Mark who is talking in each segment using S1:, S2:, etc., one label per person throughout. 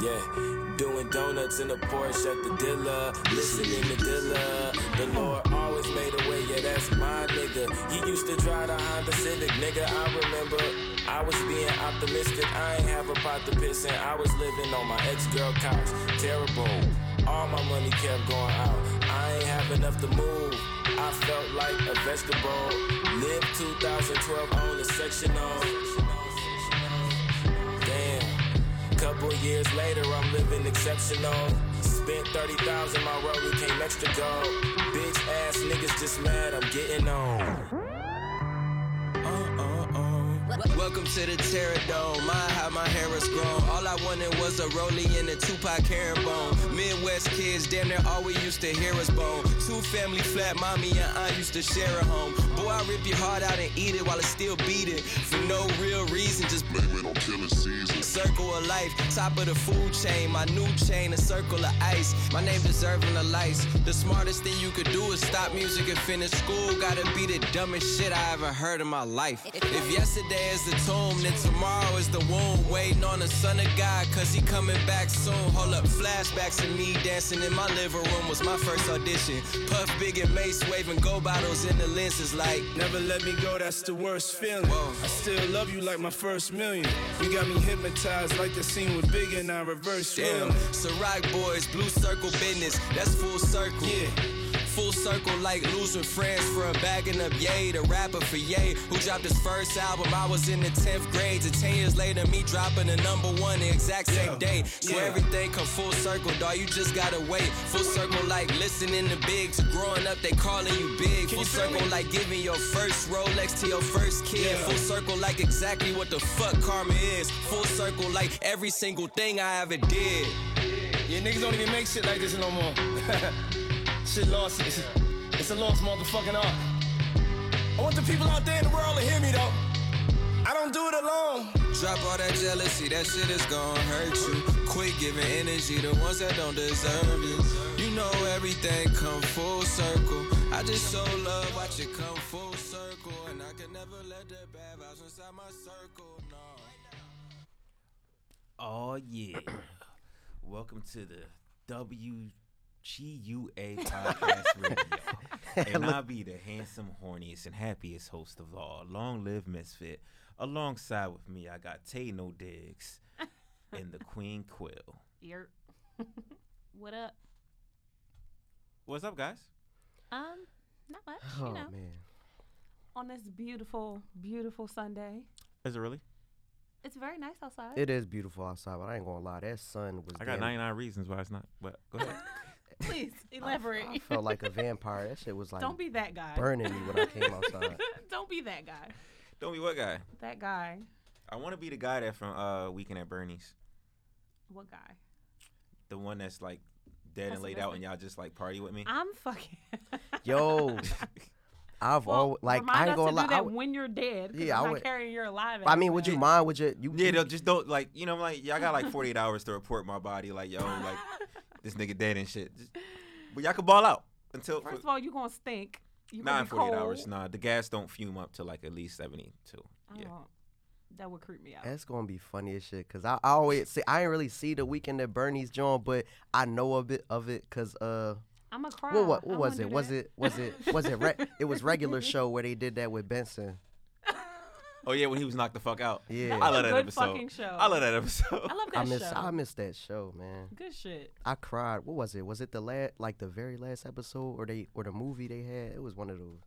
S1: Yeah, doing donuts in a Porsche at the dealer, listening to Dilla. The Lord always made a way, yeah, that's my nigga. He used to drive the Honda Civic, nigga, I remember. I was being optimistic, I ain't have a pot to piss in. I was living on my ex-girl couch, terrible. All my money kept going out, I ain't have enough to move. I felt like a vegetable. Lived 2012 on a sectional. Damn. Couple years later, I'm living exceptional. Spent 30,000, my road became extra gold. Bitch ass niggas just mad, I'm getting on.
S2: Uh, Welcome to the Terror Dome. My, how my hair is grown. All I wanted was a rollie and a Tupac herring bone. Midwest kids, damn near all we used to hear is bone. Two family flat, mommy and aunt used to share a home. Boy, I rip your heart out and eat it while it's still beating. For no real reason, just blame it on killing season. Circle of life, top of the food chain. My new chain, a circle of ice. My name deserving the lights. The smartest thing you could do is stop music and finish school. Gotta be the dumbest shit I ever heard in my life. If yesterday is the tomb, then tomorrow is the womb. Waiting on the son of God, cause he coming back soon. Hold up, flashbacks of me dancing in my living room was my first audition. Puff Big and Mace waving go bottles in the lenses like,
S3: Never let me go, that's the worst feeling. I still love you like my first million. You got me hypnotized like the scene with Big and I reverse film.
S2: damn. Ciroc boys, blue circle business, that's full circle.
S3: Yeah.
S2: Full circle like losing friends from bagging up Ye, the rapper for Ye, who dropped his first album. I was in the 10th grade, to 10 years later, me dropping the number one the exact same day. So
S3: Yeah.
S2: everything come full circle, dog. You just gotta wait. Full circle like listening to big, to growing up, they calling you big. Full circle like giving your first Rolex to your first kid.
S3: Yeah.
S2: Full circle like exactly what the fuck karma is. Full circle like every single thing I ever did.
S3: Yeah, niggas don't even make shit like this no more. shit lost. It's a, it's a lost motherfucking art. I want the people out there in the world to hear me though. I don't do it alone.
S2: Drop all that jealousy, that shit is gonna hurt you. Quit giving energy to ones that don't deserve you. You know everything come full circle. I just show love, watch it come full circle. And I can never let the bad vibes inside my circle, no.
S4: Oh yeah. Welcome to the WGUA podcast radio. And I'll be the handsome, horniest, and happiest host of all. Long live Misfit. Alongside with me, I got Tay No Diggs and the Queen Quill.
S5: You're what up?
S4: What's up, guys?
S5: Um, not much. you know,
S6: Oh, man.
S5: on this beautiful, beautiful Sunday.
S4: Is it really?
S5: It's very nice outside.
S6: It is beautiful outside, but I ain't gonna lie, that sun was
S4: I got
S6: damn-
S4: 99 reasons why it's not. But go ahead.
S5: Please elaborate.
S6: I felt like a vampire. That shit was like
S5: Don't be that guy.
S6: burning me when I came outside.
S5: Don't be that guy.
S4: Don't be what guy?
S5: That guy.
S4: I want to be the guy that from uh, Weekend at Bernie's.
S5: What guy?
S4: The one that's like dead and laid out and y'all just like party with me.
S5: I'm fucking.
S6: Yo, I've
S5: Well,
S6: always like
S5: remind
S6: I
S5: us
S6: ain't gonna
S5: to
S6: lie.
S5: do
S6: I,
S5: that
S6: would-
S5: when you're dead.
S6: Yeah,
S5: Yeah,
S6: I
S5: I'm not
S6: would-
S5: carrying your alive.
S6: I mean, would you
S5: ass.
S6: mind? Would you? you
S4: Yeah, they'll just don't like you know like y'all got like 48 hours to report my body like yo like this nigga dead and shit. Just, but y'all can ball out until
S5: First of all, you gonna stink. You
S4: nah
S5: gonna
S4: in
S5: be
S4: 48
S5: cold. Oh.
S4: hours. Nah, the gas don't fume up to like at least 72.
S5: I
S4: Yeah,
S5: won't. That would creep me out.
S6: That's gonna be funny as shit. Cause I, I always see I ain't really see the weekend at Bernie's joint, but I know a bit of it. Cause uh,
S5: I'm a cry.
S6: what what,
S5: I
S6: what was
S5: won't
S6: it?
S5: do
S6: Was
S5: that.
S6: it was it was it? Re- it was regular show where they did that with Benson.
S4: Oh yeah, when he was knocked the fuck out.
S6: Yeah.
S4: I
S5: was
S6: That
S4: love
S5: a
S4: that
S5: good
S4: episode.
S5: fucking show.
S4: I love that episode.
S5: I love that
S6: I miss
S5: show.
S6: I miss that show, man.
S5: Good shit.
S6: I cried. What was it? Was it the last, like the very last episode, or they, or the movie they had? It was one of those.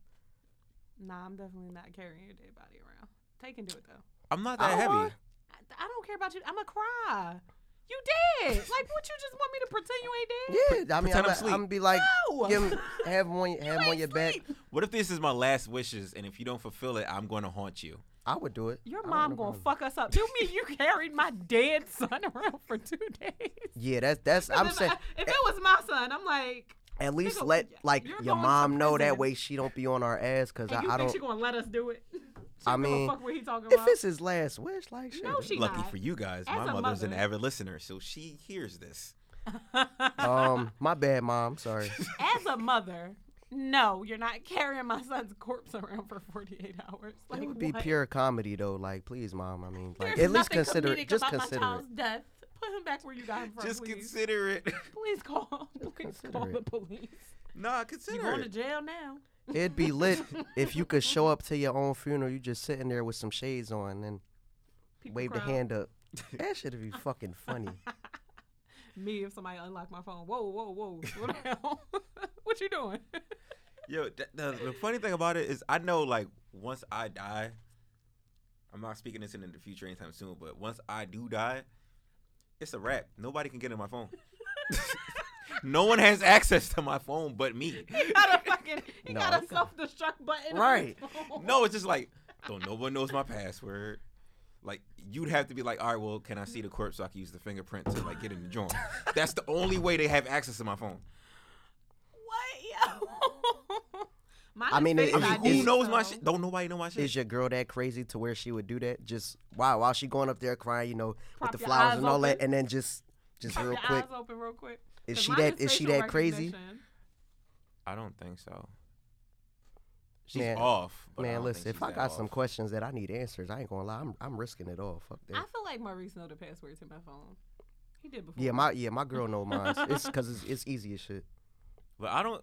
S5: Nah, I'm definitely not carrying your dead body around. Tay can do it though.
S4: I'm not that heavy.
S5: I, I don't care about you. I'm gonna cry. You dead. like, what you just want me to pretend you ain't dead?
S6: Yeah, I mean,
S4: Pretend I'm
S6: I'm,
S4: asleep.
S6: gonna be like,
S5: No!
S6: give 'em- have him on, have 'em on
S5: ain't
S6: your back.
S5: asleep.
S4: What if this is my last wishes and if you don't fulfill it, I'm going to haunt you?
S6: I would do it.
S5: Your
S6: I don't
S5: mom
S6: have no
S5: gonna
S6: problem.
S5: fuck us up. You mean you carried my dead son around for two days?
S6: Yeah, that's that's. I'm
S5: if,
S6: saying eh
S5: I- if it was my son, I'm like,
S6: at least
S5: nigga,
S6: let like
S5: you're
S6: your
S5: going to
S6: mom know that
S5: prison.
S6: way she don't be on our ass because
S5: and
S6: I,
S5: you
S6: I
S5: think she
S6: don't.
S5: gonna let us do it? She
S6: I
S5: don't give a
S6: mean,
S5: fuck what he talking
S6: If
S5: about?
S6: it's his last wish, like shit.
S5: No, she
S4: Lucky
S5: not.
S4: for you guys,
S5: As
S4: my
S5: a
S4: mother's an
S5: mother.
S4: avid listener, so she hears this.
S6: um, my bad, mom. Sorry.
S5: As a mother, no, you're not carrying my son's corpse around for 48 hours. Like,
S6: it would be
S5: what?
S6: pure comedy though. Like, please, mom. I mean, like
S5: There's
S6: at least
S5: nothing
S6: consider
S5: comedic
S6: it. Just
S5: about my
S6: consider it.
S5: child's death. put him back where you got him from.
S4: Just
S5: please.
S4: consider it.
S5: Please call. Please call
S6: it.
S5: the police.
S4: nah,
S5: You
S4: consider
S5: going to
S4: it.
S5: jail now?
S6: It'd be lit if you could show up to your own funeral. You just sitting there with some shades on and
S5: People
S6: wave the
S5: crying.
S6: hand up. That should be fucking funny.
S5: Me if somebody unlocked my phone. Whoa, whoa, whoa! Slow down. what you doing?
S4: Yo, th- the, the funny thing about it is, I know like once I die, I'm not speaking this into the future anytime soon, but once I do die, it's a wrap. Nobody can get in my phone. no one has access to my phone but me.
S5: got a fucking. He
S6: No,
S5: got a
S6: okay.
S5: self-destruct button. on
S6: Right.
S5: his phone.
S4: No, it's just like, don't no one knows my password. Like you'd have to be like, all right, well, can I see the corpse so I can use the fingerprint to like get in the joint? That's the only way they have access to my phone.
S5: What? Yo. Mine
S6: I
S5: is
S6: mean, it-
S5: Face
S4: I mean,
S5: ID,
S4: who knows my
S5: so-
S4: shit? Don't nobody know my shit.
S6: Is your girl that crazy to where she would do that? Just wow, while she going up there crying, you know,
S5: Prop
S6: with the
S5: your
S6: flowers
S5: eyes
S6: and all that,
S5: open.
S6: and then just, just
S5: Pop
S6: real
S5: your
S6: quick.
S5: Eyes open real quick.
S6: Is
S5: 'Cause
S6: she
S5: mine
S6: that-
S5: is
S6: is she
S5: facial
S6: that crazy?
S5: recognition.
S4: I don't think so. She's
S6: Man-
S4: off. But I
S6: Man,
S4: don't
S6: listen,
S4: think
S6: if
S4: she's
S6: I
S4: that
S6: got
S4: off.
S6: some questions that I need answers, I ain't gonna lie, I'm, I'm risking it all. Fuck
S5: I
S6: that.
S5: feel like Maurice know the password to my phone. He did before.
S6: Yeah, my yeah, my girl know mine. It's cause it's, it's easy as shit.
S4: but I don't.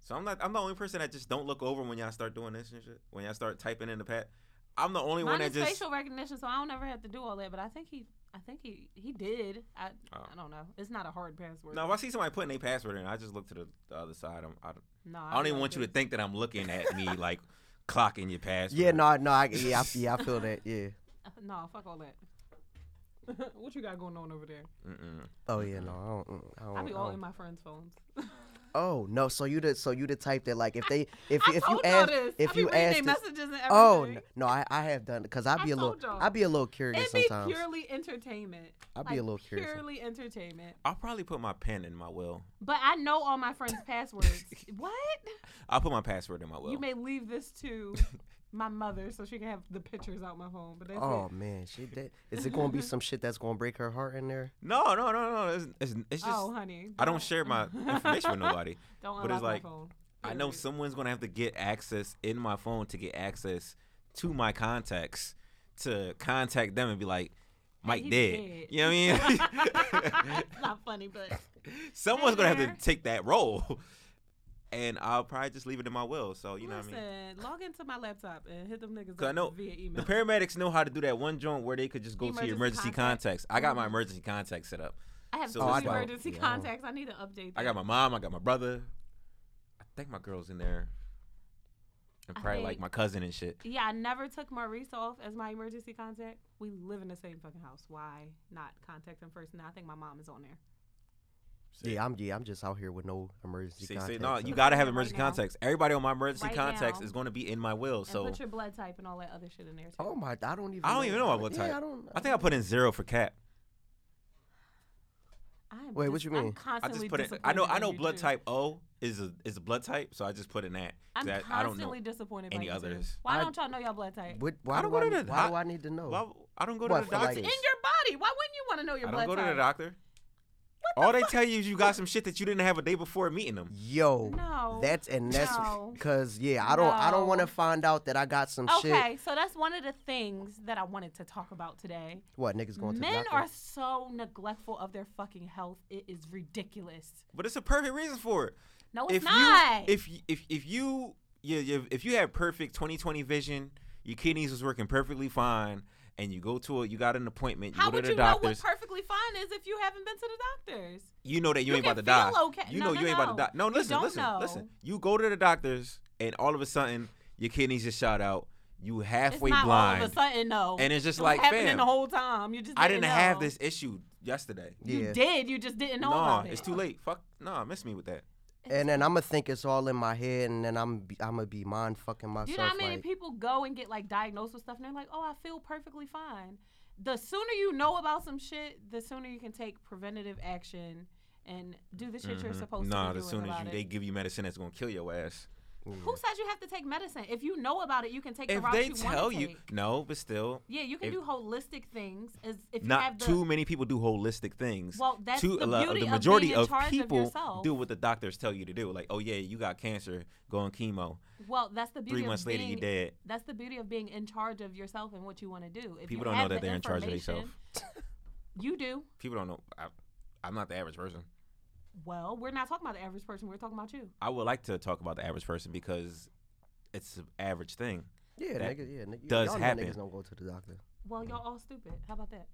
S4: So I'm not. I'm the only person that just don't look over when y'all start doing this and shit. When y'all start typing in the pat, I'm the only
S5: Mine
S4: one
S5: is
S4: that just.
S5: facial recognition, so I don't ever have to do all that. But I think he, I think he, he did. I,
S4: Oh.
S5: I don't know. It's not a hard password.
S4: No, if I see somebody putting their password in, I just look to the, the other side. I'm, I don't.
S5: no
S4: I don't even want you to think that I'm looking at me like clocking your password.
S6: Yeah, no, no, I, yeah, I, yeah, I feel that. Yeah.
S5: No, fuck all that. what you got going on over there?
S4: Mm-mm.
S6: Oh yeah, no, I don't. mm, I don't,
S5: I be
S6: I
S5: all
S6: don't-
S5: in my friends' phones.
S6: Oh no, so you the so you the type that like if they if
S5: I
S6: if you
S5: told y'all
S6: ask
S5: this. I
S6: if
S5: be
S6: you
S5: reading
S6: ask
S5: they
S6: this-
S5: messages and everything.
S6: oh n- no, I I have done because I
S5: I
S6: be a
S5: told
S6: little
S5: y'all.
S6: I be a little curious
S5: It be
S6: sometimes.
S5: purely entertainment.
S6: I be a little curious.
S5: Purely entertainment.
S4: I'll probably put my pen in my will.
S5: But I know all my friends' passwords. what?
S4: I'll put my password in my will.
S5: You may leave this to my mother so she can have the pictures out my phone. But that's
S6: Oh
S5: it.
S6: man, she did. Is it gonna be some shit that's gonna break her heart in there?
S4: no, no, no, no. It's, it's, it's just.
S5: oh, honey.
S4: I don't share my information with nobody.
S5: Don't
S4: but
S5: unlock
S4: it's like,
S5: my phone.
S4: I know
S5: Period.
S4: someone's gonna have to get access in my phone to get access to my contacts to contact them and be like, Mike
S5: he
S4: dead.
S5: dead.
S4: You know what I mean?
S5: it's not funny, but
S4: someone's gonna have
S5: there.
S4: to take that role. And I'll probably just leave it in my will. So you know
S5: listen,
S4: what I mean?
S5: log into my laptop and hit them niggas
S4: 'Cause I
S5: up
S4: know
S5: via email.
S4: The paramedics know how to do that one joint where they could just go to your
S5: Emergency
S4: emergency
S5: contact. Mm-hmm.
S4: contacts. I got my emergency contacts set up.
S5: I have
S4: so
S5: two
S4: it's like-
S5: emergency
S6: Oh, Yeah.
S5: contacts. I need to update.
S4: I got my mom, I got my brother. I think my girl's in there. And
S5: I
S4: probably like
S5: think-
S4: my cousin and shit.
S5: Yeah, I never took Maurice off as my emergency contact. We live in the same fucking house. Why not contact him first? Now I think my mom is on there.
S6: Yeah, I'm yeah, I'm just out here with no emergency
S4: See, see,
S6: contacts.
S4: no, you
S5: Put
S4: gotta
S5: it
S4: have
S5: in right
S4: emergency
S5: now.
S4: contacts. Everybody on my emergency
S5: Right
S4: contacts
S5: now.
S4: is gonna be in my will.
S5: And
S4: So
S5: put your blood type and all that other shit in there too.
S6: Oh my, I don't even.
S4: I don't even know
S6: how
S4: what blood
S6: yeah,
S4: type.
S6: I don't.
S4: I think I put in zero for cat.
S5: I'm
S6: Wait, what you mean? I
S5: I'm
S6: just
S4: I
S5: constantly
S4: just put it. I know.
S5: disappointed
S4: I
S5: in
S4: know
S5: you
S4: blood
S5: too.
S4: type O is a is a blood type, so I just put in that.
S5: I'm
S4: 'Cause I, I don't know.
S5: constantly disappointed. by
S4: any
S5: you two.
S4: others.
S5: Why
S6: I-
S5: don't y'all know y'all blood type?
S6: What, why
S4: I don't go
S6: do I,
S4: to the
S6: why do
S4: doc-
S6: I need to know?
S4: Why, I don't go
S6: Oh. What,
S4: to the
S6: for, like,
S4: doctor.
S5: in your body. Why wouldn't you want to know your
S4: I
S5: blood
S4: don't go
S5: type?
S4: to the doctor. All they tell you is you got some shit that you didn't have a day before meeting them.
S6: Yo,
S5: No.
S6: that's and that's
S5: No.
S6: because yeah, I don't I don't want to
S5: No.
S6: find out that I got some
S5: Okay,
S6: shit.
S5: so that's one of the things that I wanted to talk about today.
S6: What niggas going to the
S5: Men
S6: doctor?
S5: are so neglectful of their fucking health. It is ridiculous.
S4: But it's a perfect reason for it.
S5: No, Oh, it's
S4: if
S5: not.
S4: You, if y- if if you, you, you if you had perfect 20/20 vision, your kidneys was working perfectly fine, and you go to a you got an appointment, you
S5: How
S4: go to
S5: would
S4: the
S5: you know what
S4: doctors,
S5: perfectly fine is if you haven't been to the doctors?
S4: you know that you,
S5: You
S4: ain't
S5: can
S4: about to die.
S5: feel okay.
S4: You
S5: No,
S4: know
S5: no,
S4: you ain't about to
S5: no.
S4: die. No,
S5: You
S4: listen,
S5: don't
S4: listen,
S5: know.
S4: listen. You go to the doctors, and all of a sudden your kidneys just shot out. You
S5: It's
S4: halfway
S5: not
S4: blind,
S5: all of a sudden, no.
S4: and it's just
S5: it was
S4: like,
S5: happening
S4: fam,
S5: the whole time. You just
S4: I didn't have
S5: know.
S4: this issue yesterday.
S5: You
S6: yeah,
S5: did. You just didn't know
S4: nah,
S5: about it.
S4: it's too late. Fuck, nah, miss me with that.
S6: and then I'm gonna think it's all in my head, and then I'm I'm gonna be mind fucking myself.
S5: You know how many
S6: like,
S5: people go and get like diagnosed with stuff and they're like, oh, I feel perfectly fine. The sooner you know about some shit, the sooner you can take preventative action and do the shit you're
S4: Mhm.
S5: supposed
S4: nah,
S5: to be
S4: as
S5: doing
S4: soon as
S5: about
S4: you,
S5: it.
S4: they give you medicine that's gonna kill your ass.
S5: Who says you have to take medicine? If you know about it, you can take the
S4: If
S5: route
S4: they
S5: you
S4: tell
S5: want to
S4: you,
S5: take.
S4: no, but still,
S5: Yeah, you can
S4: if-
S5: do holistic things. As if you have
S4: not
S5: the,
S4: too many people do holistic things.
S5: Well, that's
S4: too,
S5: the
S4: lo-
S5: beauty of
S4: the
S5: being
S4: majority
S5: in
S4: of
S5: charge of
S4: people
S5: yourself.
S4: do what the doctors tell you to do. Like, oh yeah, you got cancer, go on chemo.
S5: Well, that's the beauty.
S4: Three
S5: of
S4: months later,
S5: being,
S4: you dead.
S5: That's the beauty of being in charge of yourself and what you want to do. If you
S4: People don't know
S5: have
S4: that
S5: the
S4: they're in charge of themselves.
S5: information, You do.
S4: People don't know. I, I'm not the average person.
S5: Well, we're not talking about the average person. We're talking about you.
S4: I would like to talk about the average person because it's an average thing.
S6: Yeah,
S4: That
S6: nigga, yeah, nigga.
S4: does
S6: y'all know
S4: happen.
S6: Niggas don't go to the doctor.
S5: Well, y'all all stupid. How about that?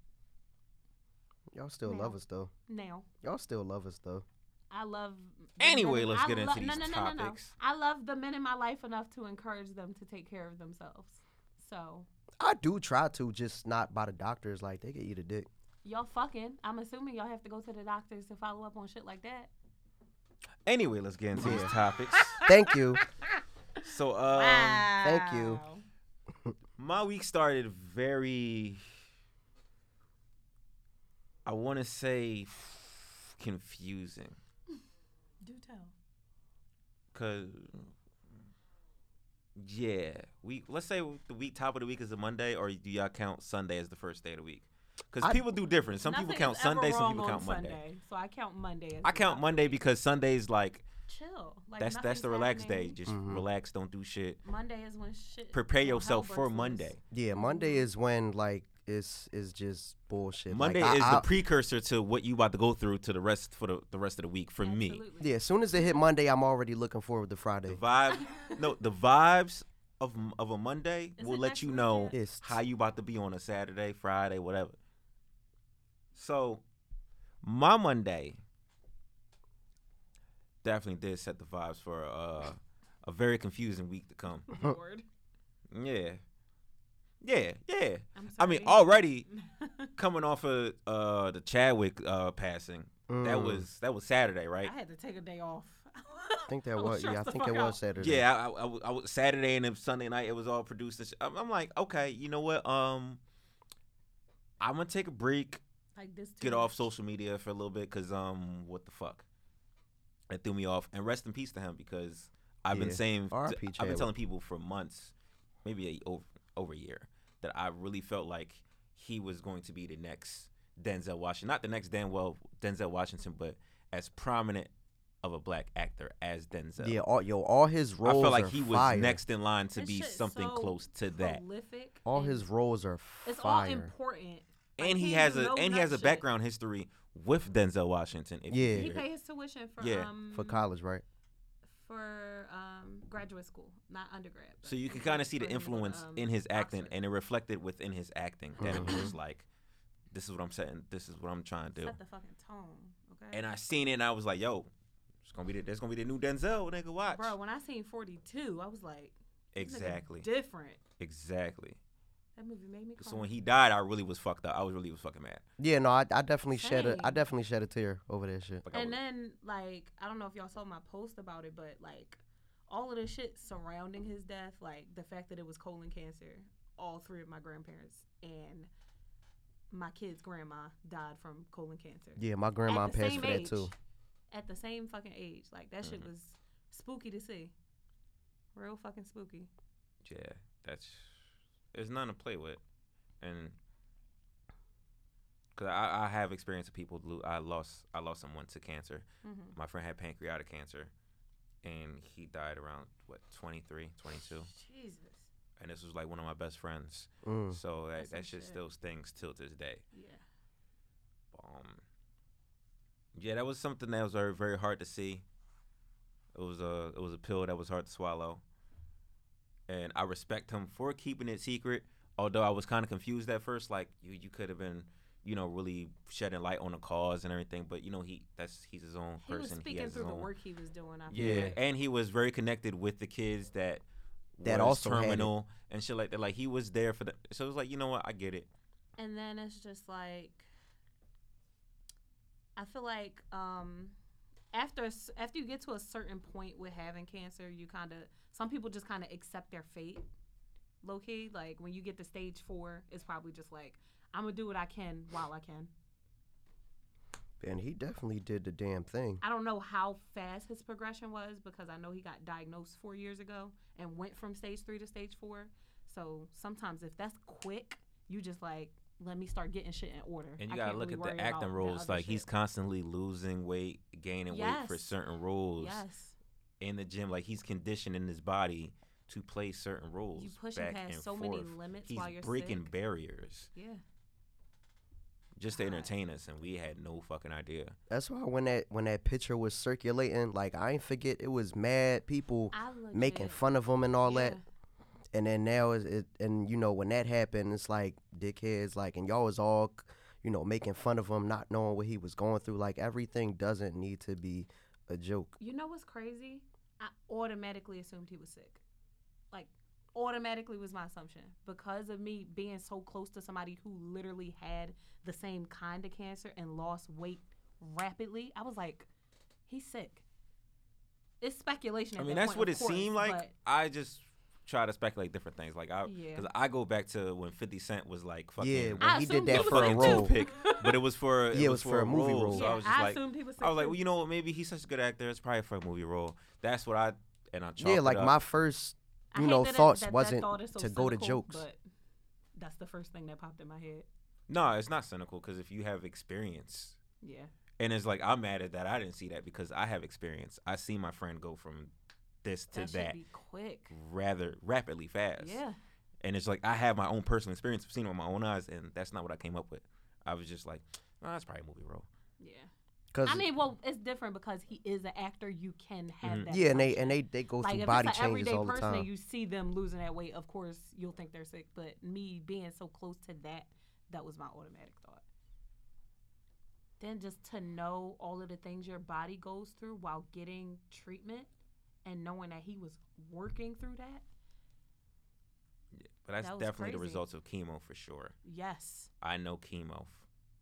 S6: Y'all still
S5: Now.
S6: love us though.
S5: Now,
S6: Y'all still love us though.
S5: I love. the
S4: Anyway,
S5: men-
S4: let's
S5: I
S4: get into
S5: no,
S4: these
S5: no, no, No, no.
S4: topics.
S5: I love the men in my life enough to encourage them to take care of themselves. So
S6: I do try to, just not by the doctors. Like they could eat a dick.
S5: y'all fucking. I'm assuming y'all have to go to the doctors to follow up on shit like that.
S4: Anyway, let's get into these topics.
S6: Thank you.
S4: So, um,
S6: Thank you.
S4: my week started very i want to say confusing
S5: Do tell.
S4: because yeah we let's say the week top of the week is a monday or do y'all count sunday as the first day of the week because
S6: I-
S4: people do different some
S5: Nothing
S4: people count
S5: is ever
S4: sunday some
S5: wrong
S4: people
S5: on
S4: count monday
S5: Sunday, so I count Monday. As
S4: i
S5: the
S4: count
S5: top.
S4: monday because sunday's like
S5: Chill. Like
S4: that's that's
S5: nothing's
S4: the relax day
S5: happening.
S4: just
S6: Mm-hmm.
S4: relax don't do shit
S5: Monday is when shit.
S4: prepare
S5: when hell
S4: yourself
S5: breaks
S4: for
S5: loose.
S4: monday
S6: Yeah, Monday is when like it's is just bullshit.
S4: monday
S6: like, I-
S4: is
S6: I-
S4: the precursor to what you about to go through to the rest for the, the rest of the week for me
S5: Absolutely.
S6: yeah. As soon as it hit Monday, I'm already looking forward to Friday.
S4: The vibe, no, the vibes of m- of a Monday
S5: Is
S4: will
S5: it
S4: let
S5: next
S4: you
S5: week
S4: know
S5: yet?
S6: Yes.
S4: how you about to be on a Saturday, Friday, whatever. So, my Monday definitely did set the vibes for uh, a very confusing week to come.
S5: Lord.
S4: Yeah, yeah, yeah.
S5: I'm
S4: I mean,
S5: sorry.
S4: already coming off of uh, the Chadwick uh, passing, that
S6: Mm.
S4: was that was Saturday, right?
S5: I had to take a day off.
S6: I think that was yeah. I think it was Saturday.
S4: Yeah, I, I- I w- I w- Saturday and then Sunday night it was all produced. And sh- I'm, I'm like, okay, you know what? Um, I'm gonna take a break,
S5: Like this.
S4: get
S5: too.
S4: off social media for a little bit, cause um, what the fuck? It threw me off. And rest in peace to him, because I've been
S6: Yeah.
S4: saying, t-
S6: R.I.P.
S4: I've been
S6: Chadwick.
S4: telling people for months, maybe a, over over a year, that I really felt like he was going to be the next Denzel Washington, not the next Denzel Denzel Washington, but as prominent of a black actor as Denzel.
S6: Yeah, all, yo, all his
S4: I
S6: roles.
S4: felt like
S6: are
S4: he was
S6: fire.
S4: next in line to
S5: This
S4: be
S5: shit is
S4: something
S5: so
S4: close to that.
S5: Prolific.
S6: All
S5: and
S6: his roles are
S5: It's all
S6: fire.
S5: important. Like,
S4: And he
S5: didn't
S4: has a
S5: know
S4: and he has a
S5: nut shit.
S4: background history with Denzel Washington. if you
S6: Yeah.
S5: He
S4: hear it.
S5: paid his tuition for
S4: Yeah.
S5: um
S6: for college, right?
S5: for um graduate school, not undergrad. but
S4: So you can
S5: he
S4: kind of
S5: went-
S4: see the
S5: or he went to,
S4: influence
S5: um,
S4: in his acting,
S5: Oxford.
S4: and it reflected within his acting that it was like, this is what I'm setting, this is what I'm trying to do.
S5: set the fucking tone. Okay.
S4: And I seen it, and I was like, yo, it's gonna be the, that's gonna be the new Denzel, nigga. Watch.
S5: Bro, when I seen 42, I was like, this nigga
S4: exactly,
S5: different.
S4: exactly.
S5: That movie made me cry.
S4: So when he died, I really was fucked up. I was really was fucking mad.
S6: Yeah, no, I, I definitely shed a I
S5: Same.
S6: definitely shed a tear over that shit.
S4: Like I
S5: and
S4: was-
S5: then like I don't know if y'all saw my post about it, but like all of the shit surrounding his death, like the fact that it was colon cancer, all three of my grandparents and my kid's grandma died from colon cancer.
S6: Yeah, my
S5: At
S6: grandma
S5: the
S6: passed
S5: same
S6: for that too. Mm-hmm.
S5: age. At the same fucking age, like that shit was spooky to see. Real fucking spooky.
S4: yeah, that's there's nothing to play with, and because I, I have experience of people lo- I lost I lost someone to cancer.
S5: Mm-hmm.
S4: My friend had pancreatic cancer, and he died around what 23, 22.
S5: Jesus.
S4: and this was like one of my best friends.
S6: Mm.
S4: So that
S5: That's some
S4: that shit
S5: shit.
S4: still stings till this day.
S5: Yeah.
S4: Um, yeah, that was something that was very very hard to see. It was a it was a pill that was hard to swallow, and I respect him for keeping it secret. Although I was kind of confused at first, like you you could have been you know really shedding light on the cause and everything, but you know he that's he's his own
S5: He was
S4: person.
S5: speaking
S4: has
S5: through
S4: his
S5: the
S4: own-
S5: work he was doing. I feel
S4: yeah.
S5: like.
S4: and he was very connected with the kids that
S6: That
S4: was
S6: also had it.
S4: terminal and shit like that. Like he was there for the. So it was like you know what I get it.
S5: and then it's just like i feel like um after a s- after you get to a certain point with having cancer you kind of some people just kind of accept their fate low key like when you get to stage 4 it's probably just like i'm going to do what i can while i can
S6: And he definitely did the damn thing.
S5: i don't know how fast his progression was because i know he got diagnosed 4 years ago and went from stage 3 to stage 4 so sometimes if that's quick you just like let me start getting shit in order
S4: And
S5: I
S4: you gotta
S5: can't
S4: look at
S5: really worry
S4: the
S5: about
S4: acting roles.
S5: other
S4: Like he's
S5: shit."
S4: constantly losing weight, gaining weight for
S5: Yes.
S4: certain roles
S5: Yes.
S4: in the gym. Like he's conditioning his body to play certain roles.
S5: pushing
S4: back
S5: past
S4: and
S5: so
S4: forth.
S5: many limits
S4: He's
S5: while you're
S4: breaking
S5: sick.
S4: barriers.
S5: Yeah.
S4: just to entertain us, and we had no fucking idea.
S6: That's why when that when that picture was circulating, like I ain't forget it was mad people
S5: I legit-
S6: making fun of him and all that.
S5: Yeah.
S6: And then now is it and you know when that happened, it's like dickheads like and y'all was all you know making fun of him, not knowing what he was going through. Like everything doesn't need to be a joke.
S5: You know what's crazy? I automatically assumed he was sick. Like, automatically was my assumption because of me being so close to somebody who literally had the same kind of cancer and lost weight rapidly. I was like, he's sick. It's speculation.
S4: I
S5: at
S4: mean,
S5: that
S4: that's
S5: point,
S4: what
S5: of
S4: it
S5: course,
S4: seemed like.
S5: but-
S4: I just try to speculate different things. Like I,
S5: Yeah.
S4: because I go back to when Fifty Cent was like fucking.
S6: Yeah, when
S5: I
S6: he did
S5: assumed he
S6: that
S5: was
S6: for a
S5: fucking
S4: fucking
S6: role.
S4: toothpick, but it was for it,
S6: Yeah, it
S4: was for a movie role. So
S5: Yeah,
S4: I was just
S5: I
S4: like,
S5: assumed he was
S4: I was like,
S5: sick,
S4: well, you know what? Maybe he's such a good actor. It's probably for a movie role. That's what I and I. chalked
S6: Yeah,
S4: it
S6: like
S4: up.
S6: my first
S5: I
S6: you
S5: hate
S6: know
S5: that it-
S6: thoughts
S5: that- that
S6: wasn't
S5: thought is so
S6: to go to
S5: cynical,
S6: jokes.
S5: But that's the first thing that popped in my head.
S4: No, it's not cynical because if you have experience,
S5: Yeah.
S4: and it's like I'm mad at that. I didn't see that because I have experience. I see my friend go from this to
S5: That
S4: that,
S5: should be quick.
S4: rather rapidly fast.
S5: Yeah.
S4: And it's like I have my own personal experience. I've seen it with my own eyes, and that's not what I came up with. I was just like, nah, that's probably a movie role.
S5: Yeah.
S6: 'Cause-
S5: I mean, well, it's different because he is an actor. You can have that.
S6: Mm-hmm. yeah, and they
S5: assumption.
S6: and they they go
S5: like
S6: through
S5: if
S6: body
S5: it's an
S6: changes
S5: everyday
S6: all the
S5: person and
S6: time.
S5: you see them losing that weight, of course you'll think they're sick. But me being so close to that, that was my automatic thought. Then just to know all of the things your body goes through while getting treatment, and knowing that he was working through that.
S4: But that's
S5: That was
S4: definitely the
S5: crazy.
S4: results of chemo for sure.
S5: Yes,
S4: I know chemo.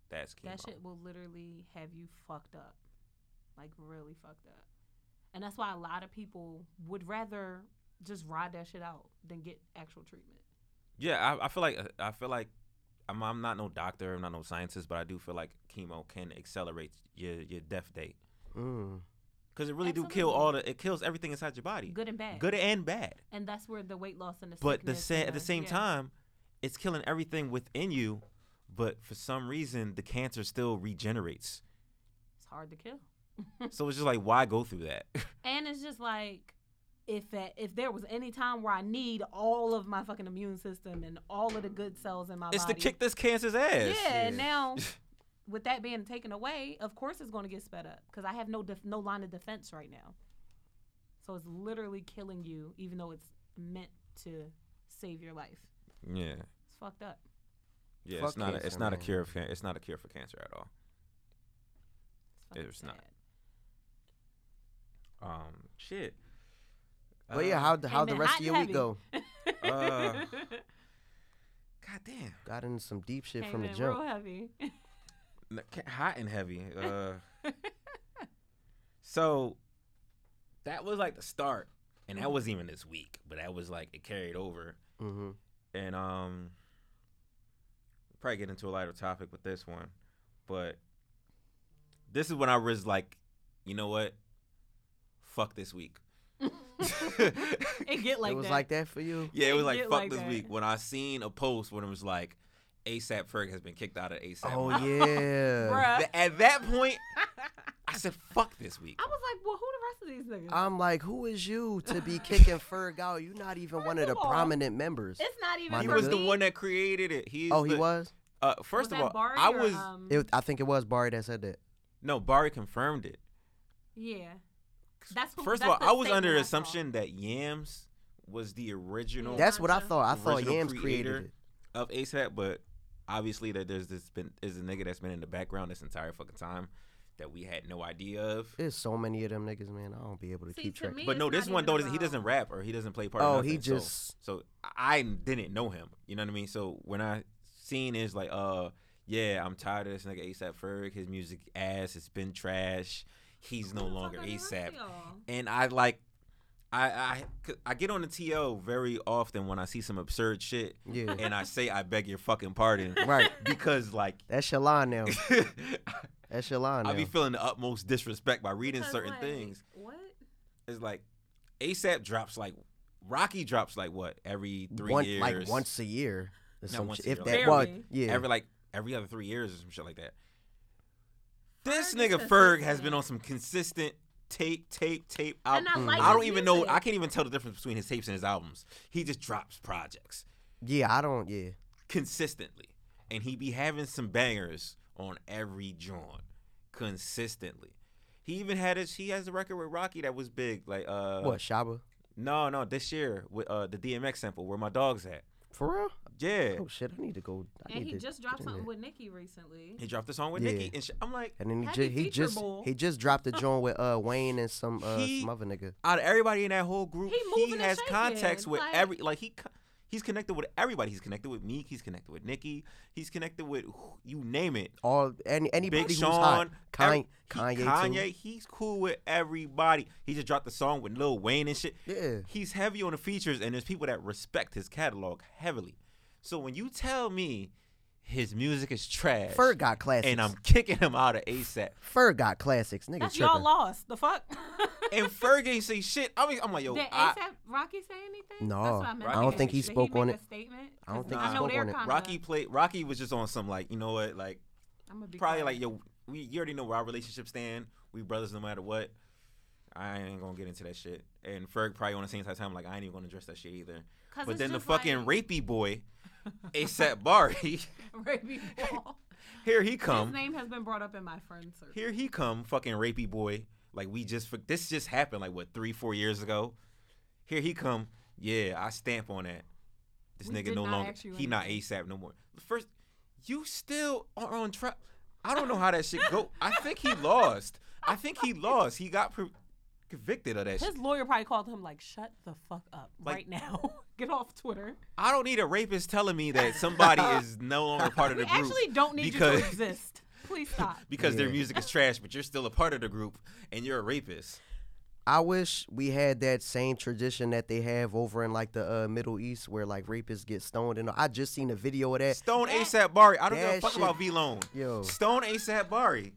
S4: That's chemo.
S5: that shit will literally have you fucked up, like really fucked up. And that's why a lot of people would rather just ride that shit out than get actual treatment.
S4: Yeah, I, I feel like uh, I feel like I'm, I'm not no doctor, I'm not no scientist, but I do feel like chemo can accelerate your your death date
S6: Mm.
S4: because it really do kill
S5: Absolutely.
S4: all the it kills everything inside your body,
S5: Good and bad.
S4: good and bad.
S5: and that's where the weight loss and the
S4: But the
S5: sickness
S4: sa-
S5: and
S4: at the same
S5: yeah.
S4: time, it's killing everything within you. But for some reason, the cancer still regenerates.
S5: it's hard to kill
S4: so it's just like, why go through that?
S5: and it's just like if that, if there was any time where i need all of my fucking immune system and all of the good cells in my
S4: it's to
S5: body
S4: kick this cancer's
S5: yeah,
S4: ass.
S5: and now with that being taken away of course it's going to get sped up because i have no def- no line of defense right now so it's literally killing you even though it's meant to save your life
S4: yeah,
S5: it's fucked up
S4: yeah.
S6: Fuck
S4: it's not. a,
S6: cancer,
S4: it's not
S6: man.
S4: a cure. For, can- it's not a cure for cancer at all.
S5: it's, fucking
S4: It's not.
S5: sad.
S4: Um, shit.
S6: But yeah,
S4: Uh,
S6: how how the
S5: Amen.
S6: rest
S5: Hot and
S6: of your week
S5: heavy.
S6: go?
S4: Uh, God damn.
S6: Got into some deep shit
S5: Came
S6: from the
S5: in
S6: jump.
S5: real heavy
S4: N- ca- Hot and heavy. Uh, so that was like the start, and that wasn't even this week, but that was like it carried over,
S6: Mm-hmm.
S4: and um, probably get into a lighter topic with this one, but this is when I was like, you know what? Fuck this week.
S5: it get like
S6: it was
S5: that
S6: like that for you.
S4: Yeah, it was
S5: They
S4: like
S5: get
S4: fuck
S5: like
S4: this
S5: that.
S4: week when I seen a post when it was like ASAP Ferg has been kicked out of ASAP.
S6: Oh yeah.
S5: Bruh.
S4: at uh, that point, I said fuck this week.
S5: I was like, well, who the rest of these niggas?
S6: I'm like, who is you to be kicking Ferg out? You're not even one
S5: First
S6: of the
S5: of all,
S6: prominent members.
S5: it's not even.
S6: My
S4: He
S5: for
S4: was the
S5: me.
S4: one that created it. He's
S6: Oh, he
S4: the-
S6: was.
S4: Uh, first of
S5: Was that
S4: all,
S5: Bari
S4: I
S5: or,
S4: was
S5: um,
S6: It, I think it was Barry that said that.
S4: no Bari confirmed it.
S5: yeah. That's who,
S4: First of all,
S5: that's the
S4: I was under the
S5: statement I saw.
S4: assumption that Yams was the original
S5: Yeah.
S6: That's what
S5: Oh,
S6: I
S5: Gotcha.
S6: thought. I thought
S4: Original
S6: Yams
S4: creator.
S6: created it.
S4: of ASAP, but obviously that there's this been is a nigga that's been in the background this entire fucking time that we had no idea of.
S6: There's so many of them niggas, man. I don't be able to
S5: See,
S6: keep
S5: to
S6: track.
S5: me-
S4: But no,
S5: it's
S4: this
S5: not
S4: one
S5: even
S4: though he doesn't
S5: about-
S4: rap or he doesn't play part. or
S6: Oh, he
S4: nothing, so-
S6: just-
S4: so, I didn't know him. You know what I mean? So when I seen is like, uh, yeah, I'm tired of this nigga ASAP Ferg. His music ass. It's been trash. He's no
S5: Who the fuck
S4: longer
S5: are the rest of
S4: ASAP.
S5: y'all?
S4: And I like, I I I get on the TL very often when I see some absurd shit.
S6: Yeah.
S4: And I say, I beg your fucking pardon.
S6: Right.
S4: Because like.
S6: That's your line now. That's your line
S4: I
S6: now.
S4: be feeling the utmost disrespect by reading
S5: Because,
S4: certain
S5: like,
S4: things.
S5: What?
S4: It's like ASAP drops like Rocky drops like what every three
S6: One-
S4: years,
S6: like once a year. or some
S4: once
S6: shit,
S4: a
S6: if
S4: year,
S6: that
S5: like-
S6: was
S5: Barely.
S6: yeah.
S4: every like every other three years or some shit like that. This
S5: Ferg is
S4: nigga Ferg has
S5: consistent.
S4: been on some consistent tape, tape, tape album.
S5: And I like
S4: I don't
S5: his
S4: even know.
S5: music.
S4: I can't even tell the difference between his tapes and his albums. He just drops projects
S6: yeah, I don't. Yeah,
S4: consistently, and he be having some bangers on every joint consistently. He even had his he has a record with Rocky that was big. Like uh
S6: what Shaba?
S4: no, no, this year with uh the DMX sample where my dog's at.
S6: For real?
S4: Yeah.
S6: Oh shit! I need to go. I
S5: And
S6: need
S5: he
S6: to
S5: just
S6: get
S5: dropped
S6: in
S5: something
S6: there.
S5: with Nicki recently.
S4: He dropped a song with
S6: Yeah.
S4: Nicki and sh- I'm like
S6: And then he,
S5: Happy
S6: ju- he
S5: Feature
S6: just
S5: Bowl.
S6: he just dropped a joint with uh Wayne and some uh,
S4: He-
S6: some other nigga.
S4: out of everybody in that whole group,
S5: He
S4: he,
S5: moving and
S4: has
S5: shaking,
S4: contacts with
S5: like-
S4: every like he co- he's connected with everybody. He's connected with Meek. He's connected with Nicki. He's connected with who- you name it.
S6: All any anybody
S4: Big
S6: who's
S4: Sean,
S6: hot. Kanye,
S4: every-
S6: Kanye,
S4: he-
S6: too.
S4: Kanye, he's cool with everybody. He just dropped the song with Lil Wayne and shit.
S6: Yeah.
S4: he's heavy on the features, and there's people that respect his catalog heavily. So when you tell me his music is trash,
S6: Ferg got classics.
S4: and I'm kicking him out of ASAP,
S6: Ferg got classics. Nigga
S5: That's
S6: tripping.
S5: y'all lost. The fuck?
S4: and Ferg ain't say shit. I mean, I'm like, yo,
S5: Did
S4: I,
S5: ASAP Rocky say anything?
S6: No.
S5: That's what I, meant
S4: I
S5: to
S4: don't
S5: ask.
S4: think
S6: he
S5: Did
S6: spoke
S5: make
S6: on
S5: a
S6: it.
S5: Statement?
S6: I don't
S5: 'Cause
S6: think
S5: I
S6: he
S5: know
S6: spoke
S5: they're
S6: on it.
S5: kinda-
S4: Rocky played. Rocky was just on some like, you know what, like
S5: I'ma be
S4: probably
S5: quiet.
S4: like yo, we you already know where our relationship stand. We brothers no matter what. I ain't gonna get into that shit. And Ferg probably on the same type of time like I ain't even gonna address that shit either.
S5: 'Cause
S4: But
S5: it's
S4: then the
S5: just like-
S4: fucking rapey boy, ASAP Bari,
S5: Right before.
S4: here he
S5: His
S4: come,
S5: name has been brought up in my friend circle.
S4: Um, here he come, fucking rapey boy. Like we just for- this just happened like what three four years ago. Here he come. Yeah, I stamp on that. This
S5: We
S4: nigga
S5: did
S4: no
S5: not
S4: longer
S5: ask you
S4: he not ASAP no more. First, you still are on track. I don't know how that shit go. I think he lost. I think he lost. He got pro- convicted of that shit.
S5: His lawyer probably called him like, "Shut the fuck up
S4: Like-
S5: right now. Get off Twitter."
S4: I don't need a rapist telling me that somebody is no longer part of
S5: We
S4: the group.
S5: actually don't need
S4: because,
S5: you to exist. Please stop.
S4: because their
S6: Yeah.
S4: music is trash, but you're still a part of the group and you're a rapist.
S6: I wish we had that same tradition that they have over in like the uh, Middle East where like rapists get stoned and I just seen a video of that.
S4: Stone ASAP Bari. I don't give a
S6: that
S4: fuck
S6: shit-
S4: about V Lone.
S6: Yo.
S4: Stone ASAP Bari.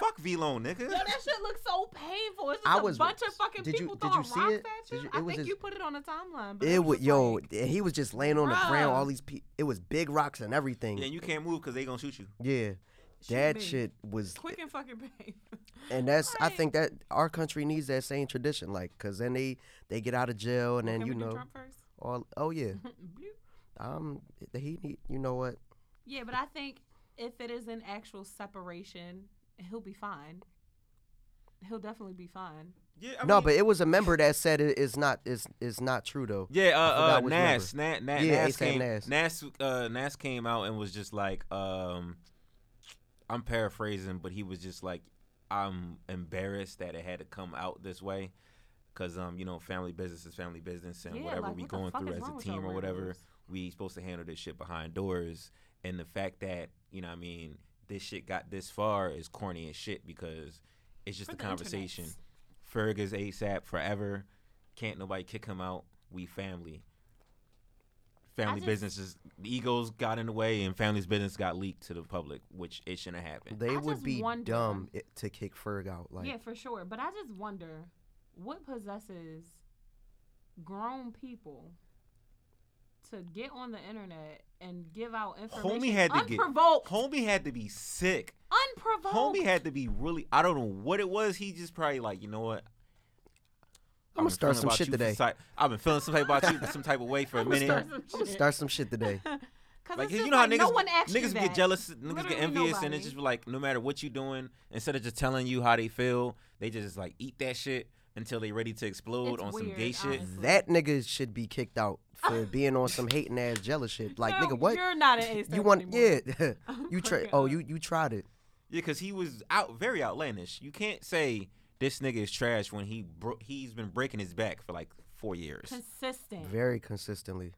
S4: fuck V Lone, nigga.
S5: Yo, that shit looks so painful. It's just
S6: I
S5: a
S6: was-
S5: bunch of fucking
S6: did you-
S5: people
S6: did you
S5: throwing
S6: see
S5: rocks
S6: it?
S5: at
S6: Did
S5: you.
S6: you-
S5: I
S6: it was
S5: think
S6: his-
S5: you put it on the timeline. But
S6: It was
S5: was
S6: yo, and he was just laying on the ground.
S5: Bruh.
S6: All these pe- it was big rocks and everything.
S4: Yeah, and you can't move because they gonna shoot you.
S6: yeah.
S5: Shoot
S6: That
S5: me.
S6: shit was
S5: quick and fucking painful.
S6: and that's I
S5: Like-
S6: think that our country needs that same tradition like cuz then they they get out of jail and then
S5: Can
S6: you
S5: we do
S6: know
S5: Trump Mm-hmm. first?
S6: all oh yeah.
S5: Bloop.
S6: Um he need you know what?
S5: Yeah, but I think if it is an actual separation, he'll be fine. He'll definitely be fine.
S4: Yeah, I
S6: no,
S4: mean-
S6: but it was a member that said it, it's not it's it's not true though.
S4: yeah,
S6: forgot
S4: uh, uh
S6: which
S4: Nas, Nas, Nas,
S6: Yeah,
S4: Nas
S6: A$AP
S4: came,
S6: Nas.
S4: Nas. uh, Nas came out and was just like, um, I'm paraphrasing, but he was just like, I'm embarrassed that it had to come out this way, cause um, you know, family business is family business, and
S5: Yeah,
S4: whatever
S5: like,
S4: we
S5: what the
S4: going
S5: fuck
S4: through as
S5: is wrong
S4: a
S5: with
S4: team
S5: y'all
S4: or whatever,
S5: weirdos?
S4: we supposed to handle this shit behind doors, and the fact that you know, what I mean, this shit got this far is corny as shit because it's just
S5: For
S4: a
S5: the
S4: conversation.
S5: internets.
S4: Ferg is ASAP forever. Can't nobody kick him out. We family. Family
S5: just-
S4: businesses, the egos got in the way, and family's business got leaked to the public, which it shouldn't happen.
S6: They
S5: I
S6: would
S5: just
S6: be
S5: wonder-
S6: dumb i to kick Ferg out like
S5: yeah, for sure. But I just wonder what possesses grown people to get on the internet and give out information
S4: Homie had to get
S5: unprovoked.
S4: homie had to be sick.
S5: unprovoked.
S4: Homie had to be really. I don't know what it was. He just probably like, you know what? I've
S6: I'm gonna
S4: been
S6: start
S4: feeling
S6: some
S4: about
S6: shit
S4: you for
S6: today.
S4: si- I've been feeling some type about you some type of way for a minute.
S5: start some
S6: I'm gonna
S5: shit.
S6: start some shit today.
S5: Cause
S4: Like
S5: it's just
S4: you know how niggas,
S5: no one asked you
S4: niggas
S5: that.
S4: get jealous, niggas
S5: Literally
S4: get envious, and
S5: nobody.
S4: it's just like no matter what you doing, instead of just telling you how they feel, they just like eat that shit until they ready to explode
S5: It's
S4: on some
S5: weird,
S4: gay shit.
S5: honestly.
S6: That nigga should be kicked out for being on some hating ass jealous shit. Like
S5: No,
S6: nigga, what
S5: You're not an ace.
S6: you want?
S5: Anymore.
S6: Yeah, you try.
S5: fucking
S6: Oh,
S5: up.
S6: you you tried it.
S4: Yeah, because he was out very outlandish. You can't say this nigga is trash when he bro- he's been breaking his back for like four years.
S5: Consistent.
S6: Very consistently.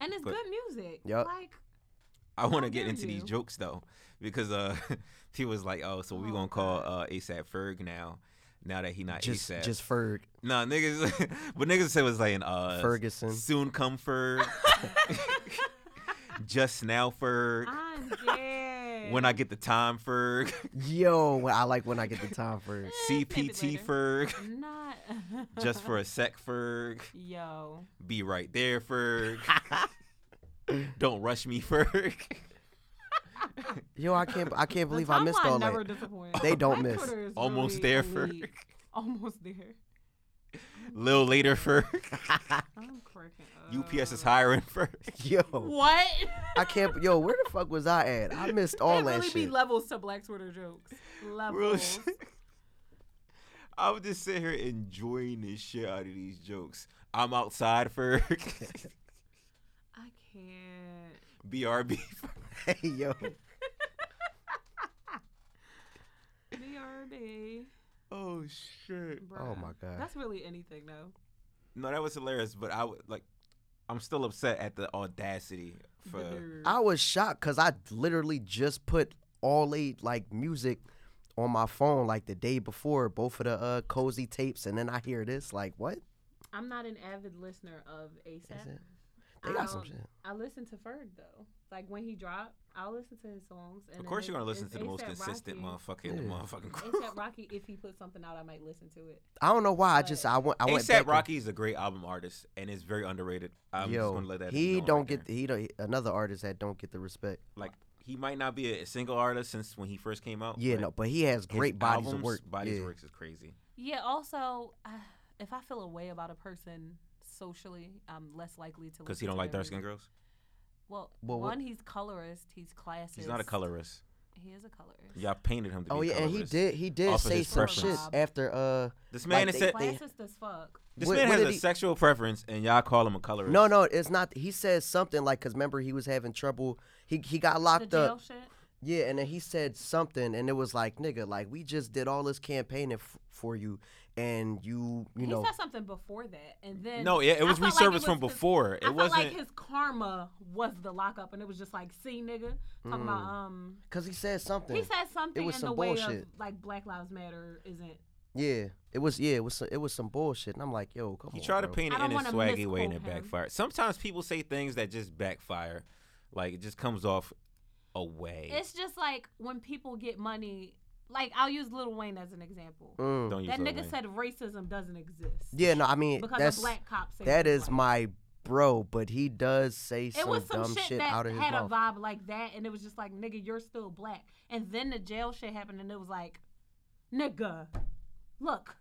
S5: and it's
S4: But-
S5: good music.
S6: Yup.
S5: Like
S4: I want
S5: How
S4: to get
S5: dare
S4: into these
S5: you.
S4: jokes though, because uh, he was like, oh, so we
S5: Oh,
S4: gonna call uh ASAP Ferg now, now that he not
S6: Just
S4: ASAP.
S6: just Ferg.
S4: Nah, niggas. what niggas said was like, uh,
S6: Ferguson.
S4: Soon come Ferg. Just now Ferg.
S5: I'm dead.
S4: When I get the time Ferg.
S6: Yo, well, I like when I get the time Ferg.
S4: CPT
S5: later.
S4: Ferg.
S5: not
S4: Just for a sec Ferg.
S5: yo.
S4: Be right there Ferg. Don't rush me Ferg.
S6: Yo, I can't I can't believe I missed
S5: timeline
S6: all
S5: never
S6: that.
S5: disappoints.
S6: They don't
S5: My
S6: miss.
S5: Twitter is
S4: Almost
S5: really
S4: there
S5: elite.
S4: Ferg.
S5: Almost there.
S4: Lil later for
S5: I'm cracking up.
S4: UPS is hiring for.
S6: Yo,
S5: What?
S6: I can't. Yo, where the fuck was I at? I missed all
S5: There
S6: that
S5: really be
S6: shit.
S5: levels to Black Twitter jokes.
S4: Real
S5: Levels.
S4: shit. I would just sit here enjoying this shit out of these jokes. I'm outside for
S5: I can't.
S4: BRB. for-
S6: hey, yo,
S5: BRB.
S4: oh shit.
S6: Oh, my
S5: Bruh.
S6: God.
S5: That's really anything though.
S4: No, that was hilarious, but I would like. I'm still upset at the audacity for.
S6: I was shocked because I literally just put all eight like music on my phone like the day before, both of the uh, cozy tapes, and then I hear this. Like, what?
S5: I'm not an avid listener of ASAP.
S6: it? They got some
S5: I'll-
S6: shit.
S5: Um, I listen to Ferg though. Like when he dropped, I'll listen to his songs.
S4: Of
S5: And then
S4: course,
S5: if-
S4: you're gonna listen
S5: if
S4: to the most
S5: A$AP
S4: consistent
S5: Rocky,
S4: motherfucker in the motherfucking crew.
S5: ASAP Rocky, if he puts something out, I might listen to it.
S6: I don't know why. I just I went. I went back
S4: ASAP
S6: and-
S4: Rocky is a great album artist and is very underrated. I'm
S6: yo,
S4: just gonna let that. be
S6: he
S4: known
S6: don't
S4: right
S6: get
S4: there.
S6: he don't another artist that don't get the respect.
S4: like he might not be a single artist since when he first came out.
S6: Yeah,
S4: but
S6: no, but he has
S4: Oh, his
S6: great bodies of
S4: albums,
S6: work.
S4: Bodies
S6: yeah.
S4: of works is crazy.
S5: Yeah. Also, uh, if I feel a way about a person socially, I'm less likely to.
S4: Because
S5: listen
S4: he don't
S5: to
S4: like
S5: their
S4: dark skinned
S5: music.
S4: girls.
S5: Well,
S6: Well, what-
S5: one, he's colorist. He's classist.
S4: He's not a colorist.
S5: He is a colorist.
S4: Y'all painted him to
S6: Oh
S4: be a
S6: yeah, and he
S4: colorist.
S6: did he did
S4: off of
S6: say
S4: his
S6: some shit
S4: preference.
S6: after uh
S4: This man
S6: Like,
S4: is
S6: they-
S4: said-
S6: they-
S5: Classist as fuck.
S4: this
S6: What-
S4: man
S6: what
S4: has
S6: did
S4: a
S6: he-
S4: sexual preference and y'all call him a colorist.
S6: no no it's not he said something like because remember he was having trouble he he got
S5: The
S6: locked
S5: jail
S6: up
S5: shit.
S6: yeah and then he said something and it was like nigga like we just did all this campaigning f- for you and you you
S5: he
S6: know
S5: said something before that, and then
S4: No, yeah, it
S5: I
S4: was
S5: felt like
S4: resurfaced from
S5: his-
S4: before. It
S5: I felt like
S4: wasn't-
S5: his karma was the lockup, and it was just like, see, nigga, talking about
S4: Mm.
S5: um,
S6: because he said something
S5: he said something
S6: was
S5: in
S6: some
S5: the way of
S6: bullshit.
S5: like Black Lives Matter isn't.
S6: yeah it was yeah it was some, it was some bullshit and I'm like yo come
S4: He
S6: on
S4: tried to
S6: bro.
S4: paint
S5: I
S4: it in
S5: don't
S4: a
S5: wanna
S4: swaggy way and it
S5: misquote him.
S4: backfired. Sometimes people say things that just backfire. Like it just comes off away.
S5: It's just like when people get money. Like I'll use Lil Wayne as an example.
S6: Mm.
S4: Don't use
S5: That
S4: Lil
S5: nigga
S4: Wayne.
S5: said racism doesn't exist.
S6: yeah no I mean
S5: because
S6: that's
S5: a black cop said
S6: that
S5: it's
S6: is
S5: white.
S6: my bro but he does say
S5: It
S6: some
S5: was some
S6: dumb
S5: shit,
S6: shit,
S5: that
S6: out of his
S5: had
S6: mouth
S5: a vibe like that, and it was just like, nigga, you're still black. And then the jail shit happened, and it was like, nigga, look,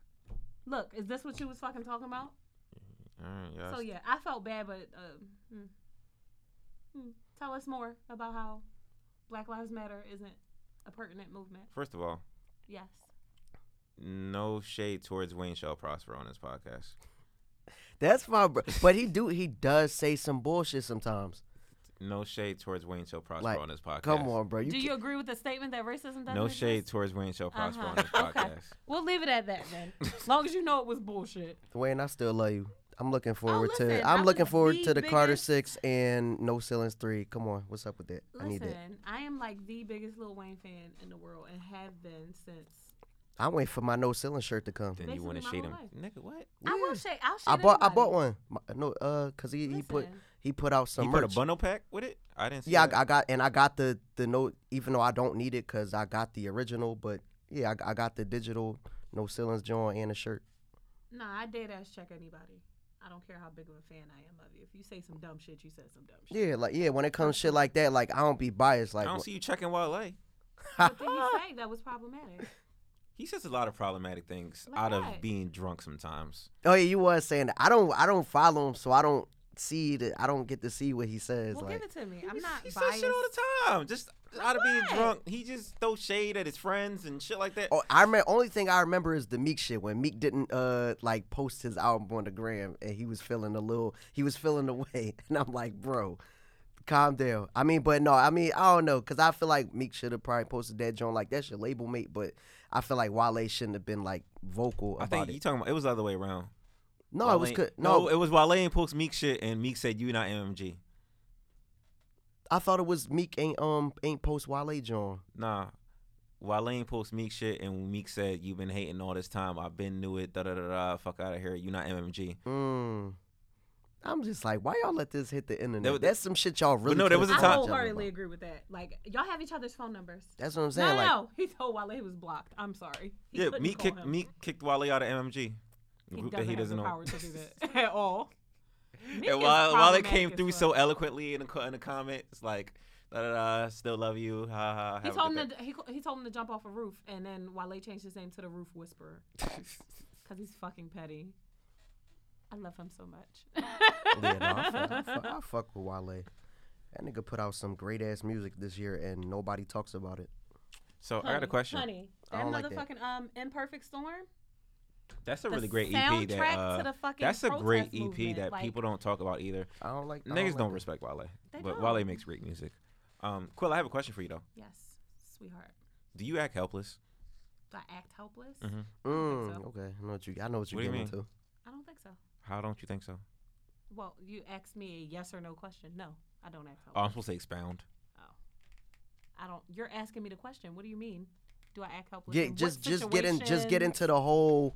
S5: look, is this what you was fucking talking about?
S4: Alright, y'all
S5: So yeah, I felt bad, but um, mm. Mm. tell us more about how Black Lives Matter isn't a pertinent movement.
S4: First of all,
S5: Yes,
S4: no shade towards Wayne Shell Prosper on this podcast.
S6: that's my bro but he do he does say some bullshit sometimes.
S4: No shade towards Wayne Shell Prosper
S6: Like,
S4: on this podcast.
S6: Come on, bro. You
S5: do
S6: ca-
S5: you agree with the statement that racism doesn't
S4: No
S5: exist?
S4: shade towards Wayne Shell Prosper on this
S5: Uh-huh.
S4: podcast.
S5: okay, we'll leave it at that then. As long as you know it was bullshit.
S6: Wayne, I still love you. I'm looking forward
S5: Oh, listen,
S6: to.
S5: I
S6: I'm
S5: was
S6: looking forward
S5: the
S6: to the Carter
S5: biggest-
S6: Six and No Ceilings Three. Come on, what's up with that? I need that.
S5: Listen, I am like the biggest Lil Wayne fan in the world and have been since.
S6: I wait for my No Ceilings shirt to come.
S4: Then you want to
S5: Basically
S4: shade
S5: my
S4: him,
S5: whole
S4: nigga? What?
S5: I will
S6: Yeah.
S5: shade. I'll shade.
S6: I bought. I
S5: anybody.
S6: bought one. My, no, uh, cause he, he put
S5: Listen.
S6: he put out some
S4: You
S6: merch.
S4: put a bundle pack with it? I didn't. See
S6: yeah,
S4: that.
S6: I, I got and I got the the note. Even though I don't need it, cause I got the original. But yeah, I, I got the digital No Ceilings joint and a shirt.
S5: Nah, I did ass check anybody. I don't care how big of a fan I am of you. If you say some dumb shit, you said some dumb shit.
S6: Yeah, like yeah. When it comes shit like that, like I don't be biased.
S4: I
S6: Like
S4: don't
S6: wh-
S4: see you checking Wale.
S5: What did he say that was problematic?
S4: He says a lot of problematic things
S5: Like
S4: out
S5: what?
S4: of being drunk sometimes.
S6: oh yeah, you was saying that. I don't. I don't follow him, so I don't see that. I don't get to see what he says.
S5: well,
S6: like
S5: give it to me. I'm not
S4: he says
S5: biased.
S4: shit all the time. Just out of being
S5: what?
S4: drunk, he just throws shade at his friends and shit like that.
S6: Oh, I remember. Only thing I remember is the Meek shit when Meek didn't uh like post his album on the gram, and he was feeling a little. He was feeling the way, and I'm like, bro, calm down. I mean, but no, I mean, I don't know, cause I feel like Meek should have probably posted that joint. Like that's your label mate, but I feel like Wale shouldn't have been like vocal
S4: I
S6: about
S4: think you
S6: it.
S4: talking about it was the other way around.
S6: No,
S4: Wale
S6: it was
S4: ain't-
S6: good. No,
S4: it was Wale and post Meek shit, and Meek said you not MMG.
S6: I thought it was Meek ain't um ain't post Wale joint.
S4: Nah. Wale ain't post Meek shit, and Meek said you've been hating all this time. I've been knew it. Da da da da. Fuck out of here. You not MMG.
S6: Mm. I'm just like, why y'all let this hit the internet?
S4: was-
S6: That's some shit y'all really.
S4: no, there
S6: could've
S4: was a
S5: I
S6: told each other
S4: time-
S5: wholeheartedly
S6: about.
S5: agree with that. Like, y'all have each other's phone numbers.
S6: That's what I'm
S5: No,
S6: saying.
S5: no,
S6: like,
S5: no. He told Wale he was blocked. I'm sorry. He
S4: yeah,
S5: couldn't
S4: Meek
S5: call
S4: kicked
S5: him.
S4: Meek kicked Wale out of MMG. the
S5: He
S4: group
S5: doesn't,
S4: that he doesn't
S5: have
S4: own.
S5: the power to do that at all. Meek is
S4: And while while it
S5: problematic
S4: came
S5: as
S4: through
S5: fuck.
S4: so eloquently in the co- in the comments, like da da da, still love you. Ha ha.
S5: He
S4: have a
S5: told
S4: good
S5: him
S4: day.
S5: to, he, co- he told him to jump off a roof, and then Wale changed his name to the Roof Whisperer because he's fucking petty. I love him so much.
S6: yeah, no, I, fuck, I, fuck, I fuck with Wale. That nigga put out some great ass music this year, and nobody talks about it.
S4: So I got a question.
S5: Honey,
S6: I
S5: that
S6: don't like that.
S5: motherfucking um imperfect storm.
S4: That's a
S5: the
S4: really
S6: E
S4: great EP. That
S5: soundtrack
S4: uh,
S5: to the fucking
S4: that's a great
S5: protest
S4: EP
S5: movement,
S4: that
S5: like-
S4: people don't talk about either.
S6: I don't like I
S4: Niggas
S6: like
S4: don't
S6: that.
S4: respect Wale,
S5: They
S4: but Wale
S5: don't.
S4: makes great music. Um, Quill, I have a question for you though.
S5: Yes, sweetheart.
S4: Do you act helpless?
S5: Do I act helpless?
S6: Mm-hmm.
S4: Mhm.
S5: don't think
S6: Mm, okay, I know what you. I know what you're
S4: What do you
S6: getting
S4: mean?
S6: to.
S5: I don't think so.
S4: How don't you think so?
S5: Well, you asked me a yes or no question. No, I don't
S6: Uh,
S5: act
S4: Oh,
S5: helpless.
S4: I'm supposed to expound.
S5: I don't. You're asking me the question. What do you mean? Do I act helpless?
S6: Yeah,
S5: In what
S6: just just get in, just get
S5: situation?
S6: into the whole,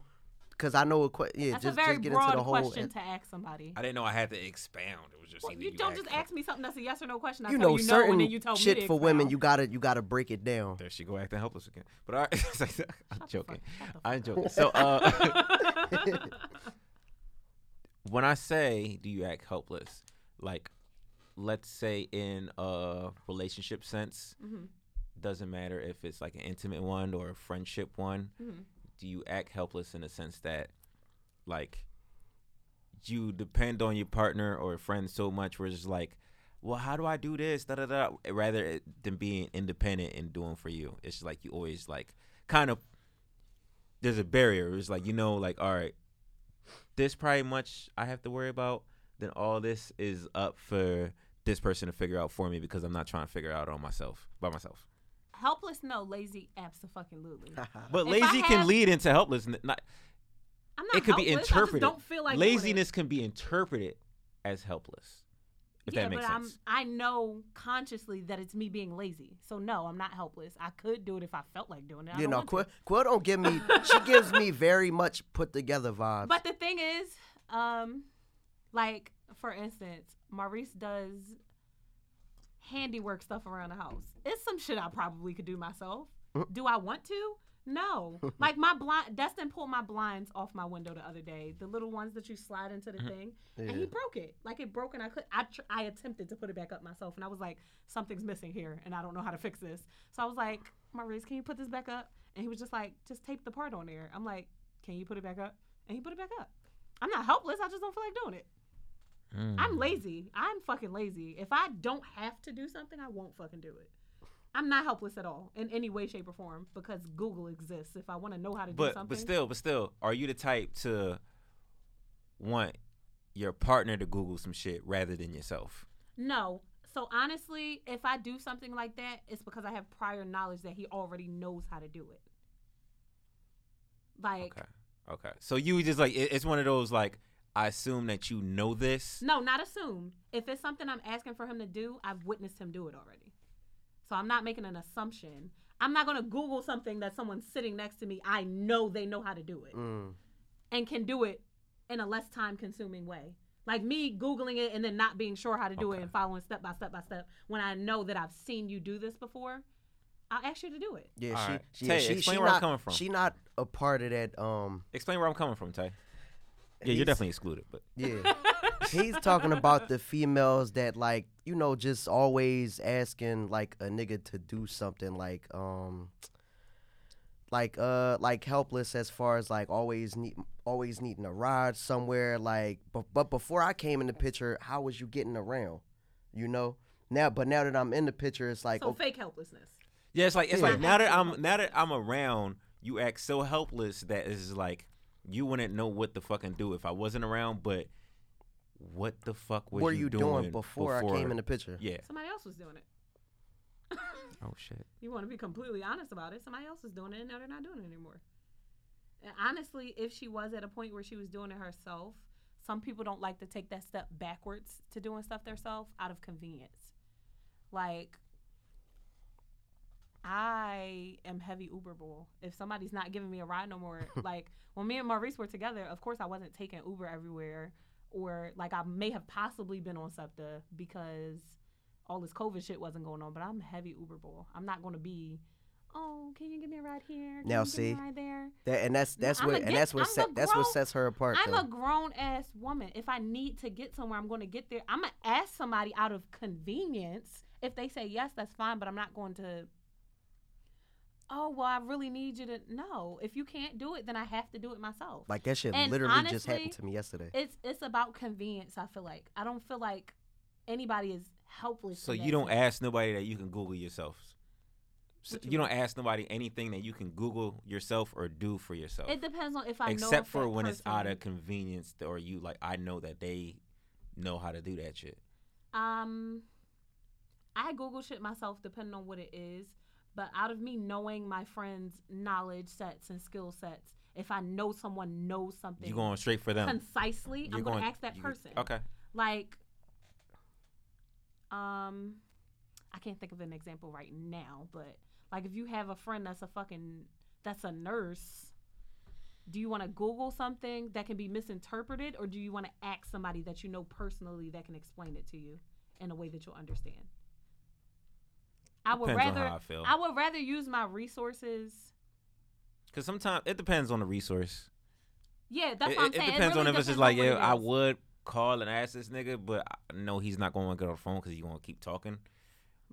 S6: cause I know. It, que- yeah,
S5: That's
S6: just
S5: a very
S6: just get
S5: broad
S6: into the whole.
S5: question to ask somebody.
S4: I didn't know I had to expound. It was just
S5: Well,
S4: either
S5: you don't
S4: act
S5: just
S4: hel-
S5: ask me something that's a yes or no question. I
S6: you
S5: tell
S6: know,
S5: you no,
S6: certain
S5: and then you tell me
S6: shit
S5: to
S6: for women,
S5: expound.
S6: you gotta you gotta break it down.
S4: There she go acting helpless again. But I, I'm joking.
S5: shut the
S4: I'm joking. So uh, when I say, do you act helpless? Like, let's say in a relationship sense, doesn't matter if it's like an intimate one or a friendship one. Do you act helpless in the sense that, like, you depend on your partner or a friend so much, where it's just like, well, how do I do this? Da da da. Rather it- than being independent and doing for you, it's like you always like kind of. There's a barrier. It's like you know, like all right, this probably much I have to worry about. Then all this is up for this person to figure out for me because I'm not trying to figure out on myself by myself.
S5: Helpless, no. Lazy, absolutely.
S4: But
S5: Uh, If I
S4: lazy can
S5: have-
S4: lead into helplessness. Not,
S5: I'm not
S4: it could be
S5: helpless,
S4: interpreted.
S5: I just don't feel like doing it.
S4: Laziness can be interpreted as helpless. If
S5: yeah,
S4: that makes
S5: but
S4: sense.
S5: I'm, I know consciously that it's me being lazy. So no, I'm not helpless. I could do it if I felt like doing it. I
S6: You
S5: don't
S6: know,
S5: want to.
S6: Quill, Quill don't give me. she gives me very much put together vibes.
S5: But the thing is, um, like for instance, Maurice does handiwork stuff around the house. It's some shit I probably could do myself. Do I want to? No. like my blind Dustin pulled my blinds off my window the other day. The little ones that you slide into the thing. And he broke it. Like it broke and I could I tr- I attempted to put it back up myself and I was like something's missing here and I don't know how to fix this. So I was like, "Maurice, can you put this back up?" And he was just like, "Just tape the part on there." I'm like, "Can you put it back up?" And he put it back up. I'm not helpless. I just don't feel like doing it.
S4: Mm.
S5: I'm lazy. I'm fucking lazy. If I don't have to do something, I won't fucking do it. I'm not helpless at all in any way, shape, or form because Google exists. If I want to know how to do
S4: but
S5: something,
S4: but still, but still, are you the type to want your partner to Google some shit rather than yourself?
S5: no. So honestly, if I do something like that, it's because I have prior knowledge that he already knows how to do it. Like
S4: Okay. Okay. So you just like it, it's one of those like I assume that you know this.
S5: No, not assume. If it's something I'm asking for him to do, I've witnessed him do it already. So I'm not making an assumption. I'm not going to Google something that someone's sitting next to me. I know they know how to do it
S6: Mm.
S5: and can do it in a less time consuming way. Like me Googling it and then not being sure how to do it and following step by step by step when I know that I've seen you do this before, I'll ask you to do it.
S6: yeah,
S4: All
S6: she,
S4: right.
S6: she,
S4: Tay,
S6: she,
S4: explain
S6: she
S4: where I'm
S6: not,
S4: coming from.
S6: She not a part of that. Um,
S4: Explain where I'm coming from, Ty. Yeah, you're
S6: He's-
S4: definitely excluded, but
S6: yeah, he's talking about the females that like you know just always asking like a nigga to do something like um. Like uh, like helpless as far as like always need always needing a ride somewhere. Like, but but before I came in the picture, how was you getting around? You know now, but now that I'm in the picture, it's like
S5: So
S6: okay,
S5: fake helplessness.
S4: Yeah, it's like it's
S6: Yeah.
S4: like now that I'm now that I'm around, you act so helpless that it's just like you wouldn't know what to fucking do if I wasn't around. But what the fuck was
S6: what are
S4: you,
S6: you doing, before, I came in the picture?
S4: Yeah.
S5: Somebody else was doing it.
S4: Oh shit.
S5: you want to be completely honest about it. Somebody else is doing it, and now they're not doing it anymore. And honestly, if she was at a point where she was doing it herself, some people don't like to take that step backwards to doing stuff themselves out of convenience. Like, I am heavy Uber bull. If somebody's not giving me a ride no more, like when me and Maurice were together, of course I wasn't taking Uber everywhere, or like I may have possibly been on SEPTA because all this COVID shit wasn't going on. But I'm heavy Uber bull. I'm not going to be, oh, can you give me a ride here? Can
S6: Now
S5: you give me
S6: see,
S5: a ride there.
S6: That, and that's that's
S5: I'm
S6: what
S5: a
S6: and
S5: get-
S6: that's what
S5: I'm
S6: set,
S5: a
S6: that's what
S5: grown-
S6: sets her apart.
S5: I'm
S6: though.
S5: a grown ass woman. If I need to get somewhere, I'm going to get there. I'm going to ask somebody out of convenience. If they say yes, that's fine, but I'm not going to oh well, I really need you to. No, if you can't do it, then I have to do it myself.
S6: Like that shit
S5: And
S6: literally just
S5: honestly,
S6: happened to me yesterday.
S5: it's it's about convenience. I feel like I don't feel like anybody is helpless.
S4: So
S5: in
S4: you
S5: that
S4: don't
S5: sense.
S4: ask nobody that you can Google yourself. So
S5: What you
S4: you don't ask nobody anything that you can Google yourself or do for yourself.
S5: It depends on if I know.
S4: Except
S5: if
S4: for
S5: that
S4: when it's out
S5: person-
S4: of convenience th- or you like I know that they know how to do that shit.
S5: Um, I Google shit myself depending on what it is, but out of me knowing my friends' knowledge sets and skill sets, if I know someone knows something
S4: You're going straight for them.
S5: concisely,
S4: You're
S5: I'm gonna
S4: going-
S5: ask that
S4: you-
S5: person.
S4: Okay.
S5: Like, um, I can't think of an example right now, but like if you have a friend that's a fucking that's a nurse. Do you want to Google something that can be misinterpreted, or do you want to ask somebody that you know personally that can explain it to you in a way that you'll understand? I would
S4: Depends on
S5: rather
S4: how I feel.
S5: would rather use my resources.
S4: Because sometimes it depends on the resource.
S5: Yeah, that's
S4: it,
S5: what I'm
S4: it- it
S5: saying.
S4: depends
S5: really
S4: on if it's just like,
S5: depends on what
S4: yeah,
S5: it
S4: I
S5: is.
S4: would call and ask this nigga, but I know he's not going to get on the phone because he's going to keep talking.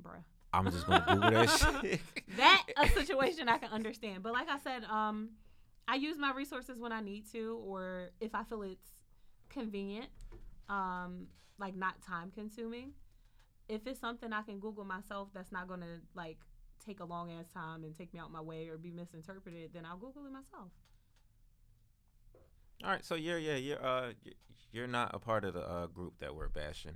S5: Bruh.
S4: I'm just going to Google that shit.
S5: that a situation I can understand. But like I said, um, I use my resources when I need to, or if I feel it's convenient, um, like not time consuming. If it's something I can Google myself, that's not gonna like take a long ass time and take me out my way or be misinterpreted, then I'll Google it myself.
S4: All right, so you're yeah you're uh you're- you're not a part of the uh, group that we're bashing.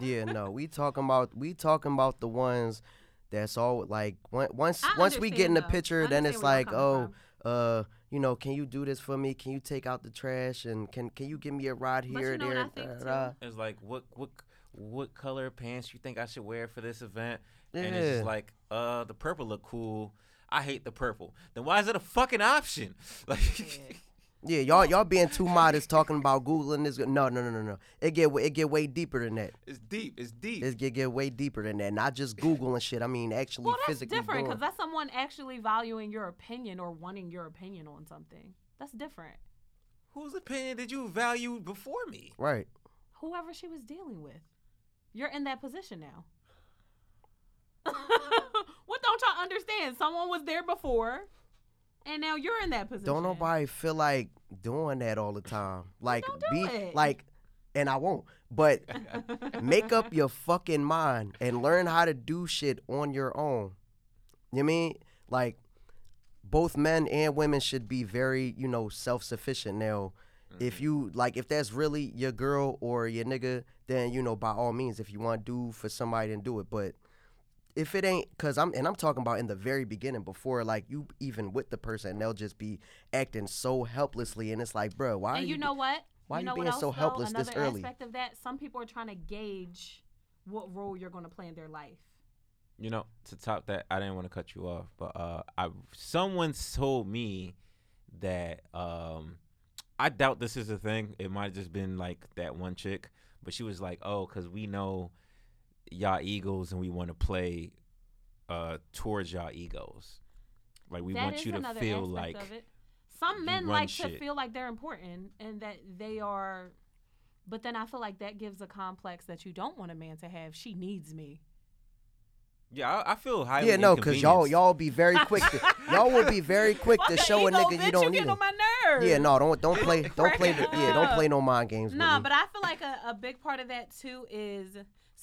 S6: Yeah, no, we talking about we talking about the ones that's all like on- once
S5: I
S6: once we get in
S5: understand,
S6: the
S5: though. I
S6: picture, then it's
S5: understand
S6: like,
S5: where y'all
S6: oh, uh, you know, can you do this for me? Can you take out the trash and can can you give me a ride
S5: But
S6: here
S5: you know
S6: and
S5: what
S6: there?
S5: I think
S6: da,
S5: too?
S6: da, da?
S4: It's like what what what color pants you think I should wear for this event? And it's
S6: Yeah.
S4: just like uh the purple look cool. I hate the purple. Then why is it a fucking option? Like
S6: Yeah, y'all y'all being too modest talking about googling this. No, no, no, no, no. It get it get way deeper than that.
S4: it's deep. It's deep.
S6: It get get way deeper than that. Not just googling shit. I mean, actually
S5: Well, that's
S6: physically
S5: different
S6: doing.
S5: because that's someone actually valuing your opinion or wanting your opinion on something. That's different.
S4: Whose opinion did you value before me?
S6: right.
S5: whoever she was dealing with. You're in that position now. what don't y'all understand? Someone was there before, and now you're in that position.
S6: Don't nobody feel like doing that all the time. Like
S5: don't do
S6: be
S5: it.
S6: like and I won't. But make up your fucking mind and learn how to do shit on your own. You mean? Like both men and women should be very, you know, self-sufficient now. If you like if that's really your girl or your nigga, then you know by all means if you want to do for somebody then do it, but if it ain't cuz I'm and I'm talking about in the very beginning before like you even with the person they'll just be acting so helplessly and it's like bro why are
S5: And you know what?
S6: why
S5: you
S6: you
S5: know
S6: being
S5: what else,
S6: so
S5: though?
S6: helpless this
S5: Another
S6: early?
S5: aspect of that, some people are trying to gauge what role you're going to play in their life.
S4: You know, to top that, I didn't want to cut you off, but uh, I someone told me that um, I doubt this is a thing. It might have just been like that one chick, but she was like, "Oh, because we know y'all egos and we want to play uh towards y'all egos. Like we
S5: That
S4: want
S5: is
S4: you to
S5: another
S4: feel
S5: aspect
S4: like
S5: of it. some
S4: you
S5: men
S4: run
S5: like to
S4: shit.
S5: feel like they're important and that they are. But then I feel like that gives a complex that you don't want a man to have. She needs me.
S4: yeah, I, I feel highly
S6: yeah no cuz y'all
S4: inconvenienced.
S6: y'all be very quick to, y'all would be very quick to
S5: Fucking
S6: show a
S5: ego,
S6: nigga
S5: bitch,
S6: you don't need
S5: getting on
S6: him.
S5: my nerves.
S6: Yeah no don't don't play don't play
S5: Cracking
S6: yeah don't
S5: up.
S6: play no mind games
S5: Nah,
S6: with me.
S5: but I feel like a, a big part of that too is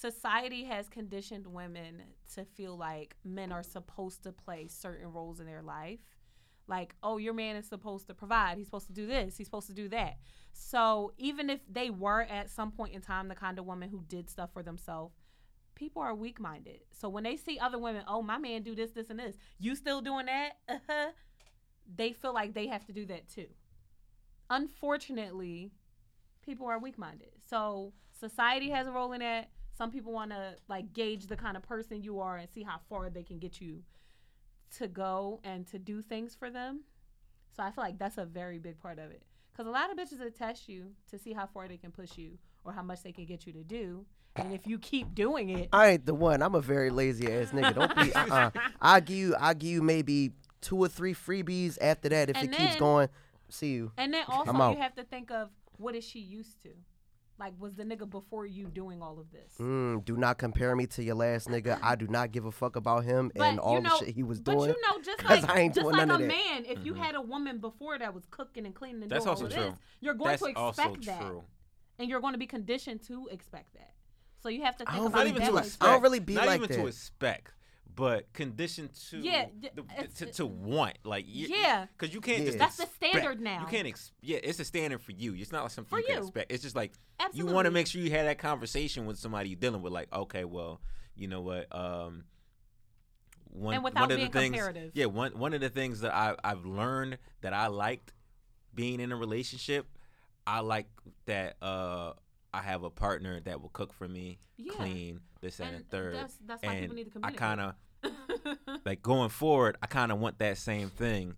S5: society has conditioned women to feel like men are supposed to play certain roles in their life. Like, oh, your man is supposed to provide. He's supposed to do this. He's supposed to do that. So even if they were at some point in time the kind of woman who did stuff for themselves, people are weak minded. So when they see other women, oh, my man do this, this, and this. You still doing that? Uh-huh. They feel like they have to do that too. Unfortunately, people are weak minded. So society has a role in that. Some people want to like gauge the kind of person you are and see how far they can get you to go and to do things for them. So I feel like that's a very big part of it. Cause a lot of bitches will test you to see how far they can push you or how much they can get you to do. And if you keep doing it,
S6: I ain't the one. I'm a very lazy ass nigga. Don't be. Uh-uh. I give you. I give you maybe two or three freebies after that. If
S5: And
S6: it keeps
S5: then-
S6: going, see you.
S5: and then also
S6: out.
S5: you have to think of what is she used to. Like, was the nigga before you doing all of this?
S6: Mm, do not compare me to your last nigga. I do not give a fuck about him and all the shit he was
S5: but
S6: doing.
S5: you know, just
S6: 'cause
S5: like,
S6: I ain't
S5: just
S6: doing
S5: like
S6: none
S5: a
S6: of that.
S5: man, if you had a woman before that was cooking and cleaning and
S4: Mm-hmm. That's
S5: doing
S4: also
S5: all of
S4: true.
S5: this, you're going
S4: That's
S5: to
S4: also
S5: expect that,
S4: true.
S5: and you're going to be conditioned to expect that. So you have to think
S6: don't
S4: Not
S5: about
S6: really
S4: even
S5: that
S4: to
S5: like-
S4: expect.
S6: I don't really be
S4: not
S6: like
S4: even
S6: that.
S4: to expect, but conditioned to
S5: Yeah, d-
S4: the-
S5: it's-
S4: to, to want like
S5: Yeah.
S4: because you can't
S6: Yeah.
S4: just
S5: That's the
S4: expect.
S5: standard
S4: You
S5: now.
S4: can't ex- yeah, it's a standard for you. It's not like something
S5: For
S4: you, can
S5: you.
S4: expect. It's just like you want to
S5: Absolutely.
S4: make sure you had that conversation with somebody you're dealing with. Like okay, well, you know what, um. One,
S5: And without
S4: one of
S5: being
S4: the things,
S5: comparative.
S4: yeah, one one of the things that I I've learned that I liked being in a relationship, I like that uh I have a partner that will cook for me,
S5: Yeah.
S4: clean, this that, and,
S5: And
S4: the third.
S5: that's- that's why people
S4: And
S5: need to
S4: I
S5: communicate.
S4: kind of like going forward. I kind of want that same thing.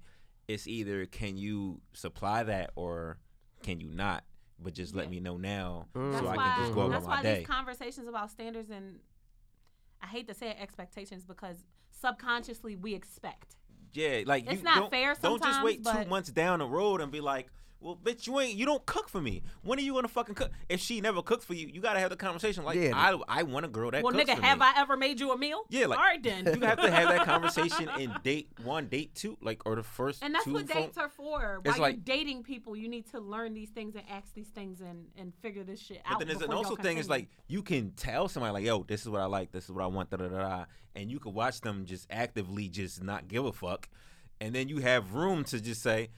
S4: It's either can you supply that or can you not? But just let
S5: Yeah.
S4: me know now,
S5: That's
S4: so I
S5: why,
S4: can just go
S5: that's
S4: about
S5: why
S4: my day.
S5: these conversations about standards and I hate to say it, expectations because subconsciously we expect.
S4: Yeah, like
S5: It's
S4: you
S5: not
S4: don't,
S5: fair
S4: Don't just
S5: sometimes,
S4: wait
S5: but-
S4: two months down the road and be like, "Well, bitch, you ain't you don't cook for me. When are you gonna fucking cook? If she never cooked for you, you gotta have the conversation. Like,
S6: Yeah.
S4: I I want a girl that
S5: Well,
S4: cooks
S5: nigga,
S4: for
S5: have
S4: me.
S5: I ever made you a meal?
S4: Yeah, like-
S5: all right then.
S4: You have to have that conversation in date one, date two, like or the first.
S5: And that's
S4: two
S5: what
S4: phone-
S5: dates are for.
S4: It's
S5: While
S4: like-
S5: you're dating people, you need to learn these things and ask these things and, and figure this shit
S4: But
S5: out.
S4: then there's an
S5: before y'all
S4: also thing is
S5: continue.
S4: like you can tell somebody like, "Yo, this is what I like. This is what I want." Da da da. da And you can watch them just actively just not give a fuck, and then you have room to just say,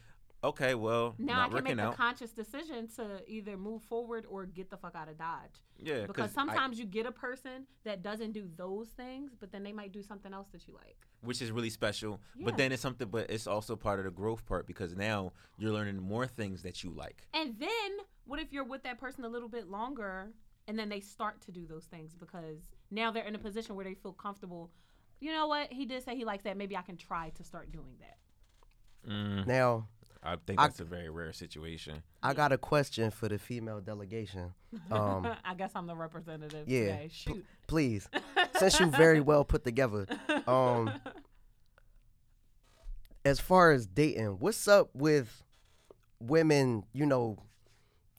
S4: "Okay, well,
S5: now
S4: not
S5: I can
S4: working
S5: make
S4: out."
S5: a conscious decision to either move forward or get the fuck out of Dodge.
S4: yeah,
S5: Because
S4: 'cause I-
S5: sometimes you get a person that doesn't do those things, but then they might do something else that you like.
S4: which is really special. But
S5: Yeah.
S4: then it's something, but it's also part of the growth part because now you're learning more things that you like.
S5: And then what if you're with that person a little bit longer and then they start to do those things because now they're in a position where they feel comfortable. You know what? He did say he likes that. Maybe I can try to start doing that.
S6: Now,
S4: I think that's a very rare situation.
S5: Mm.
S6: I got a question for the female delegation. Um,
S5: Uh, I guess I'm the representative
S6: Yeah.
S5: today.
S6: P-
S5: Shoot.
S6: please, since you very well put together. Um, as far as dating, what's up with women? You know,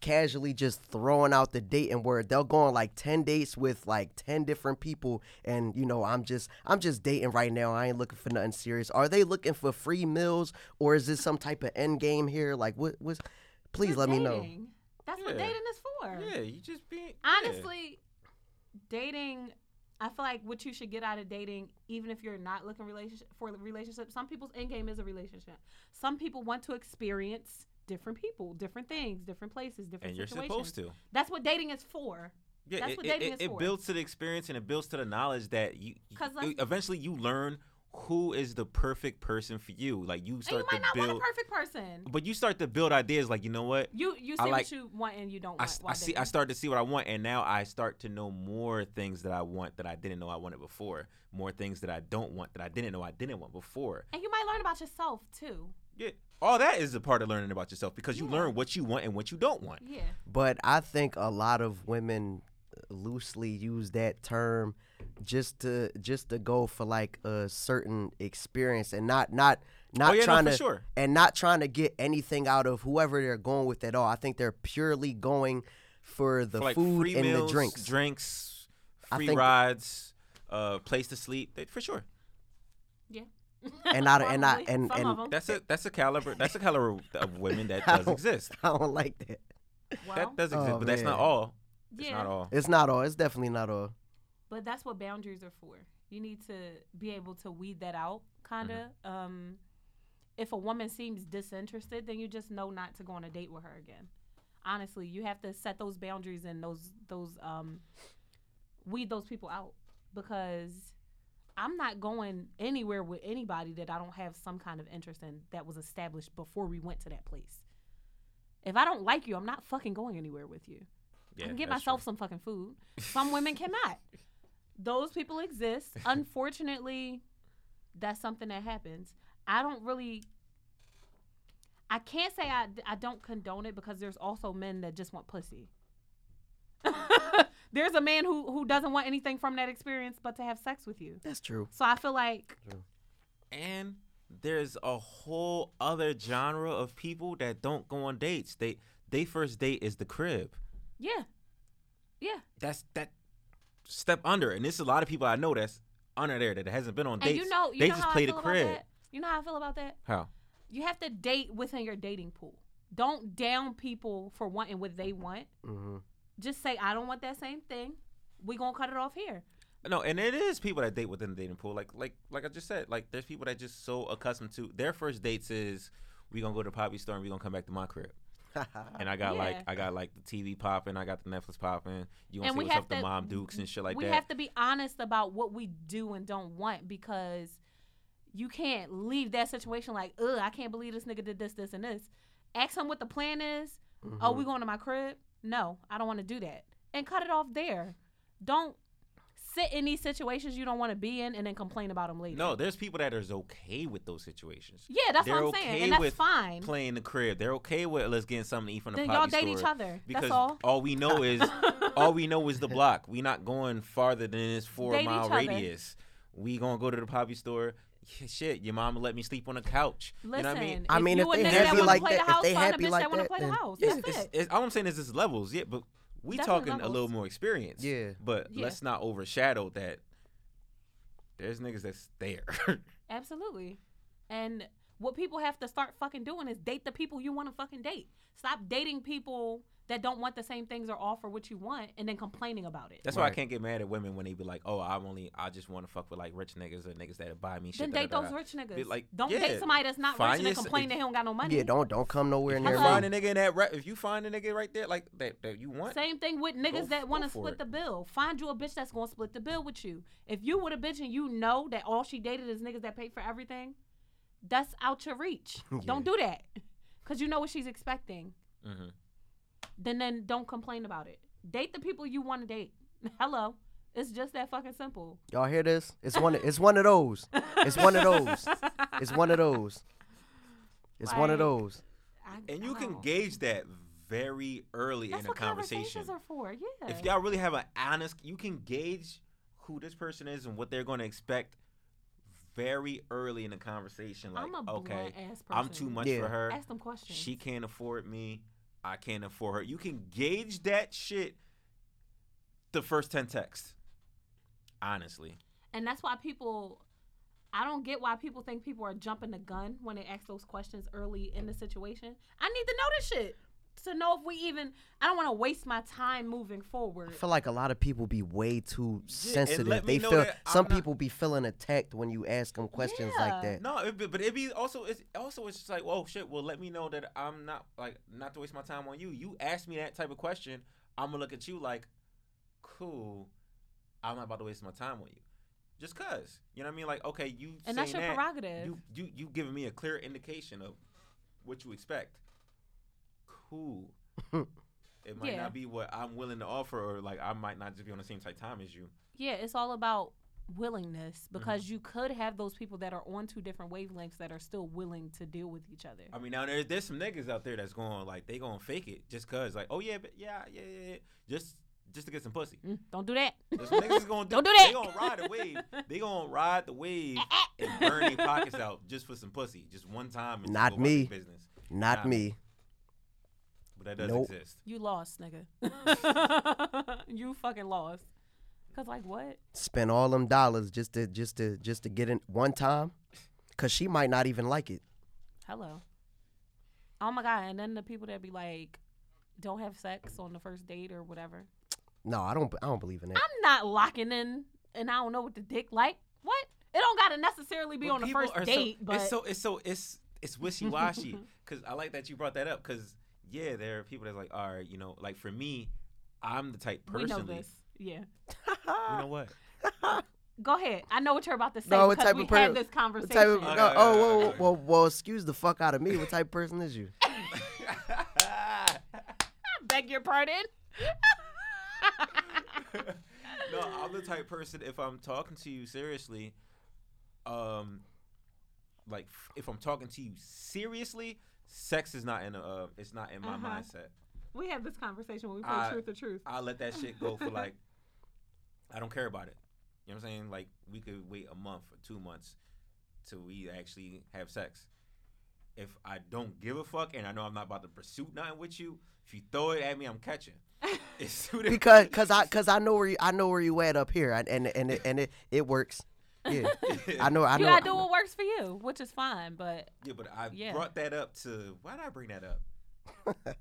S6: casually just throwing out the dating word. They'll go on like ten dates with like ten different people, and you know, I'm just I'm just dating right now. I ain't looking for nothing serious. Are they looking for free meals, or is this some type of end game here? Like, what was? Please let me know.
S5: Dating. That's what
S4: Yeah.
S5: dating is for.
S4: Yeah, you just being
S5: Honestly, dating. I feel like what you should get out of dating, even if you're not looking relationship for a relationship. Some people's end game is a relationship. Some people want to experience different people, different things, different places, different
S4: And you're
S5: situations.
S4: supposed to.
S5: That's what dating is for.
S4: Yeah,
S5: That's
S4: it,
S5: what
S4: it-
S5: dating
S4: it,
S5: is
S4: it
S5: for.
S4: builds to the experience and it builds to the knowledge that you,
S5: 'Cause let's-
S4: you- eventually you learn who is the perfect person for you. Like you
S5: And you
S4: start
S5: might
S4: to
S5: not want
S4: build,
S5: a perfect person.
S4: but you start to build ideas like you know what
S5: You you
S4: I
S5: see
S4: like-
S5: what you want and you don't
S4: I,
S5: want.
S4: s- I
S5: while
S4: see. I
S5: dating.
S4: start to see what I want, and now I start to know more things that I want that I didn't know I wanted before. More things that I don't want that I didn't know I didn't want before.
S5: and you might learn about yourself too.
S4: Yeah, all that is a part of learning about yourself because you learn what you want and what you don't want.
S5: Yeah.
S6: But I think a lot of women loosely use that term just to just to go for like a certain experience and not not not
S4: Oh, yeah, no,
S6: trying
S4: for
S6: to
S4: sure.
S6: and not trying to get anything out of whoever they're going with at all. I think they're purely going for the
S4: For, like
S6: food
S4: free
S6: and
S4: meals,
S6: the drinks.
S4: drinks,
S6: I
S4: free
S6: think-
S4: rides, uh, place to sleep. They, for sure,
S5: Yeah.
S6: And I and I
S5: Probably.
S6: and
S5: Some
S6: and
S5: of 'em.
S4: that's a that's a caliber that's a caliber of women that does exist.
S6: I don't like that.
S5: Well,
S4: That does exist,
S6: Oh,
S4: but that's not
S6: man.
S4: all. It's
S5: yeah.
S4: not all.
S6: It's not all. It's definitely not all.
S5: but that's what boundaries are for. You need to be able to weed that out, kind of.
S4: Mm-hmm.
S5: Um, if a woman seems disinterested, then you just know not to go on a date with her again. Honestly, you have to set those boundaries and those those um, weed those people out because I'm not going anywhere with anybody that I don't have some kind of interest in that was established before we went to that place. If I don't like you, I'm not fucking going anywhere with you.
S4: Yeah,
S5: I can get
S4: that's
S5: myself some fucking food. Some women cannot. Those people exist. Unfortunately, that's something that happens. I don't really. I can't say I, I don't condone it because there's also men that just want pussy. there's a man who, who doesn't want anything from that experience but to have sex with you.
S6: That's true.
S5: So I feel like
S4: and there's a whole other genre of people that don't go on dates. They they first date is the crib.
S5: yeah, Yeah.
S4: That's that step under, and there's a lot of people I know that's under there that hasn't been on
S5: And
S4: dates.
S5: you know, you
S4: they
S5: know
S4: just
S5: how
S4: play
S5: I
S4: the
S5: feel
S4: crib.
S5: about that. You know how I feel about that.
S4: How?
S5: You have to date within your dating pool. Don't down people for wanting what they want.
S6: Mm-hmm.
S5: Just say, I don't want that same thing. We gonna cut it off here.
S4: No, and it is people that date within the dating pool. Like like like I just said, like there's people that just so accustomed to their first dates is we gonna go to Poppy store and we gonna come back to my crib. And I got like
S5: Yeah.
S4: I got like the TV popping, I got the Netflix popping. You gonna
S5: And
S4: see
S5: we
S4: what's
S5: have
S4: up to
S5: to-
S4: Mom Dukes and shit like
S5: we
S4: that.
S5: have to be honest about what we do and don't want because you can't leave that situation like, ugh, I can't believe this nigga did this, this, and this. Ask him what the plan is.
S4: Mm-hmm.
S5: Oh, we going to my crib? No, I don't want to do that. And cut it off there. Don't sit in these situations you don't want to be in and then complain about them later.
S4: no, there's people that is okay with those situations.
S5: Yeah, that's
S4: they're
S5: what I'm
S4: okay
S5: saying. And that's
S4: with
S5: fine.
S4: Playing the crib, they're okay with let's get something to eat from the
S5: Then y'all
S4: Poppy
S5: date each
S4: store
S5: other. That's
S4: Because
S5: all.
S4: we know is all we know is the block. We not going farther than this four
S5: Date
S4: mile
S5: each other.
S4: radius. We gonna go to the Poppy store. Shit, your mama let me sleep on the couch.
S5: Listen,
S4: you know what I mean?
S6: I
S5: if
S6: mean,
S5: you
S6: if
S5: a
S6: they
S5: nigga
S6: happy
S5: wanna
S6: like
S5: play
S6: that-
S5: the
S6: if
S5: house,
S6: they
S5: find a
S6: happy
S5: bitch
S6: like
S5: that want to
S6: that,
S5: play the
S6: then-
S5: house.
S4: It's,
S5: That's
S4: it's,
S5: it.
S4: it's, all I'm saying is it's levels, yeah, but we
S5: Definitely
S4: talking a
S5: levels.
S4: little more experience.
S6: Yeah.
S4: But
S5: Yeah.
S4: let's not overshadow that there's niggas that's there.
S5: Absolutely. And what people have to start fucking doing is date the people you want to fucking date. Stop dating people that don't want the same things or offer what you want and then complaining about it.
S4: that's why I
S6: Right.
S4: can't get mad at women when they be like, "Oh, I'm only I just want to fuck with like rich niggas or niggas that buy me shit."
S5: then
S4: da,
S5: date
S4: da, da,
S5: those
S4: da."
S5: rich niggas.
S4: Be like,
S5: don't
S4: yeah,
S5: date somebody that's not
S4: find
S5: rich and then
S4: yourse-
S5: complain they don't got no money.
S6: Yeah, don't don't come nowhere
S4: You
S6: near
S5: Hello.
S4: find
S6: me.
S4: a nigga in that rap. If you find a nigga right there, like that, that you want.
S5: Same thing with
S4: Go
S5: niggas
S4: f-
S5: that want
S4: go
S5: to
S4: for
S5: split
S4: it.
S5: the bill. Find you a bitch that's going to split the bill with you. If you with a bitch and you know that all she dated is niggas that pay for everything, that's out your reach. Don't do that. Cuz you know what she's expecting.
S4: Mm-hmm.
S5: then then don't complain about it. Date the people you want to date. Hello. It's just that fucking simple.
S6: Y'all hear this? It's one. It's one of those. It's one of those. It's one of those. It's one of
S5: Like-
S6: those.
S5: I,
S4: And you
S5: I
S4: can
S5: don't-
S4: gauge that very early
S5: That's
S4: in a
S5: what
S4: conversation.
S5: conversations are for. Yeah.
S4: if y'all really have an honest, you can gauge who this person is and what they're going to expect very early in the conversation. Like,
S5: I'm a
S4: okay,
S5: blunt-ass
S4: I'm
S5: person.
S4: too much
S6: Yeah.
S4: for her.
S5: ask them questions.
S4: She can't afford me. I can't afford her. You can gauge that shit the first 10 texts. Honestly.
S5: and that's why people I don't get why people think people are jumping the gun when they ask those questions early in the situation. I need to know this shit to know if we even I don't want to waste my time moving forward.
S6: I feel like a lot of people be way too sensitive.
S4: let me
S6: They
S4: know
S6: feel
S4: that I'm
S6: some
S4: not-
S6: people be feeling attacked when you ask them questions like
S5: Yeah.
S6: that.
S4: No, it, be- but it be also it's also it's just like, oh shit. Well, let me know that I'm not like not to waste my time on you. You asked me that type of question, I'm gonna look at you like, cool. I'm not about to waste my time on you, just cause you know what I mean. Like, okay, you
S5: And that's
S4: saying that,
S5: your prerogative.
S4: You you you giving me a clear indication of what you expect. Cool. it might
S5: Yeah.
S4: not be what I'm willing to offer, or like I might not just be on the same type time as you.
S5: Yeah, it's all about willingness
S6: Mm-hmm.
S5: because you could have those people that are on two different wavelengths that are still willing to deal with each other.
S4: I mean, now there's there's some niggas out there that's going like they gonna fake it just cause like oh yeah but yeah yeah yeah, yeah just just to get some pussy.
S5: Mm, Don't do that.
S4: There's some niggas gonna
S5: Don't do that.
S4: They gonna ride the wave. They gonna ride the wave and burn their pockets out just for some pussy, just one time. And just
S6: Not
S4: go about their
S6: me.
S4: Business,
S6: Not
S4: Nah.
S6: me.
S4: but that does
S6: Nope.
S4: exist.
S5: You lost, nigga. you fucking lost. Cause like what?
S6: Spend all them dollars just to just to just to get in one time, cause she might not even like it.
S5: Hello. Oh my god! And then the people that be like, don't have sex on the first date or whatever.
S6: No, I don't. I don't believe in that.
S5: I'm not locking in, and I don't know what the dick like. What? It don't gotta necessarily be
S4: But
S5: on the
S4: people
S5: first
S4: are so-
S5: date, but
S4: it's so it's so it's it's wishy washy. Cause I like that you brought that up. Cause yeah, there are people that's like all right, you know, like for me, I'm the type
S5: we
S4: personally.
S5: know this. Yeah.
S4: You know what?
S5: Go ahead. I know what you're about to say.
S6: No, what
S5: because
S6: type
S5: we
S6: of per-
S5: had this
S6: What
S5: conversation.
S6: type of,
S4: Okay,
S6: no,
S4: okay,
S6: oh,
S4: okay,
S6: well,
S4: okay.
S6: well, well, excuse the fuck out of me. What type of person is you?
S5: beg your pardon.
S4: no, I'm the type person if I'm talking to you seriously, um, like f- if I'm talking to you seriously, sex is not in a, uh, it's not in my
S5: Uh-huh.
S4: mindset.
S5: we had this conversation when we played
S4: I-
S5: Truth or Truth.
S4: I let that shit go for like, I don't care about it. You know what I'm saying? Like we could wait a month or two months till we actually have sex. if I don't give a fuck and I know I'm not about to pursue nothing with you, if you throw it at me, I'm catching. It's suited-
S6: because cause I cause I know where you, I know where you at up here and and and it, and it, it works. Yeah, I know I
S5: You
S6: know.
S5: gotta do what works for you, which is fine. But
S4: yeah, but I
S5: Yeah.
S4: brought that up to why did I bring that up?
S5: I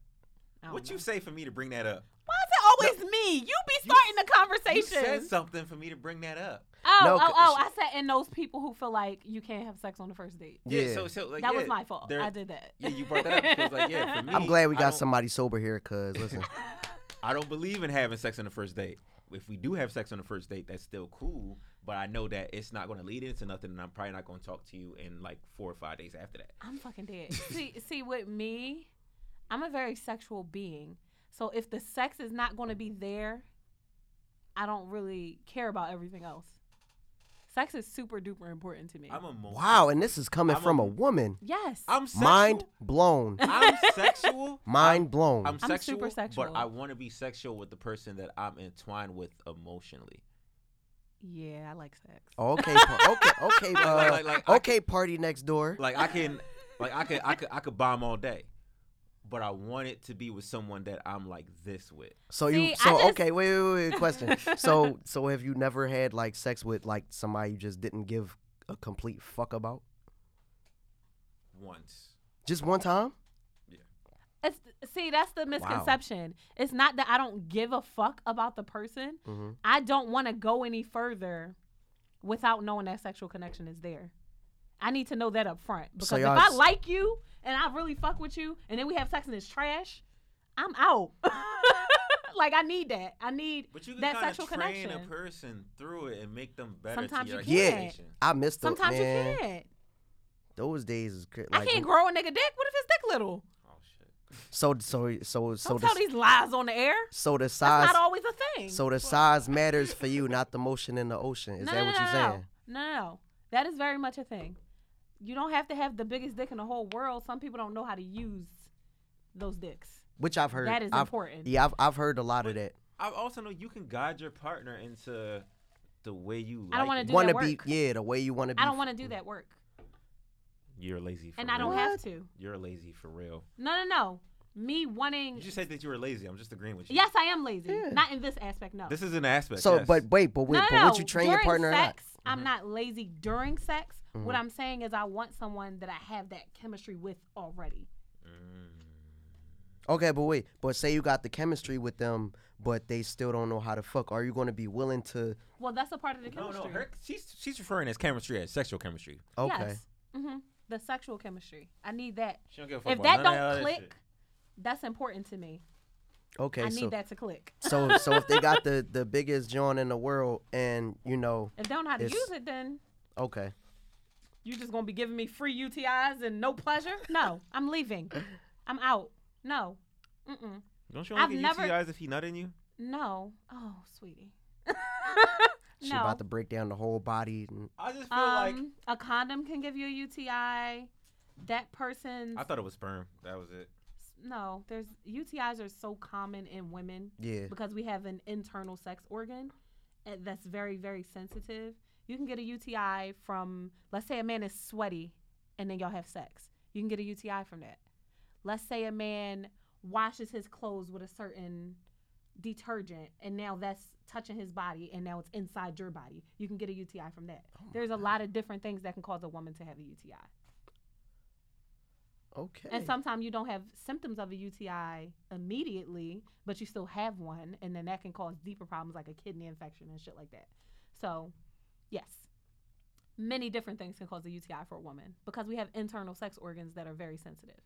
S5: don't
S4: What
S5: know.
S4: you say for me to bring that up?
S5: Why is it always me? You be starting the
S4: You
S5: conversation.
S4: said something for me to bring that up.
S5: oh,
S6: No,
S5: oh,
S6: 'cause
S5: oh! I said, and those people who feel like you can't have sex on the first date.
S6: Yeah,
S4: so so like
S5: that
S4: yeah,
S5: was my fault.
S4: there-
S5: I did that.
S4: Yeah, you brought that up. 'cause, like, yeah, for me,
S6: I'm glad we
S4: I
S6: got
S4: don't-
S6: somebody sober here. Cause listen,
S4: I don't believe in having sex on the first date. If we do have sex on the first date, that's still cool. But I know that it's not going to lead into nothing, and I'm probably not going to talk to you in like four or five days after that.
S5: I'm fucking dead. see, see, with me, I'm a very sexual being. So if the sex is not going to be there, I don't really care about everything else. Sex is super duper important to me.
S4: I'm a mo-
S6: wow, and this is coming
S4: I'm a-
S6: from a woman.
S5: yes.
S4: I'm sexual.
S6: Mind blown.
S4: I'm sexual.
S6: Mind blown.
S4: I'm
S5: super
S4: sexual,
S5: sexual.
S4: but I want to be sexual with the person that I'm entwined with emotionally.
S5: yeah, I like sex.
S6: okay, pa- okay, okay, uh,
S4: like- like- like I
S6: okay. Party next door.
S4: Like I can, like I could, I could, I could bomb all day, but I want it to be with someone that I'm like this with.
S6: So
S5: See, I
S6: you so
S5: just-
S6: okay, wait, wait, wait, wait, question. so so have you never had like sex with like somebody you just didn't give a complete fuck about?
S4: Once,
S6: Just one time?
S5: It's see, that's the misconception. It's not that I don't give a fuck about the person.
S6: Mhm.
S5: I don't want to go any further without knowing that sexual connection is there. I need to know that up front because if
S6: y'all
S5: I
S6: s-
S5: like you and I really fuck with you, and then we have sex and it's trash, I'm out. like I need that. I need
S4: but you can
S5: that
S4: kind
S5: sexual
S4: of train
S5: connection.
S4: a person through it and make them better.
S5: Sometimes
S4: to your
S5: you can't. Yeah.
S4: expectation.
S6: I missed those
S5: Sometimes
S6: man,
S5: you can't.
S6: Those days is cra-
S5: I
S6: like
S5: can't grow a nigga dick. What if his dick little?
S4: Oh shit.
S6: so so so so
S5: Don't
S6: the,
S5: tell these lies on the air.
S6: so the size
S5: That's not always a thing.
S6: so the size matters for you, not the motion in the ocean. Is that what you're
S5: no,
S6: saying?
S5: No, no, no. That is very much a thing. You don't have to have the biggest dick in the whole world. Some people don't know how to use those dicks.
S6: Which I've heard
S5: That is
S6: I've-
S5: important.
S6: Yeah, I've I've heard a lot of that.
S4: I also know you can guide your partner into the way you.
S5: I
S4: like
S5: don't wanna do
S4: it.
S5: that
S6: Wanna be
S5: work.
S6: yeah, the way you wanna be
S5: I don't want to do that work,
S4: You're lazy. For
S5: and
S4: real.
S5: I don't have to.
S4: You're lazy for real.
S5: No, no, no. Me wanting.
S4: You just said that you were lazy. I'm just agreeing with you.
S5: yes, I am lazy. Not in this aspect. No.
S4: This is an aspect.
S6: So
S4: yes.
S6: but wait, but wait,
S5: no, no,
S6: but
S5: no.
S6: would you train
S5: during
S6: your partner Mm-hmm. or not?
S5: sex,
S4: Mm-hmm.
S5: I'm not lazy during sex. What I'm saying is, I want someone that I have that chemistry with already.
S6: Okay, but wait, but say you got the chemistry with them, but they still don't know how to fuck. Are you going to be willing to?
S5: Well, that's a part of the
S4: No,
S5: chemistry.
S4: no, her, she's she's referring as chemistry as sexual chemistry.
S6: Okay,
S5: Yes. hmm The sexual chemistry. I need that.
S4: She don't give a fuck
S5: If
S4: about
S5: that
S4: none of
S5: don't
S4: that
S5: click,
S4: shit.
S5: that's important to me.
S6: okay.
S5: I
S6: so,
S5: need that to click.
S6: so, so if they got the the biggest joint in the world, and you know,
S5: If they don't know how to
S6: It's-
S5: use it, then
S6: okay,
S5: you just gonna be giving me free UTIs and no pleasure. No, I'm leaving. I'm out. No, mm-mm,
S4: Don't you
S5: I've
S4: only get
S5: never-
S4: UTIs if he nutting you?
S5: no. Oh, sweetie.
S6: she
S5: no.
S6: about to break down the whole body. And,
S4: I just feel like
S5: um, a condom can give you a UTI. That person's
S4: I thought it was sperm. That was it.
S5: no. There's UTIs are so common in women.
S6: yeah,
S5: because we have an internal sex organ uh, that's very very sensitive you can get a uti from let's say a man is sweaty and then y'all have sex you can get a uti from that let's say a man washes his clothes with a certain detergent and now that's touching his body and now it's inside your body you can get a uti from that there's a lot of different things that can cause a woman to have a uti
S6: okay.
S5: and sometimes you don't have symptoms of a UTI immediately, but you still have one, and then that can cause deeper problems like a kidney infection and shit like that. So, yes, many different things can cause a UTI for a woman because we have internal sex organs that are very sensitive.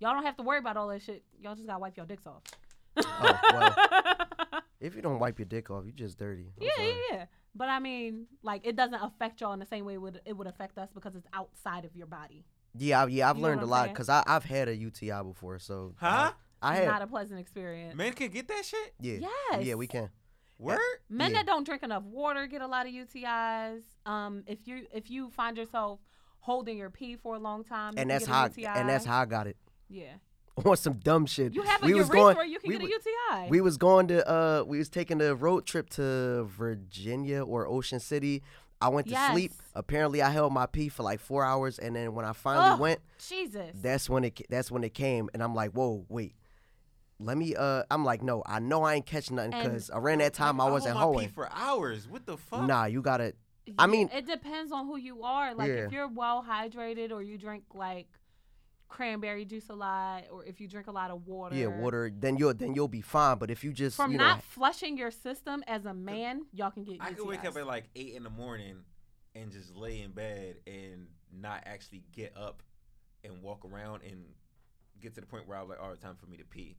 S5: Y'all don't have to worry about all that shit. Y'all just gotta wipe your dicks off.
S6: oh, well, if you don't wipe your dick off, you just dirty. I'm
S5: Yeah,
S6: sorry.
S5: yeah, yeah. But I mean, like, it doesn't affect y'all in the same way it would it would affect us because it's outside of your body.
S6: yeah, I- yeah. I've
S5: You know
S6: learned
S5: what
S6: a
S5: I'm
S6: lot
S5: saying?
S6: because I I've had a UTI before, so
S4: Huh?
S6: I, I have.
S5: Not a pleasant experience.
S4: Men can get that shit.
S6: yeah, yeah,
S5: Yes.
S6: we can.
S4: Word.
S5: Men
S6: Yeah.
S5: that don't drink enough water get a lot of UTIs. Um, if you if you find yourself holding your pee for a long time, you can
S6: And that's
S5: get a
S6: how
S5: UTI.
S6: and that's how I got it.
S5: Yeah,
S6: On some dumb shit.
S5: you have a
S6: we was
S5: urethra,
S6: going,
S5: you can
S6: we
S5: get
S6: wa-
S5: a UTI.
S6: We was going to uh we was taking a road trip to Virginia or Ocean City. I went to sleep.
S5: Yes.
S6: Apparently, I held my pee for like four hours, and then when I finally
S5: Ugh,
S6: went,
S5: Jesus.
S6: that's when it that's when it came, and I'm like, whoa, wait. Let me. Uh, I'm like, no, I know I ain't catching nothing
S5: And-
S6: because around that time I wasn't
S4: hold my pee
S6: hoeing.
S4: for hours. What the fuck?
S6: Nah, you gotta.
S5: Yeah,
S6: I mean-
S5: it depends on who you are. Like,
S6: Yeah.
S5: if you're well hydrated or you drink like cranberry juice a lot, or if you drink a lot of water.
S6: Yeah, water. Then you'll then you'll be fine. But if you just
S5: From
S6: you
S5: not
S6: know,
S5: flushing your system as a man, y'all can get.
S4: I could wake up
S5: UTIs.
S4: at like eight in the morning and just lay in bed and not actually get up and walk around and get to the point where I was like, all right, time for me to pee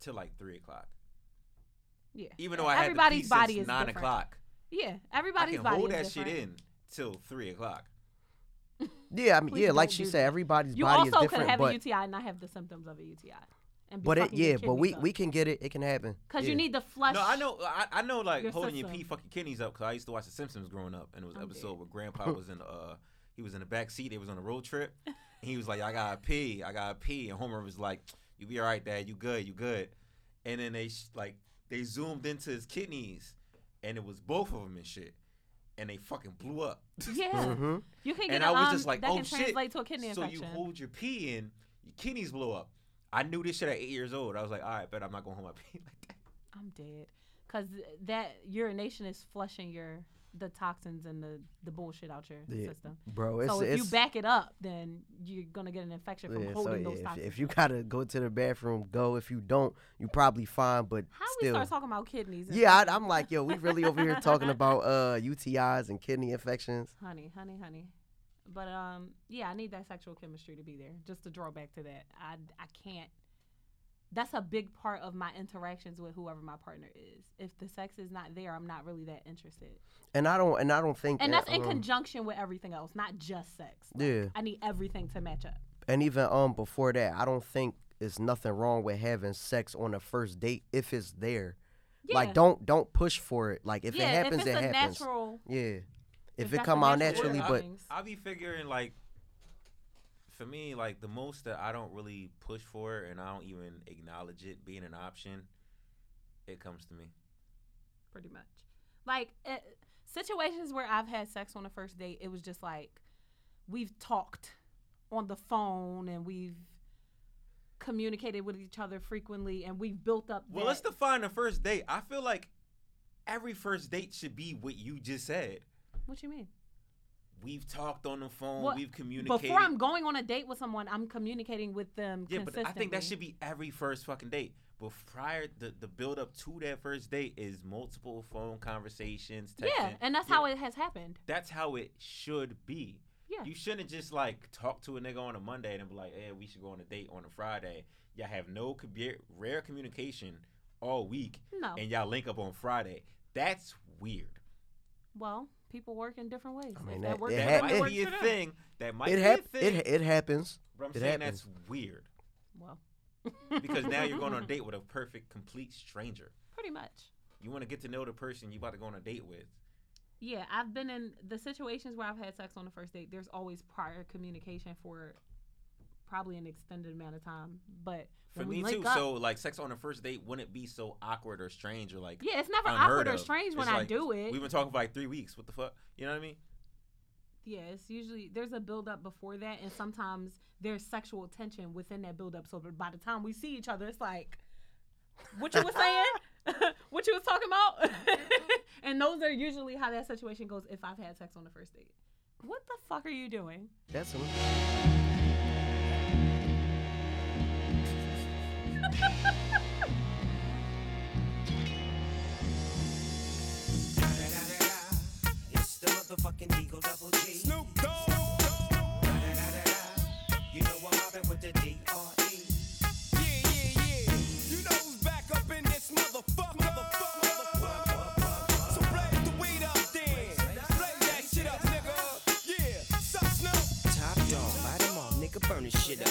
S4: till like three o'clock.
S5: Yeah.
S4: Even though I had
S5: everybody's
S4: to pee
S5: body
S4: since
S5: is
S4: nine
S5: different.
S4: o'clock,
S5: Yeah, everybody's
S4: I can
S5: body
S4: hold
S5: is
S4: that
S5: different.
S4: shit in till three o'clock.
S6: yeah, I mean,
S5: Please
S6: yeah, like
S5: don't
S6: she
S5: do
S6: said,
S5: that.
S6: everybody's
S5: You also
S6: body is
S5: could
S6: different.
S5: have a
S6: But
S5: UTI and not have the symptoms of a UTI. And be
S6: but it
S5: fucking your
S6: yeah, but
S5: kidneys
S6: we
S5: up.
S6: we can get it. It can happen.
S5: Cause
S6: Yeah.
S5: you need to flush.
S4: No, I know, I, I know, like
S5: Your
S4: holding your
S5: system. Oh,
S4: pee fucking kidneys up. Cause I used to watch The Simpsons growing up, and it was an
S5: I'm
S4: episode
S5: dead.
S4: where Grandpa was in, uh, he was in the back seat. They was on a road trip, and he was like, "I gotta pee, I gotta pee," and Homer was like, "You be all right, Dad. You good? You good?" And then they sh- like they zoomed into his kidneys, and it was both of them and shit, and they fucking blew up.
S5: Yeah,
S6: Mm-hmm.
S5: you can get.
S4: and
S5: a,
S4: I was
S5: um,
S4: just like,
S5: that
S4: "Oh
S5: can
S4: shit!"
S5: translate to a kidney
S4: so
S5: infection.
S4: you hold your pee in, your kidneys blow up. I knew this shit at eight years old. I was like, "All right, bet I'm not gonna hold my pee like that."
S5: I'm dead. Cause that urination is flushing your the toxins and the the bullshit out your
S6: Yeah.
S5: system.
S6: Bro, it's
S5: so if
S6: it's
S5: you back it up, then you're gonna get an infection from
S6: yeah, so
S5: holding
S6: yeah,
S5: those
S6: if,
S5: toxins.
S6: if you gotta go to the bathroom, go. If you don't, you probably fine. But
S5: How we
S6: still,
S5: start talking about kidneys? and
S6: yeah, I,
S5: stuff?
S6: I'm like, yo, we really over here talking about uh UTIs and kidney infections.
S5: honey, honey, honey. But um, yeah, I need that sexual chemistry to be there. Just to draw back to that, I I can't. That's a big part of my interactions with whoever my partner is. If the sex is not there, I'm not really that interested.
S6: And I don't and I don't think
S5: And
S6: that,
S5: that's in
S6: um,
S5: conjunction with everything else, not just sex. Like,
S6: Yeah.
S5: I need everything to match up.
S6: and even um before that, I don't think it's nothing wrong with having sex on a first date if it's there.
S5: Yeah.
S6: Like don't don't push for it. Like if
S5: yeah,
S6: it happens,
S5: if it's
S6: it
S5: a
S6: happens.
S5: natural.
S6: yeah.
S5: if
S6: If, it
S5: that's
S6: come
S5: a
S6: out
S5: natural
S6: naturally,
S5: order,
S6: but
S5: things.
S4: I be figuring like for me, like the most that I don't really push for and I don't even acknowledge it being an option, it comes to me.
S5: pretty much. Like uh, situations where I've had sex on the first date, it was just like we've talked on the phone and we've communicated with each other frequently and we've built up.
S4: Well,
S5: that.
S4: let's define the first date. I feel like every first date should be what you just said.
S5: what you mean?
S4: We've talked on the phone,
S5: What-
S4: we've communicated.
S5: Before I'm going on a date with someone, I'm communicating with them
S4: yeah, but
S5: consistently.
S4: I think that should be every first fucking date. But prior the the build up to that first date is multiple phone conversations, texting.
S5: yeah, and that's
S4: Yeah.
S5: how it has happened.
S4: That's how it should be.
S5: Yeah.
S4: You shouldn't just like talk to a nigga on a Monday and then be like, "Hey, we should go on a date on a Friday." Y'all have no commu- rare communication all week,
S5: No.
S4: and y'all link up on Friday. That's weird.
S5: Well, people work in different ways.
S6: mean,
S5: if
S6: that-
S5: that works,
S6: it
S5: for
S6: ha-
S4: That
S5: them, it
S4: might
S5: works
S4: be a
S5: for them.
S4: thing. That might
S6: it
S4: be
S6: hap-
S4: a
S6: it
S4: thing.
S6: it happens.
S4: but I'm
S6: it
S4: saying
S6: happens.
S4: that's weird
S5: Well,
S4: because now you're going on a date with a perfect, complete stranger.
S5: pretty much.
S4: You want to get to know the person you about to go on a date with.
S5: Yeah, I've been in the situations where I've had sex on the first date. There's always prior communication for probably an extended amount of time, but
S4: For
S5: when we
S4: me
S5: link
S4: too.
S5: up-
S4: So like, sex on the first date wouldn't be so awkward or strange or like.
S5: yeah, it's never
S4: unheard
S5: awkward or
S4: of.
S5: strange when
S4: It's
S5: I
S4: like,
S5: do it.
S4: We've been talking for like three weeks. What the fuck? You know what I mean?
S5: yeah, it's usually there's a build up before that, and sometimes there's sexual tension within that build up. So by the time we see each other, it's like what you were saying, what you was talking about, and those are usually how that situation goes. If I've had sex on the first date, what the fuck are you doing?
S6: That's what-
S7: It's the motherfucking Eagle Double G. Snoop Dogg. You know I'm mobbing with the D.R.E. Top dog, buy them all, nigga, burn this shit up.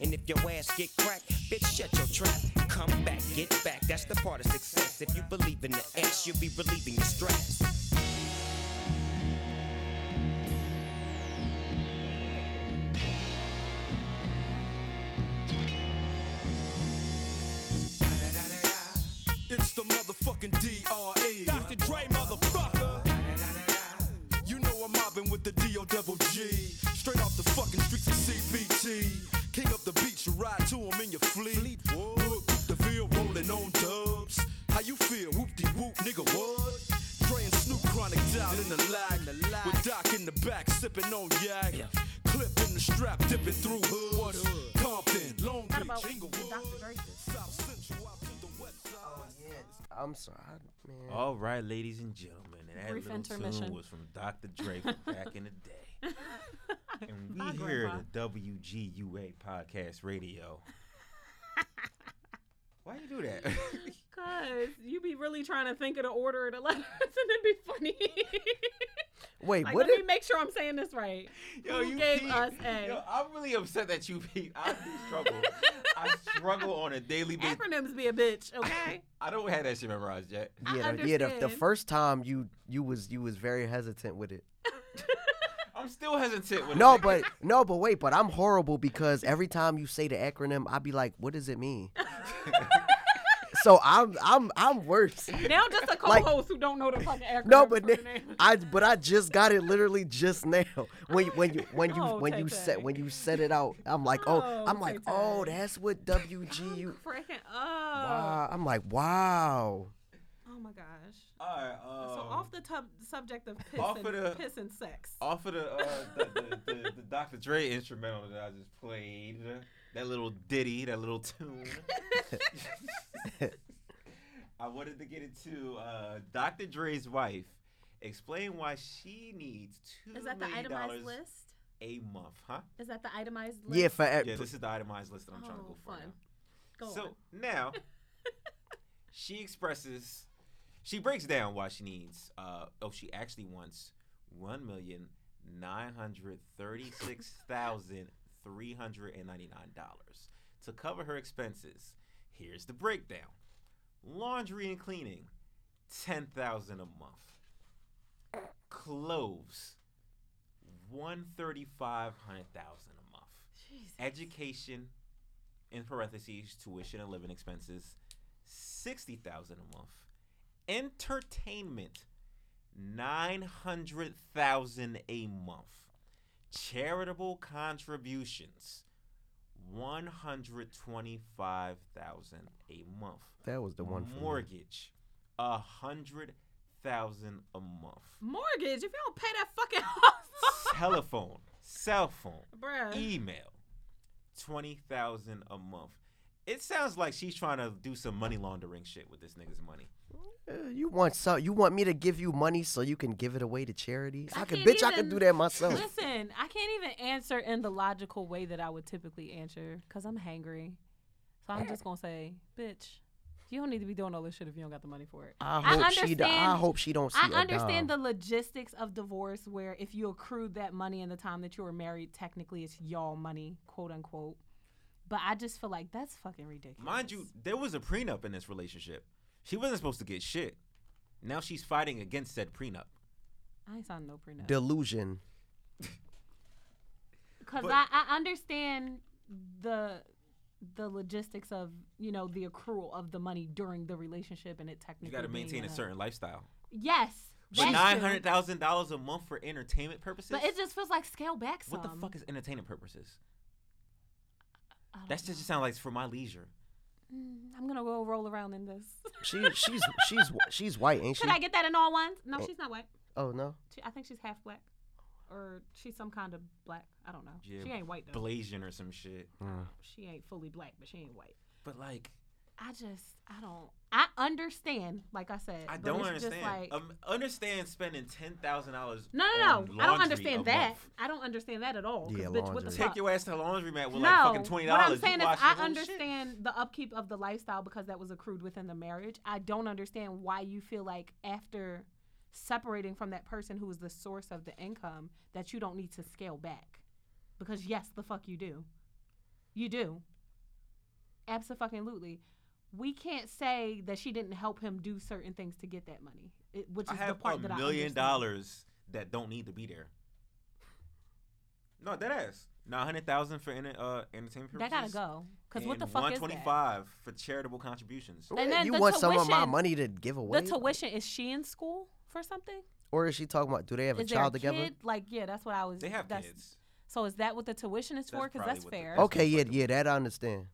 S7: And if your ass get cracked, bitch, shut your trap. Come back, get back. That's the part of success. If you believe in the X, you'll be relieving your stress.
S8: It's the motherfucking DRE. Dr. Dre, motherfucker. You know I'm mobbing with the DO double G. Straight off the fucking streets of CBT. King up the beach, you ride to him in your fleet. Whoop, whoop, the field rolling on dubs. How you feel? Whoop de whoop, nigga, what? Dre and Snoop chronic down in the lag. With Doc in the back, sipping on yak. Clip in the strap, dipping through hoods. What hood? Compton, Long
S5: Not about
S8: Beach,
S5: Dr.
S8: Inglewood,
S5: Drake.
S8: South Central, out to the west side.
S6: I'm sorry, I- man.
S4: All right, ladies and gentlemen, and that
S5: Brief
S4: little
S5: intermission.
S4: tune was from Dr. Dre from back in the day. And
S5: My
S4: we here
S5: grandpa.
S4: at the WGUA Podcast Radio. Why you do that?
S5: Cause you be really trying to think of the order of the letters and it'd be funny.
S6: Wait,
S5: like,
S6: what?
S5: let
S6: Did,
S5: me make sure I'm saying this right. Who gave
S4: keep-
S5: us a-
S4: Yo, I'm really upset that you peep. I do struggle. I struggle on a daily basis.
S5: Acronyms be a bitch, okay?
S4: I don't have that shit memorized yet.
S6: yeah,
S5: I
S6: the, yeah. The, the
S5: understand.
S6: first time you you was you was very hesitant with it.
S4: I'm still hesitant. When
S6: No, but no, but wait, but I'm horrible because every time you say the acronym, I be like, what does it mean? so I'm I'm I'm worse.
S5: now just a
S6: Like-
S5: co-host who don't know the fucking acronym.
S6: No, but
S5: for the
S6: then-
S5: name.
S6: I but I just got it literally just now. When you- when you when you
S5: Oh,
S6: when you
S5: Tay-Tay.
S6: set when you set it out, I'm like, oh,
S5: Oh,
S6: I'm like, oh,
S5: Tay-Tay.
S6: that's what WGU.
S5: Freaking oh,
S6: Wow. I'm like, wow.
S5: oh my gosh!
S4: All right,
S5: So
S4: um,
S5: off the tub subject of piss,
S4: off
S5: and,
S4: of the-
S5: piss and sex.
S4: off of the, uh, the, the, the, the Dr. Dre instrumental that I just played, that little ditty, that little tune. I wanted to get into uh, Dr. Dre's wife. Explain why she needs two
S5: Is that the
S4: million
S5: itemized
S4: dollars
S5: list?
S4: a month, huh?
S5: Is that the itemized list?
S6: Yeah, for e-
S4: Yeah, this is the itemized list that I'm trying to
S5: Oh,
S4: go for. now.
S5: fun. Go
S4: so
S5: on.
S4: now she expresses she breaks down why she needs uh oh she actually wants one million nine hundred thirty six thousand three hundred and ninety nine dollars to cover her expenses. Here's the breakdown. Laundry and cleaning, ten thousand a month. Clothes, one thirty five hundred thousand a month. Education, in parentheses, tuition and living expenses, sixty thousand a month. Entertainment, nine hundred thousand a month. Charitable contributions, one hundred twenty-five thousand a month.
S6: that was the one for me.
S4: Mortgage, a hundred thousand a month.
S5: Mortgage. If you don't pay that fucking house,
S4: Telephone, cell phone,
S5: bruh.
S4: email 20,000 a month. It sounds like she's trying to do some money laundering shit with this nigga's money.
S6: Uh, You want so you want me to give you money so you can give it away to charities? I, could,
S5: can't
S6: bitch, I could
S5: even-
S6: do that myself.
S5: Listen, I can't even answer in the logical way that I would typically answer because I'm hangry. So I'm just gonna say, bitch, you don't need to be doing all this shit if you don't got the money for it.
S6: I hope she. do- I
S5: understand-
S6: hope she don't see.
S5: I
S6: a
S5: understand
S6: dime.
S5: the logistics of divorce where if you accrued that money in the time that you were married, technically it's y'all money, quote unquote. But I just feel like that's fucking ridiculous.
S4: Mind you, there was a prenup in this relationship. She wasn't supposed to get shit. Now she's fighting against said prenup.
S5: I ain't signed no prenup.
S6: delusion.
S5: because I, I understand the the logistics of you know the accrual of the money during the relationship and it technically
S4: You got to
S5: being
S4: maintain
S5: in
S4: a certain lifestyle.
S5: yes
S4: But
S5: that's
S4: nine
S5: true.
S4: hundred thousand dollars a month for entertainment purposes.
S5: but it just feels like scale back some.
S4: what the fuck is entertainment purposes?
S5: I don't
S4: That just sounds like it's for my leisure.
S5: know. I'm gonna go roll around in this.
S6: She she's she's wh- she's white, ain't she?
S5: Could I get that in all ones? No, she's not white.
S6: oh no.
S5: She, I think she's half black, or she's some kind of black. I don't know.
S4: Yeah,
S5: she ain't white though.
S4: Blazing or some shit.
S5: She ain't fully black, but she ain't white.
S4: But like,
S5: I just I don't I understand. Like I said,
S4: I
S5: but
S4: don't
S5: it's
S4: understand.
S5: Just like,
S4: um, understand spending ten thousand dollars.
S5: no, no, no. I don't understand that. I don't understand that at all. 'cause
S6: Yeah,
S5: bitch, what the
S6: laundry.
S4: Take
S5: fuck?
S4: your ass to the laundromat with
S5: no,
S4: like fucking twenty dollars.
S5: What I'm saying is, I understand the upkeep of the lifestyle because that was accrued within the marriage. I don't understand why you feel like after separating from that person who is the source of the income that you don't need to scale back. Because yes, the fuck you do. You do. Absolutely. We can't say that she didn't help him do certain things to get that money, it, which
S4: I
S5: is
S4: have
S5: the part
S4: a
S5: that I
S4: million
S5: understand.
S4: dollars that don't need to be there. No, that ass. Now hundred thousand for enter, uh, entertainment.
S5: That gotta
S4: purposes,
S5: go. Because what the
S4: and
S5: fuck is that?
S4: 125 for charitable contributions.
S5: And then
S6: you
S5: the
S6: want some of my
S5: tuition-
S6: money to give
S5: The
S6: away?
S5: tuition is she in school for something?
S6: or is she talking about? Do they have a
S5: is there
S6: child
S5: a
S6: together?
S5: kid? Like, yeah, that's what I was.
S4: They have
S5: that's,
S4: kids.
S5: So is that what the tuition is
S4: That's
S5: for? Because
S4: probably
S5: that's
S4: what the-
S5: fair.
S4: Oh.
S6: Okay, yeah, yeah, that I understand.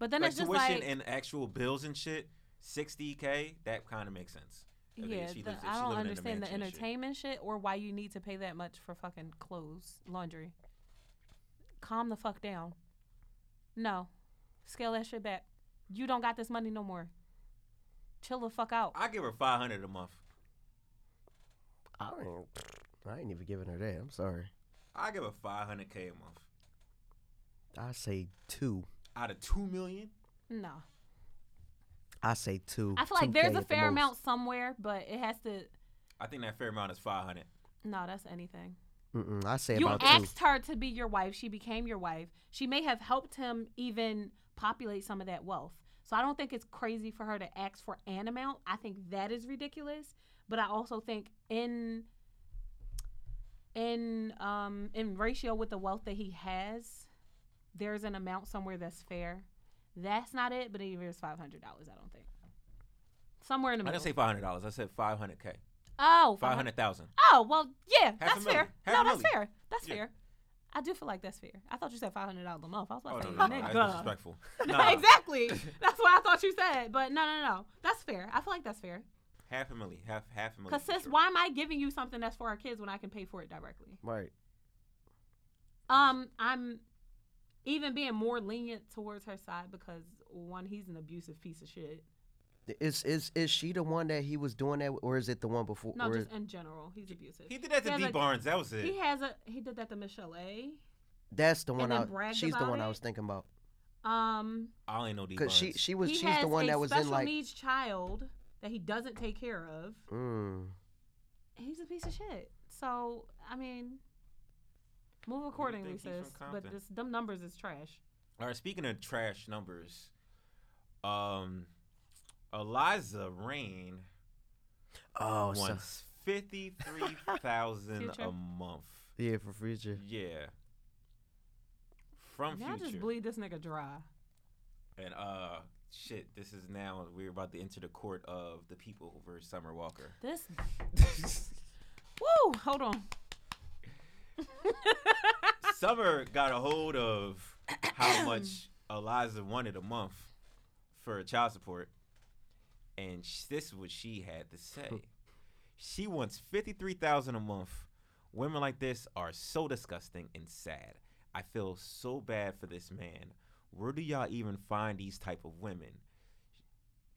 S5: But then
S4: like
S5: it's just
S4: tuition
S5: like,
S4: and actual bills and shit. Sixty k. That kind of makes sense. Okay,
S5: yeah,
S4: she
S5: the-
S4: lives- she
S5: I don't
S4: living in a
S5: understand the
S4: mansion and shit.
S5: entertainment shit. or why you need to pay that much for fucking clothes, laundry. Calm the fuck down. No, scale that shit back. You don't got this money no more. Chill the fuck out.
S4: I give her five hundred a month.
S6: I
S5: Oh.
S6: don't. I ain't even giving her that. I'm sorry.
S4: I give her five hundred k a month
S6: I say two.
S4: out of two million.
S5: no,
S6: I say two.
S5: I feel like there's
S6: 2K
S5: a
S6: at the
S5: fair
S6: most.
S5: amount somewhere, but it has to.
S4: I think that fair amount is five hundred.
S5: No, that's anything.
S6: Mm-mm, I say
S5: you
S6: about two.
S5: asked her to be your wife. She became your wife. She may have helped him even populate some of that wealth. So I don't think it's crazy for her to ask for an amount. I think that is ridiculous. But I also think in in um in ratio with the wealth that he has, there's an amount somewhere that's fair. That's not it, but even if it's five hundred dollars, I don't think. Somewhere in the
S4: I
S5: middle.
S4: didn't say five hundred dollars. I said five hundred k.
S5: oh,
S4: Five hundred thousand.
S5: Oh well, yeah,
S4: a
S5: that's
S4: million. Half
S5: fair.
S4: a
S5: no, that's
S4: million.
S5: fair. That's
S4: Yeah.
S5: fair. I do feel like that's fair. I thought you said five hundred dollars a month. I was
S4: Oh
S5: about
S4: no,
S5: to
S4: no,
S5: say,
S4: no, that's
S5: nigga.
S4: disrespectful. Nah,
S5: exactly. That's what I thought you said. But no, no, no. That's fair. I feel like that's fair.
S4: half a million, half half a million.
S5: Cause
S4: for
S5: sis,
S4: sure.
S5: why am I giving you something that's for our kids when I can pay for it directly?
S6: Right.
S5: Um, I'm even being more lenient towards her side because one, he's an abusive piece of shit.
S6: Is is is she the one that he was doing that, with, or is it the one before?
S5: No,
S6: or
S5: just
S6: is-
S5: in general, he's abusive.
S4: He did that to
S5: has
S4: D
S5: a-
S4: Barnes. That was it.
S5: He has a he did that to Michelle A.
S6: that's the one.
S5: then
S6: I,
S5: bragged
S6: she's the
S5: about
S6: one I
S5: it?
S6: was thinking about.
S5: Um,
S4: I only know D
S6: Cause
S4: Barnes.
S6: she she was
S5: he
S6: she's
S5: has
S6: the one
S5: a
S6: that was
S5: special
S6: in like.
S5: needs child that he doesn't take care of.
S6: Mm,
S5: He's a piece of shit. So I mean, move accordingly,
S4: think he's
S5: sis.
S4: from
S5: But
S4: Compton?
S5: this them numbers is trash.
S4: All right, speaking of trash numbers, um, Eliza Rain
S6: oh, so,
S4: wants fifty three thousand a
S5: Future.
S4: month.
S6: yeah, for future.
S4: Yeah, from
S5: Y'all just
S4: future
S5: bleed this nigga dry.
S4: and uh, shit. This is now we're about to enter the court of the people versus Summer Walker.
S5: This. Woo! Hold on.
S4: Summer got a hold of how much Eliza wanted a month for child support, and sh- this is what she had to say. She wants fifty-three thousand a month. Women like this are so disgusting and sad. I feel so bad for this man. Where do y'all even find these type of women?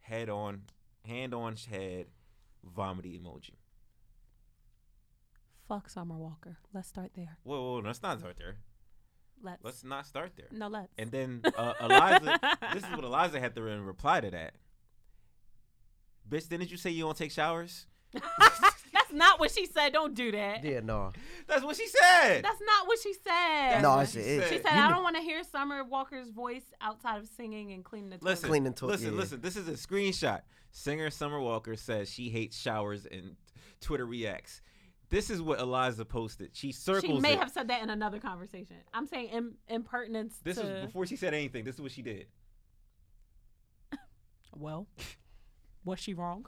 S4: Head on, hand on head, vomit emoji.
S5: Fuck Summer Walker. Let's start there.
S4: Whoa, whoa, whoa, let's not start there.
S5: Let's.
S4: Let's not start there.
S5: no, let's.
S4: And then uh, Eliza, this is what Eliza had to re- reply to that. Bitch, didn't you say you don't take showers?
S5: That's not what she said. Don't do that.
S6: Yeah, no,
S4: That's what she said.
S5: That's not what she said.
S6: no,
S4: what
S6: it's
S4: she
S6: it's.
S4: said.
S5: She said, "I don't want to hear Summer Walker's voice outside of singing and cleaning the toilet."
S4: listen,
S6: Cleaning to-
S4: listen,
S6: yeah.
S4: listen. This is a screenshot. Singer Summer Walker says she hates showers, and Twitter reacts. This is what Eliza posted. She circles.
S5: She may
S4: it.
S5: have said that in another conversation. I'm saying Im- impertinence.
S4: This
S5: to,
S4: was before she said anything. This is what she did.
S5: Well, was she wrong?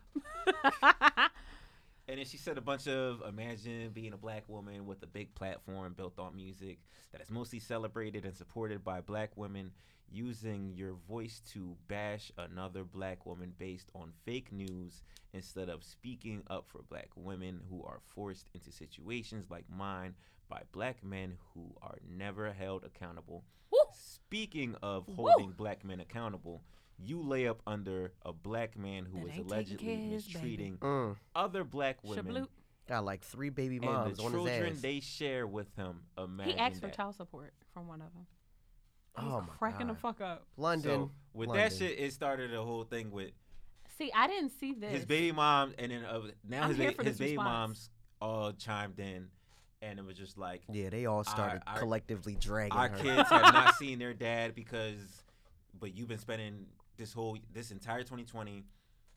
S4: And then she said a bunch of imagine being a black woman with a big platform built on music that is mostly celebrated and supported by black women using your voice to bash another black woman based on fake news instead of speaking up for black women who are forced into situations like mine by black men who are never held accountable
S5: Woo.
S4: Speaking of holding black men accountable, you lay up under a black man who
S5: That
S4: was
S5: ain't taking
S4: allegedly
S5: care of his baby.
S4: mistreating
S6: Mm.
S4: other black women
S5: Shabloop.
S6: Got like three baby
S4: and
S6: moms
S4: the
S6: on his
S4: children
S6: ass.
S4: they share with him. Imagine
S5: He asked for
S4: that.
S5: child support from one of them. I was
S6: oh my
S5: cracking
S6: God.
S5: the fuck up.
S6: London.
S4: So with
S6: London.
S4: that shit, it started a whole thing with
S5: See, I didn't see this.
S4: his baby mom, and then uh, now
S5: I'm
S4: his,
S5: here
S4: ba-
S5: for
S4: his
S5: this
S4: baby
S5: response.
S4: moms all chimed in, and it was just like
S6: Yeah, they all started
S4: our-
S6: collectively dragging
S4: our
S6: her.
S4: kids have not seen their dad because, but you've been spending this whole this entire 2020,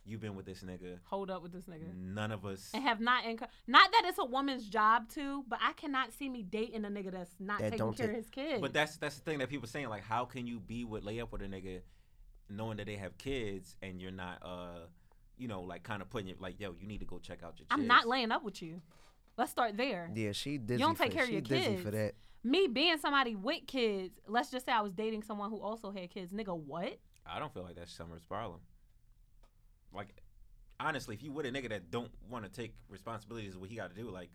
S4: you've been with this nigga.
S5: Hold up with this nigga.
S4: None of us.
S5: And have not enc- not that it's a woman's job to, but I cannot see me dating a nigga that's not
S6: That
S5: taking
S6: don't
S5: care of
S6: take-
S5: his kids.
S4: But that's that's the thing that people saying like, how can you be with lay up with a nigga, knowing that they have kids and you're not uh, you know like kind of putting it like yo, you need to go check out your.
S5: I'm not
S4: kids.
S5: laying up with you. Let's start there.
S6: Yeah, she dizzy.
S5: don't take
S6: for,
S5: care of
S6: she
S5: your
S6: dizzy for
S5: kids.
S6: that.
S5: Me being somebody with kids, let's just say I was dating someone who also had kids. Nigga, what?
S4: I don't feel like that's Summer's problem. Like, honestly, if you with a nigga that don't want to take responsibilities, what he got to do, like,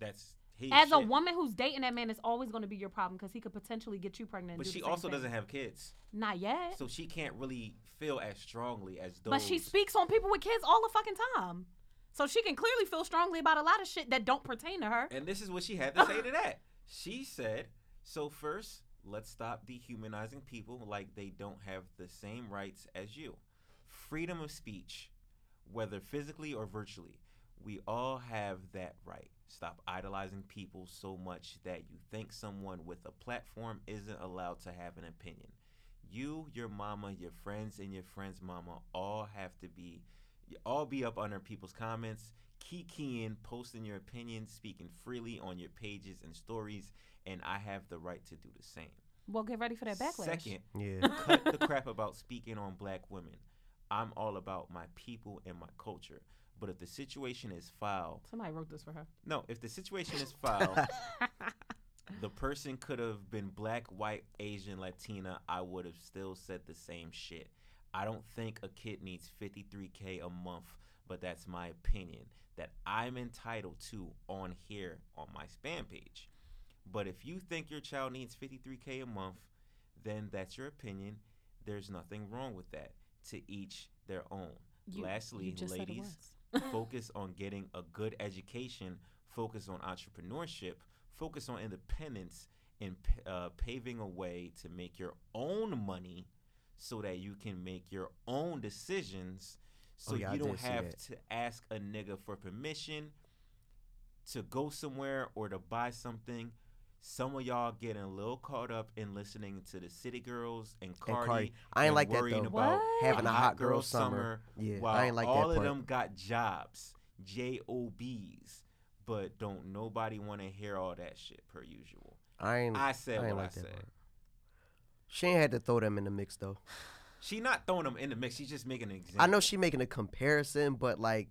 S4: that's he.
S5: As a woman who's dating that man, it's always going to be your problem because he could potentially get you pregnant. and
S4: but
S5: do the
S4: she
S5: same
S4: also
S5: thing.
S4: doesn't have kids,
S5: Not yet.
S4: so she can't really feel as strongly as those.
S5: but she speaks on people with kids all the fucking time. So she can clearly feel strongly about a lot of shit that don't pertain to her.
S4: And this is what she had to say to that. She said, "So first, let's stop dehumanizing people like they don't have the same rights as you. Freedom of speech, whether physically or virtually, we all have that right. Stop idolizing people so much that you think someone with a platform isn't allowed to have an opinion. You, your mama, your friends, and your friend's mama all have to be, you all be up under people's comments, kikiing, posting your opinions, speaking freely on your pages and stories, and I have the right to do the same.
S5: Well, get ready for that backlash.
S4: Second,
S6: Yeah.
S4: cut the crap about speaking on black women. I'm all about my people and my culture. But if the situation is foul,
S5: Somebody wrote this for her.
S4: no, if the situation is foul, the person could have been black, white, Asian, Latina. I would have still said the same shit. I don't think a kid needs 53K a month, but that's my opinion that I'm entitled to on here on my spam page. But if you think your child needs 53K a month, then that's your opinion. There's nothing wrong with that. To each their own.
S5: You-
S4: Lastly,
S5: you just said it
S4: ladies,
S5: was.
S4: focus on getting a good education, focus on entrepreneurship, focus on independence, and p- uh, paving a way to make your own money so that you can make your own decisions so
S6: Oh, yeah, I
S4: you don't
S6: did see
S4: have
S6: that.
S4: to ask a nigga for permission to go somewhere or to buy something. Some of y'all getting a little caught up in listening to the City Girls and Cardi.
S6: Cardi. I ain't
S4: and
S6: like that,
S4: worrying
S6: though.
S4: about
S5: What?
S6: Having
S4: a
S6: a hot girl summer. Yeah, I
S4: while
S6: ain't like that
S4: all of
S6: part.
S4: them got jobs, J O B's, but don't nobody want to hear all that shit per usual.
S6: I ain't.
S4: I said
S6: ain't
S4: what
S6: like
S4: I
S6: that
S4: said.
S6: part. She ain't had to throw them in the mix though.
S4: She not throwing them in the mix. She's just making an example.
S6: I know she making a comparison, but like,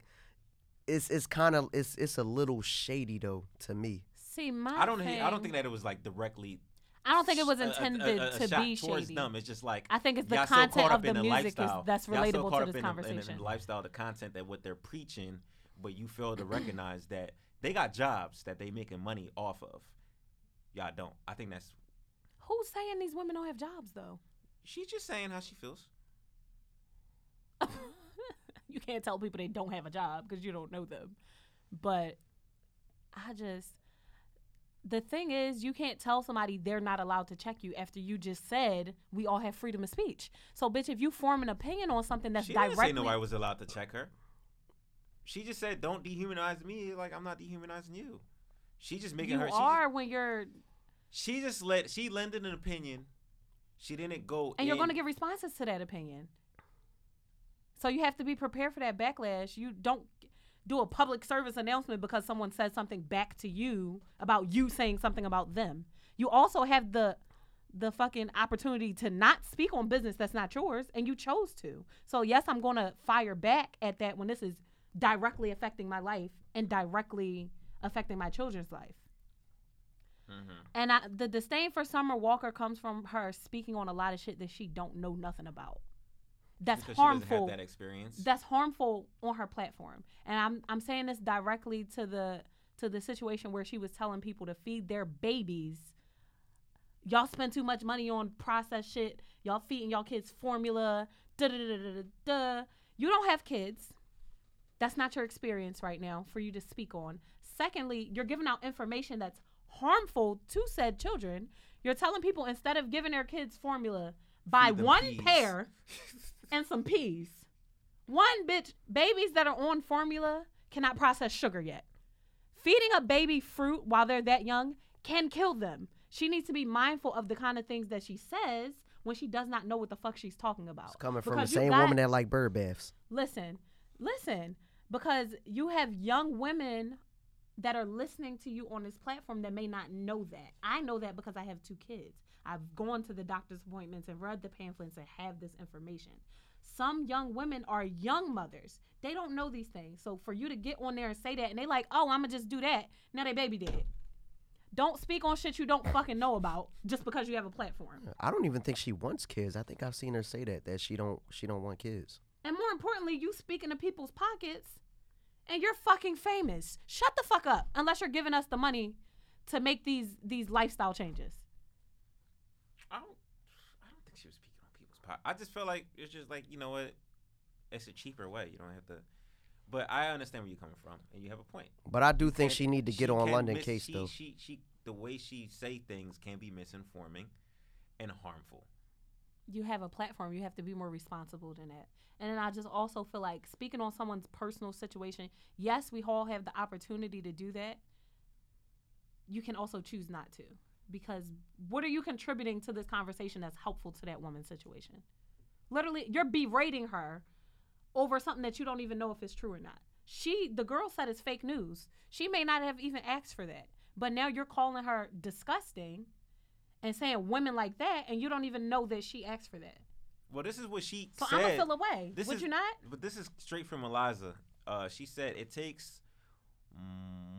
S6: it's it's kind of it's it's a little shady though to me.
S5: See, my
S4: I don't.
S5: Thing,
S4: he- I don't think that it was like directly.
S5: I don't think it was
S4: a- a- a-
S5: intended
S4: a
S5: to
S4: shot
S5: be
S4: towards
S5: shady.
S4: them. It's just like
S5: I think it's the
S4: y'all so
S5: content
S4: caught
S5: of
S4: up
S5: the
S4: in
S5: music is,
S4: lifestyle.
S5: that's
S4: Y'all so
S5: relatable
S4: caught
S5: to
S4: up in
S5: this
S4: the- in the-
S5: conversation.
S4: in the lifestyle, the content that what they're preaching, but you fail to recognize that they got jobs that they making money off of. Y'all don't. I think that's.
S5: Who's saying these women don't have jobs though?
S4: She's just saying how she feels.
S5: you can't tell people they don't have a job because you don't know them. But I just the thing is you can't tell somebody they're not allowed to check you after you just said we all have freedom of speech. So bitch, if you form an opinion on something that's
S4: she
S5: directly
S4: didn't say nobody was allowed to check her. She just said, "Don't dehumanize me. Like I'm not dehumanizing you." She just making
S5: you
S4: her. she just-
S5: are when you're
S4: She just let she lended an opinion. She didn't go.
S5: and you're
S4: in-
S5: going to get responses to that opinion. So you have to be prepared for that backlash. You don't do a public service announcement because someone says something back to you about you saying something about them. You also have the the fucking opportunity to not speak on business that's not yours and you chose to. So yes, I'm going to fire back at that when this is directly affecting my life and directly affecting my children's life. And I, the disdain for Summer Walker comes from her speaking on a lot of shit that she don't know nothing about. That's
S4: because she
S5: harmful.
S4: doesn't have that experience.
S5: that's harmful on her platform. And I'm I'm saying this directly to the to the situation where she was telling people to feed their babies y'all spend too much money on processed shit. Y'all feeding y'all kids formula. Da da da da da da. You don't have kids. That's not your experience right now for you to speak on. Secondly, you're giving out information that's harmful to said children. You're telling people instead of giving their kids formula, buy
S4: them
S5: one
S4: peas.
S5: pear and some peas. One bitch, babies that are on formula cannot process sugar yet. Feeding a baby fruit while they're that young can kill them. She needs to be mindful of the kind of things that she says when she does not know what the fuck she's talking about.
S6: It's coming from the
S5: Because you
S6: same
S5: got-
S6: woman that like bird baths.
S5: listen, listen, because you have young women that are listening to you on this platform that may not know that. I know that because I have two kids. I've gone to the doctor's appointments and read the pamphlets and have this information. Some young women are young mothers. They don't know these things. So for you to get on there and say that and they like, "Oh, I'm going to just do that." Now they baby did. Don't speak on shit you don't fucking know about just because you have a platform.
S6: I don't even think she wants kids. I think I've seen her say that that she don't she don't want kids.
S5: And more importantly, you speak into people's pockets and you're fucking famous. Shut the fuck up unless you're giving us the money to make these these lifestyle changes.
S4: I don't. I don't think she was speaking on people's pot. I just feel like it's just like you know what, it's a cheaper way. You don't have to. But I understand where you're coming from, and you have a point.
S6: But I do think
S4: And
S6: she need to get on
S4: can
S6: London
S4: mis-
S6: case
S4: she,
S6: though.
S4: She she the way she say things can be misinforming, and harmful.
S5: You have a platform, you have to be more responsible than that. And then I just also feel like speaking on someone's personal situation, yes, we all have the opportunity to do that. You can also choose not to because what are you contributing to this conversation that's helpful to that woman's situation? Literally, you're berating her over something that you don't even know if it's true or not. She, the girl said it's fake news. She may not have even asked for that, but now you're calling her disgusting and saying women like that, and you don't even know that she asked for that.
S4: Well, this is what she
S5: So
S4: said.
S5: I'ma feel away.
S4: This
S5: Would
S4: is-
S5: you not?
S4: But this is straight from Eliza. Uh, she said it takes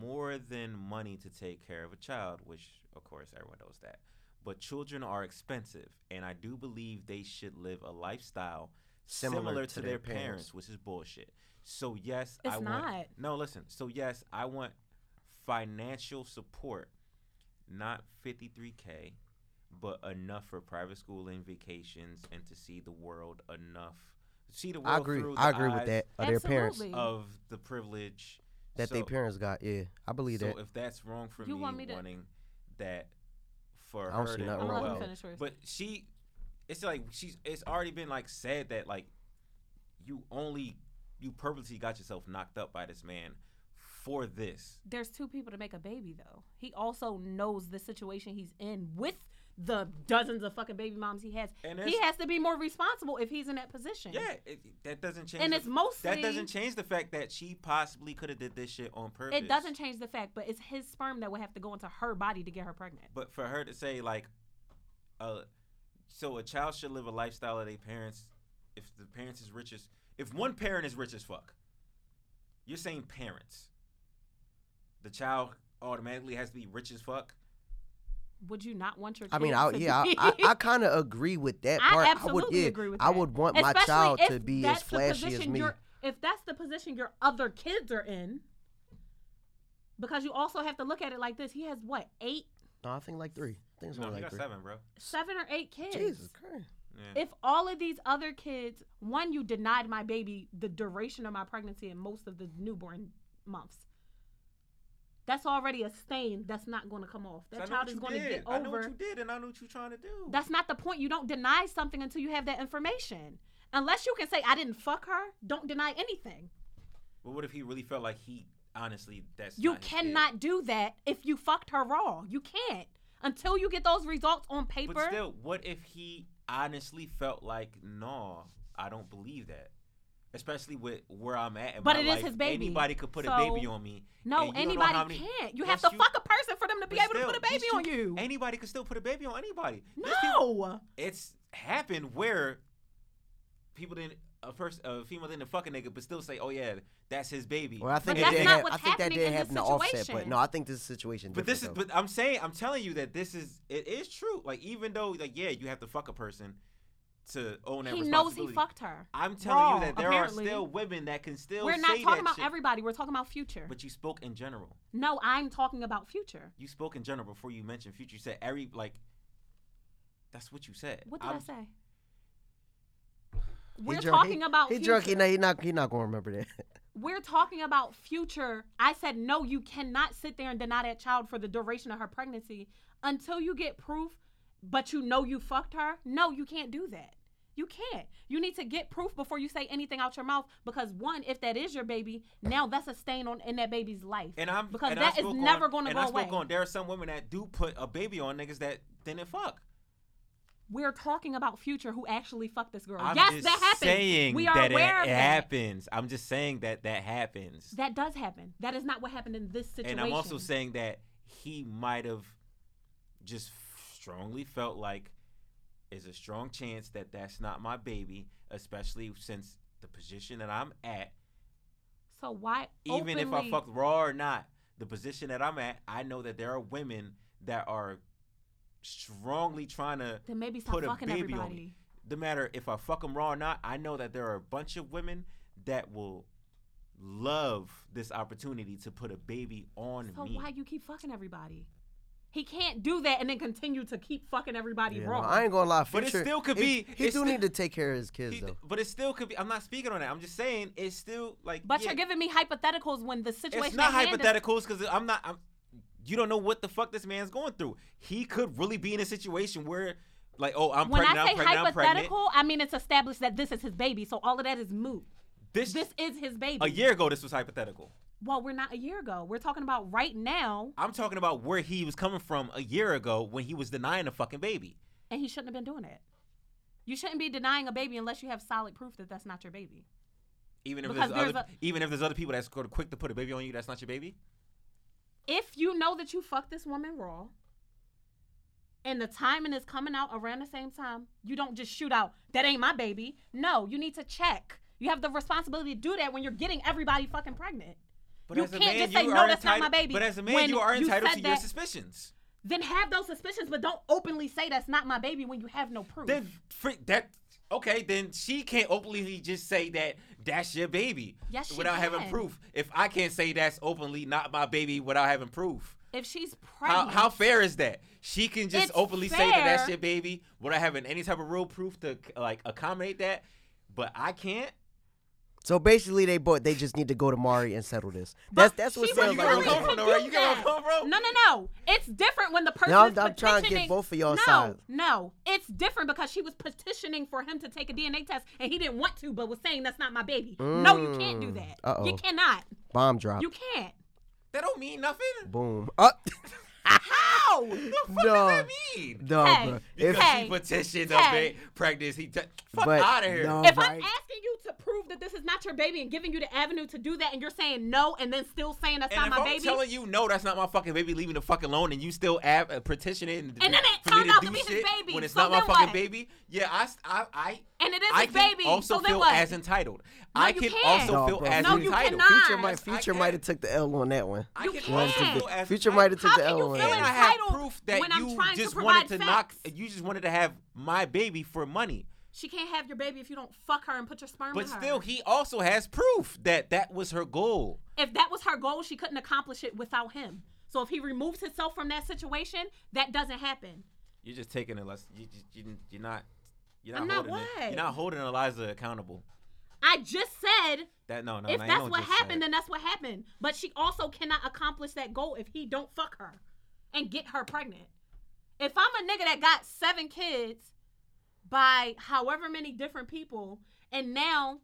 S4: more than money to take care of a child, which of course everyone knows that. But children are expensive, and I do believe they should live a lifestyle
S6: Similar
S4: similar,
S6: to
S4: to,
S6: their
S4: their,
S6: parents.
S4: parents. which is bullshit. So yes,
S5: It's
S4: I want
S5: not.
S4: no. Listen, so yes, I want financial support, not fifty three k, but enough for private schooling, vacations, and to see the world enough. See the world
S6: I agree.
S4: through the
S6: I agree with
S4: eyes
S6: that. Of their parents
S5: Absolutely.
S4: of the privilege
S6: that their parents got. Yeah, I believe
S4: so
S6: that.
S4: if that's wrong for
S5: You
S4: me,
S5: want me to-
S4: wanting that for
S6: I don't
S4: her
S6: see
S4: to
S6: nothing
S4: do
S6: wrong with
S4: well,
S6: that.
S5: Finish yours.
S4: but she, it's like she's it's already been like said that like you only you purposely got yourself knocked up by this man for this.
S5: There's two people to make a baby though. He also knows the situation he's in with the dozens of fucking baby moms he has.
S4: And
S5: he
S4: it's-
S5: has to be more responsible if he's in that position.
S4: Yeah, it, that doesn't change.
S5: And
S4: the-
S5: it's mostly-
S4: that doesn't change the fact that she possibly could have did this shit on purpose.
S5: It doesn't change the fact, but it's his sperm that would have to go into her body to get her pregnant.
S4: But for her to say like, uh, so a child should live a lifestyle of their parents. If the parents is rich as, if one parent is rich as fuck, you're saying parents. The child automatically has to be rich as fuck.
S5: Would you not want your?
S6: I mean,
S5: kids
S6: I
S5: to
S6: yeah, I,
S5: be-
S6: I, I kind of agree with that
S5: I
S6: part.
S5: absolutely
S6: would, yeah,
S5: agree with
S6: I
S5: that.
S6: would want my
S5: Especially
S6: child
S5: if
S6: to be as
S5: that's the
S6: flashy as
S5: position
S6: me.
S5: you're- If that's the position your other kids are in, because you also have to look at it like this. He has what eight,
S6: No, I think like three. I think it's
S4: No,
S6: only
S4: you
S6: like
S4: got
S6: three.
S4: seven, bro.
S5: seven or eight kids.
S6: Jesus Christ.
S4: Yeah.
S5: If all of these other kids, one, you denied my baby the duration of my pregnancy and most of the newborn months. That's already a stain that's not going to come off.
S4: So I
S5: That
S4: know
S5: child
S4: what
S5: is
S4: you
S5: going to
S4: did.
S5: get
S4: I know what
S5: over.
S4: you did, and I know what you're trying to do.
S5: That's not the point. You don't deny something until you have that information. Unless you can say, I didn't fuck her, don't deny anything.
S4: but what if he really felt like he honestly that's
S5: You
S4: not his kid?
S5: cannot do that if you fucked her raw. You can't. Until you get those results on paper.
S4: But still, what if he honestly felt like, no, I don't believe that. Especially with where I'm at. In
S5: But
S4: my
S5: it is
S4: life,
S5: his baby.
S4: Anybody could put a
S5: So-
S4: baby on me.
S5: no,
S4: and you don't know
S5: anybody
S4: how many-
S5: can't. You
S4: Yes,
S5: have to fuck a person for them to be
S4: but
S5: able to
S4: still,
S5: put a
S4: yes,
S5: baby on you.
S4: Anybody could still put a baby on anybody. There's people-
S5: No.
S4: it's happened where people didn't. A person, a female didn't fuck a nigga, but still say, "Oh yeah, that's his baby."
S6: Well, I think
S5: But
S6: that
S5: that's
S6: did
S5: not
S6: hap-
S5: what's
S6: I think that
S5: happening
S6: did
S5: in this
S6: happen to offset, but
S5: situation.
S6: no, I think this situation.
S4: But this is,
S6: different,
S4: but I'm saying, I'm telling you that this is, it is true. Like even though, like yeah, you have to fuck a person to own that
S5: He knows
S4: responsibility.
S5: he fucked her.
S4: I'm telling
S5: Raw,
S4: you that there
S5: apparently.
S4: are still women that can still.
S5: We're not
S4: say that
S5: talking about
S4: shit.
S5: everybody. We're talking about future.
S4: But you spoke in general.
S5: No, I'm talking about future.
S4: You spoke in general before you mentioned future. You said every like That's what you said.
S5: What did i
S4: I'm-
S5: say?
S6: He
S5: We're
S6: drunk, he-
S5: talking about
S6: He
S5: future.
S6: drunk. He not. He not. He not gonna remember that.
S5: We're talking about future. I said no. You cannot sit there and deny that child for the duration of her pregnancy until you get proof. But you know you fucked her. No, you can't do that. You can't. You need to get proof before you say anything out your mouth because one, if that is your baby, now that's a stain on in that baby's life.
S4: And I'm
S5: because
S4: and I
S5: that is
S4: spoke on-
S5: never going to
S4: and
S5: go
S4: I spoke
S5: away.
S4: on- there are some women that do put a baby on niggas that didn't fuck.
S5: We're talking about future who actually fucked this girl.
S4: I'm
S5: yes,
S4: just
S5: that happens.
S4: saying
S5: we are
S4: that
S5: aware
S4: it,
S5: of
S4: it
S5: that.
S4: happens. I'm just saying that that happens.
S5: That does happen. That is not what happened in this situation.
S4: and I'm also saying that he might have just strongly felt like is a strong chance that that's not my baby, especially since the position that I'm at.
S5: So why
S4: Even if I
S5: openly-
S4: fucked raw or not, the position that I'm at, I know that there are women that are strongly trying to
S5: Then maybe stop
S4: put a
S5: fucking
S4: baby on
S5: everybody.
S4: me. No matter if I fuck them raw or not, I know that there are a bunch of women that will love this opportunity to put a baby on
S5: So
S4: me.
S5: why you keep fucking everybody? He can't do that and then continue to keep fucking everybody
S6: Yeah, no,
S5: wrong.
S6: I ain't gonna lie. Future,
S4: But it still could
S6: he-
S4: be-
S6: He
S4: it's
S6: do
S4: sti-
S6: need to take care of his kids
S4: He-
S6: though.
S4: But it still could be. I'm not speaking on it. I'm just saying it's still like.
S5: but
S4: yeah,
S5: you're giving me hypotheticals when the situation
S4: It's not
S5: at hand is-
S4: hypotheticals because I'm not. I'm, you don't know what the fuck this man's going through. He could really be in a situation where, like, oh, I'm
S5: When
S4: pregnant.
S5: I say
S4: I'm pregnant. I'm pregnant.
S5: hypothetical, I mean it's established that this is his baby, so all of that is moot.
S4: This,
S5: This is his baby.
S4: a year ago, this was hypothetical.
S5: Well, we're not a year ago. We're talking about right now,
S4: I'm talking about where he was coming from a year ago when he was denying a fucking baby.
S5: and he shouldn't have been doing that. You shouldn't be denying a baby unless you have solid proof that that's not your baby.
S4: Even if
S5: Because
S4: there's,
S5: there's
S4: other,
S5: a-
S4: even if there's other people that's going to quick to put a baby on you, that's not your baby.
S5: if you know that you fucked this woman raw and the timing is coming out around the same time, you don't just shoot out, that ain't my baby. No, you need to check. You have the responsibility to do that when you're getting everybody fucking pregnant.
S4: But
S5: You
S4: as a
S5: can't
S4: man,
S5: just say,
S4: you
S5: "No,
S4: are
S5: that's not my
S4: entitled-
S5: baby,"
S4: But as a man,
S5: when
S4: you are
S5: you
S4: entitled
S5: said
S4: to your
S5: that-
S4: suspicions.
S5: Then have those suspicions, but don't openly say that's not my baby when you have no proof.
S4: Then freak that. Okay, then she can't openly just say that that's your baby
S5: Yes, she
S4: without having
S5: can.
S4: proof. If I can't say that's openly not my baby without having proof,
S5: if she's
S4: how,
S5: pregnant,
S4: how fair is that? She can just
S5: It's
S4: openly say that that's
S5: fair.
S4: your baby without having any type of real proof to like accommodate that, but I can't.
S6: So basically, they both they just need to go to Mari and settle this. That's
S5: But
S6: that's what
S5: she
S6: it sounds
S5: was
S4: You get where I'm
S6: like.
S5: willing
S4: coming from,
S5: to do
S4: though, right? You get where I'm
S5: that.
S4: coming from?
S5: No, no, no. It's different when the person
S6: I'm-
S5: is
S6: I'm trying to get
S5: petitioning-
S6: both of y'all
S5: no,
S6: sides.
S5: No, it's different because she was petitioning for him to take a DNA test and he didn't want to, but was saying that's not my baby. No, you can't do that.
S6: Mm, Uh-oh.
S5: You cannot.
S6: Bomb drop.
S5: You can't.
S4: That don't mean nothing.
S6: Boom. Up.
S5: How?
S4: The fuck
S6: No.
S4: does that mean?
S6: no,
S5: Hey.
S6: bro.
S4: Because
S6: If,
S5: Hey.
S4: she petitioned
S5: Hey.
S4: a ba- pregnancy. T- fuck
S6: But
S4: out of here.
S6: no.
S5: If I'm
S6: Right.
S5: asking you to prove that this is not your baby and giving you the avenue to do that, and you're saying no, and then still saying that's
S4: And
S5: not
S4: if
S5: my
S4: I'm
S5: baby,
S4: telling you, no, that's not my fucking baby, leaving the fucking alone, and you still ab- uh, petition it, and,
S5: And then it
S4: for me
S5: turned out
S4: do
S5: to be his
S4: shit
S5: baby.
S4: when it's
S5: So
S4: not my
S5: then
S4: fucking
S5: what?
S4: baby. Yeah, I, st- I, I,
S5: and it is
S4: I
S5: his
S4: can
S5: baby,
S4: also
S5: so then
S4: feel
S5: what?
S4: as entitled.
S5: No,
S4: I
S5: you
S4: can
S5: can't.
S4: also
S5: No,
S4: feel
S6: bro.
S4: as
S5: No, you
S4: entitled.
S5: cannot.
S6: future might
S5: I
S6: future
S4: can't.
S6: might have took the L on that one.
S4: I
S5: You
S4: can
S5: can't.
S4: also feel as
S6: Future
S4: entitled.
S6: might have took
S5: How
S6: the
S5: can
S6: L
S5: you
S6: on
S5: feel
S6: that.
S4: And I
S6: one.
S4: have
S5: entitled
S4: proof that
S5: when I'm
S4: you
S5: trying to
S4: just
S5: provide
S4: wanted to knock.
S5: facts?
S4: You just wanted to have my baby for money,
S5: she can't have your baby if you don't fuck her and put your sperm
S4: but
S5: in her.
S4: still, he also has proof that that was her goal.
S5: if that was her goal, she couldn't accomplish it without him. So if he removes himself from that situation, that doesn't happen.
S4: You're just taking it less. You, you, you, you're not. You're not
S5: I'm not
S4: holding. it-
S5: what?
S4: You're not holding Eliza accountable.
S5: I just said
S4: That no, no.
S5: if
S4: no, you
S5: that's
S4: don't
S5: what
S4: just say
S5: happened,
S4: it.
S5: then that's what happened. But she also cannot accomplish that goal if he don't fuck her and get her pregnant. If I'm a nigga that got seven kids by however many different people, and now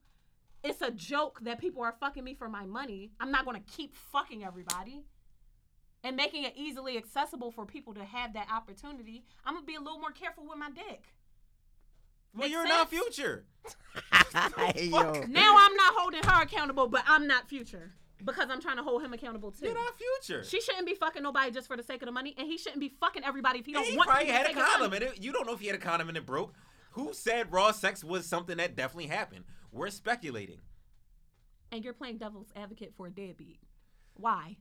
S5: it's a joke that people are fucking me for my money, I'm not gonna keep fucking everybody. And making it easily accessible for people to have that opportunity, I'm gonna be a little more careful with my dick.
S4: Well,
S5: Make
S4: you're not
S5: sense?
S4: future.
S6: Hey, yo.
S5: Now I'm not holding her accountable, but I'm not future because I'm trying to hold him accountable too.
S4: You're not future.
S5: She shouldn't be fucking nobody just for the sake of the money, and he shouldn't be fucking everybody if he
S4: And
S5: don't
S4: he
S5: want
S4: probably
S5: people
S4: had
S5: to
S4: a
S5: take his
S4: condom,
S5: money.
S4: and it, you don't know if he had a condom and it broke. Who said raw sex was something that definitely happened? We're speculating.
S5: And you're playing devil's advocate for a deadbeat. Why?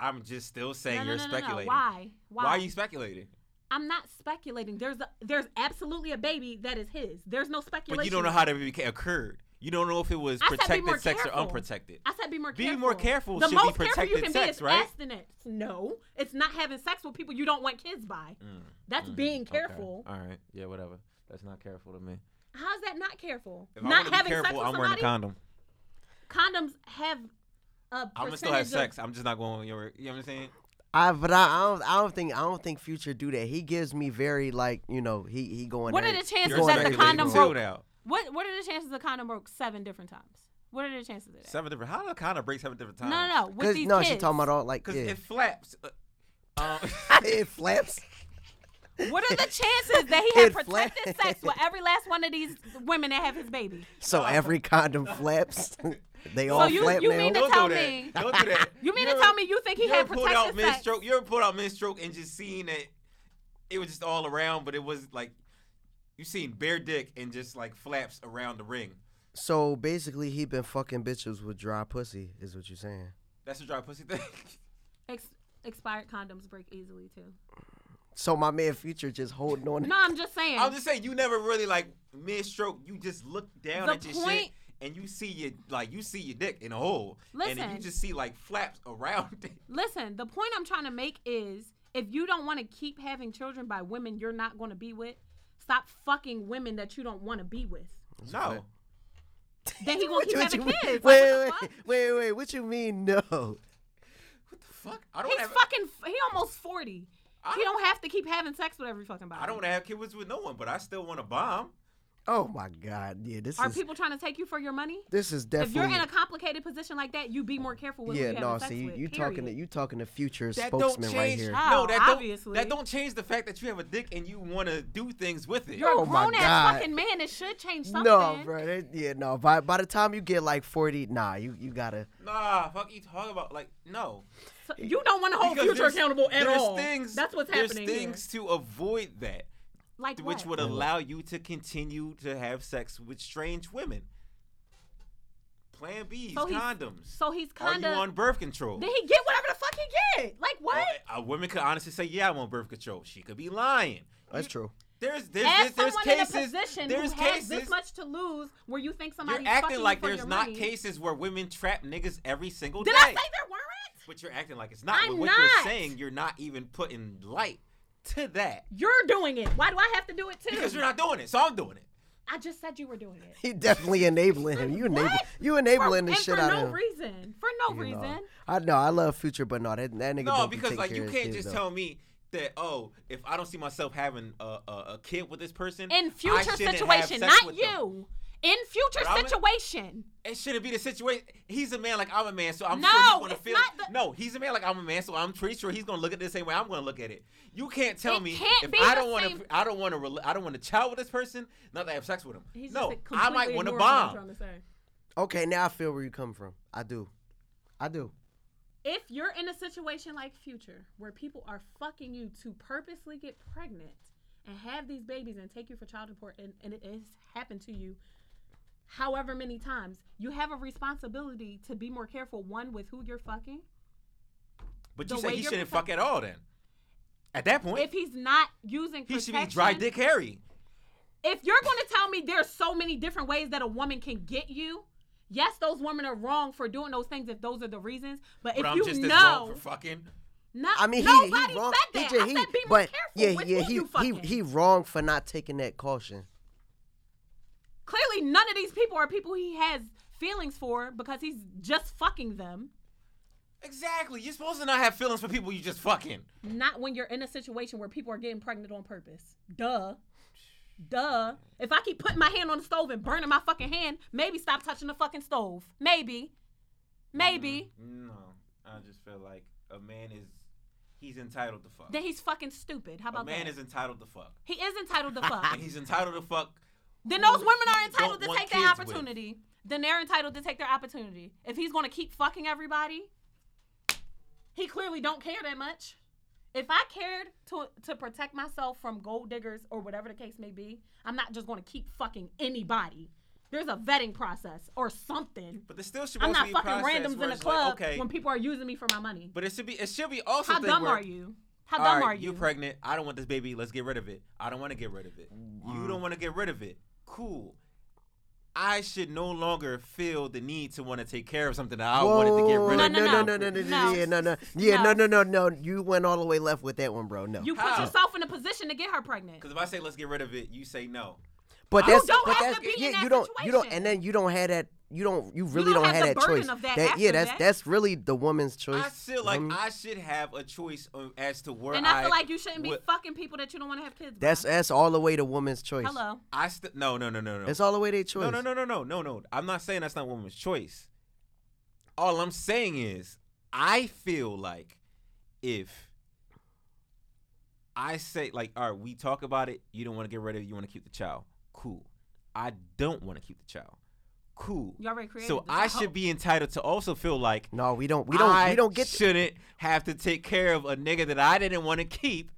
S4: I'm just still saying
S5: No, no,
S4: you're
S5: no, no, no.
S4: speculating.
S5: Why? Why?
S4: Why are you speculating?
S5: I'm not speculating. There's a, there's absolutely a baby that is his. There's no speculation.
S4: But you don't know how that baby ca- occurred. You don't know if it was
S5: I said be more
S4: protected sex or
S5: careful.
S4: unprotected.
S5: I said be more
S4: Be
S5: careful.
S4: more careful
S5: The
S4: should be
S5: most careful you
S4: protected
S5: can be
S4: sex,
S5: is
S4: right?
S5: abstinence. No, it's not having sex with people you don't want kids by. That's being
S4: Mm, Okay.
S5: careful.
S4: All right. Yeah. Whatever. That's not careful to me.
S5: How's that not careful?
S4: If I
S5: not
S4: wanna be
S5: having
S4: careful,
S5: sex with
S4: I'm wearing a
S5: somebody.
S4: condom.
S5: Condoms have a
S4: I'm gonna
S5: percentage
S4: still have
S5: of-
S4: sex. I'm just not going. You know what I'm saying?
S6: I but I, I don't I don't think I don't think Future do that. He gives me very like you know he he going.
S5: What
S6: at
S5: are the
S6: it-
S5: chances
S4: You're
S5: that the
S4: speculating
S5: condom
S4: too
S5: broke?
S4: now.
S5: What What are the chances the condom broke seven different times? What are the chances of that?
S4: Seven different. How do a condom break seven different
S5: No,
S4: times?
S5: no, no. With
S6: 'Cause-
S5: these
S6: no,
S5: kids,
S6: she talking about all like
S4: Because
S6: yeah.
S4: it flaps. Uh, um,
S6: it flaps.
S5: What are the chances that he had
S6: It flat-
S5: protected sex with every last one of these women that have his baby?
S6: So every condom flaps. they
S5: Oh. So
S6: all
S5: you-
S6: flap
S5: you
S6: now.
S5: mean to
S4: don't
S5: tell
S4: do that.
S5: me-
S4: Don't do that.
S5: You mean to
S4: ever-
S5: tell me you think he
S4: you
S5: had
S4: ever pulled out
S5: protected sex?
S4: midstroke? You ever pulled out midstroke and just seen that it was just all around, but it was like you seen bare dick and just like flaps around the ring.
S6: so basically, he been fucking bitches with dry pussy, is what you saying?
S4: That's a dry pussy thing.
S5: Ex- expired condoms break easily too.
S6: So my man Future just holding on.
S5: No, I'm just saying.
S4: I'm just saying you never really like midstroke. You just look down
S5: The
S4: at your shit
S5: point- and
S4: and you see your like you see your dick in a hole, and then you
S5: Listen.
S4: just see like flaps around it.
S5: Listen, the point I'm trying to make is if you don't want to keep having children by women you're not going to be with, stop fucking women that you don't want to be with.
S4: No.
S5: Then he gonna keep
S6: What
S5: having
S6: you mean-
S5: kids. Like,
S6: wait,
S5: what the
S6: wait,
S5: fuck?
S6: wait, wait. What you mean? No.
S4: What the fuck? I don't
S5: He's
S4: have
S5: fucking. He almost forty.
S4: I-
S5: He don't have to keep having sex with every fucking body.
S4: I don't want to have kids with no one, but I still want to bomb.
S6: Oh my God. Yeah. This
S5: Are
S6: is
S5: people trying to take you for your money?
S6: this is
S5: If you're
S6: definitely.
S5: in a complicated position like that, you be more careful with
S6: yeah.
S5: who you
S6: No.
S5: having sex
S6: See, you,
S5: with,
S6: you talking to
S5: period.
S6: you talking to Future
S4: that don't
S6: spokesman
S4: change.
S6: right here.
S5: Ah,
S4: No, that don't.
S5: obviously.
S4: That don't change the fact that you have a dick and you want to do things with it.
S5: You're
S6: Oh
S5: a
S6: my
S5: grown ass
S6: God.
S5: fucking man. It should change something.
S6: No, bro. that- yeah. No. By by the time you get like forty, nah. You you gotta.
S4: nah, fuck you talking about? Like no.
S5: So you don't want to hold
S4: Because
S5: Oh, future
S4: there's-
S5: accountable at
S4: there's
S5: all.
S4: Things,
S5: That's what's
S4: there's
S5: happening here.
S4: things to avoid that,
S5: Like
S4: which
S5: what?
S4: would allow you to continue to have sex with strange women. Plan B's,
S5: So he's-
S4: condoms.
S5: so he's
S4: Are
S5: kinda-
S4: you on birth control?
S5: Then he get whatever the fuck he get. Like what?
S4: Or, A, a woman could honestly say, "Yeah, I'm on birth control." She could be lying.
S6: That's true.
S4: There's there's
S5: As
S4: there's,
S5: someone
S4: there's
S5: in a
S4: cases.
S5: position
S4: there's
S5: who
S4: cases.
S5: has this much to lose, where you think
S4: You're
S5: somebody's
S4: acting like
S5: for
S4: there's
S5: your
S4: not
S5: money.
S4: cases where women trap niggas every single
S5: Did
S4: day.
S5: I say there weren't?
S4: But you're acting like it's not.
S5: I'm
S4: but what you're
S5: not.
S4: saying, you're not even putting light to that
S5: You're doing it. Why do I have to do it too?
S4: because you're not doing it. So I'm doing it.
S5: I just said you were doing it.
S6: He definitely enabling him. You enable
S5: What?
S6: you enabling
S5: For-
S6: the
S5: and
S6: shit
S5: for
S6: out
S5: no
S6: of him.
S5: reason. For no
S6: you know.
S5: reason.
S6: I know I love Future, but no, that, that nigga
S4: No,
S6: don't be
S4: because
S6: taking
S4: like
S6: care
S4: you
S6: of his
S4: can't
S6: kids,
S4: just
S6: though.
S4: tell me that oh, if I don't see myself having a a, a kid with this person I
S5: In future
S4: shouldn't have
S5: situation,
S4: sex
S5: not
S4: with them.
S5: you. In future
S4: But I'm-
S5: situation.
S4: It shouldn't be the situation. He's a man like I'm a man, so I'm
S5: No,
S4: sure he's gonna
S5: it's
S4: feel.
S5: not the-
S4: no, he's a man like I'm a man, so I'm pretty sure he's gonna look at it the same way I'm gonna look at it. You can't tell
S5: It
S4: me
S5: can't
S4: if
S5: be
S4: I
S5: the
S4: don't want
S5: same-
S4: to. I don't want to. I don't want to child with this person. Not that I have sex with him.
S5: He's
S4: no,
S5: just
S4: I might
S5: want
S4: want bomb.
S5: to
S6: Okay, now I feel where you come from. I do, I do.
S5: If you're in a situation like future where people are fucking you to purposely get pregnant and have these babies and take you for child support and, and it has happened to you however many times, you have a responsibility to be more careful, one with who you're fucking.
S4: But
S5: The
S4: you said
S5: way
S4: he
S5: you're
S4: shouldn't fuck at all. Then, at that point,
S5: If he's not using
S4: he should
S5: protection,
S4: be dry dick Harry.
S5: if you're going to tell me there's so many different ways that a woman can get you, yes, those women are wrong for doing those things if those are the reasons. But if
S4: But I'm
S5: you
S4: just
S5: know,
S4: as wrong for fucking.
S5: no,
S6: I mean, he
S5: Uh, nobody
S6: he wrong.
S5: said that.
S6: He, just-
S5: I
S6: he-
S5: said be more
S6: but
S5: careful
S6: yeah,
S5: with
S6: yeah,
S5: who
S6: he
S5: you fucking.
S6: he he wrong for not taking that caution.
S5: Clearly, none of these people are people he has feelings for because he's just fucking them.
S4: Exactly. You're supposed to not have feelings for people you just fucking.
S5: Not when you're in a situation where people are getting pregnant on purpose. Duh. Duh. If I keep putting my hand on the stove and burning my fucking hand, maybe stop touching the fucking stove. Maybe. Maybe.
S4: No, I just feel like a man is. He's entitled to fuck.
S5: Then he's fucking stupid. How
S4: a
S5: about
S4: man
S5: that?
S4: is entitled to fuck.
S5: he is entitled to fuck.
S4: And he's entitled to fuck.
S5: then those women
S4: he
S5: are entitled
S4: don't
S5: to
S4: want
S5: take their
S4: kids with.
S5: opportunity. Then they're entitled to take their opportunity. If he's gonna keep fucking everybody, he clearly don't care that much. If I cared to to protect myself from gold diggers or whatever the case may be, I'm not just gonna keep fucking anybody. There's a vetting process or something.
S4: But there still should
S5: I'm
S4: also
S5: not
S4: be a
S5: fucking
S4: process
S5: randoms
S4: where
S5: in a
S4: it's like,
S5: club
S4: okay,
S5: when people are using me for my money.
S4: But it should be. It should be also.
S5: How
S4: thing
S5: dumb
S4: where,
S5: are you? How
S4: "All
S5: dumb
S4: right,
S5: are
S4: You
S5: you?
S4: pregnant? I don't want this Mm. baby. Let's get rid of it. I don't want to get rid of it. You don't want to get rid of it. Cool. I should no longer feel the need to want to take care of something that I
S6: Whoa,
S4: wanted to get rid
S5: No,
S4: of.
S5: no,
S6: no,
S5: no.
S6: no, no, no,
S5: No.
S6: yeah, no, no, yeah, no, no, no, no. You went all the way left with that one, bro. No,
S5: You put yourself in a position to get her pregnant.
S4: Because if I say let's get rid of it, you say no.
S6: but
S5: You
S6: that's
S5: Oh, don't
S6: but
S5: have
S6: that's
S5: to be in
S6: yeah,
S5: that
S6: you don't you don't,
S5: situation.
S6: and then you don't have that. You don't. You really
S5: don't
S6: don't,
S5: have the
S6: have, that
S5: burden
S6: choice.
S5: of that
S6: yeah,
S5: after
S6: that's
S5: that.
S6: that's really the woman's choice.
S4: I feel like
S6: Um,
S4: I should have a choice on- as to where
S5: and
S4: I.
S5: I feel like you shouldn't be
S4: what-
S5: fucking people that you don't want to have kids. with.
S6: that's that's all the way the woman's choice.
S5: hello.
S4: I st- no, no, no, no, no.
S6: That's all the way their choice.
S4: No, no, no, no, no, no, no. I'm not saying that's not woman's choice. All I'm saying is, I feel like if I say, like, all right, we talk about it, you don't want to get rid of it, you want to keep the child. Cool. I don't want to keep the child. Cool.
S5: You already created
S4: So
S5: the
S4: I
S5: child.
S4: should be entitled to also feel like
S6: No, we don't. We don't.
S4: I
S6: we don't get.
S4: shouldn't have to take care of a nigga that I didn't want to keep.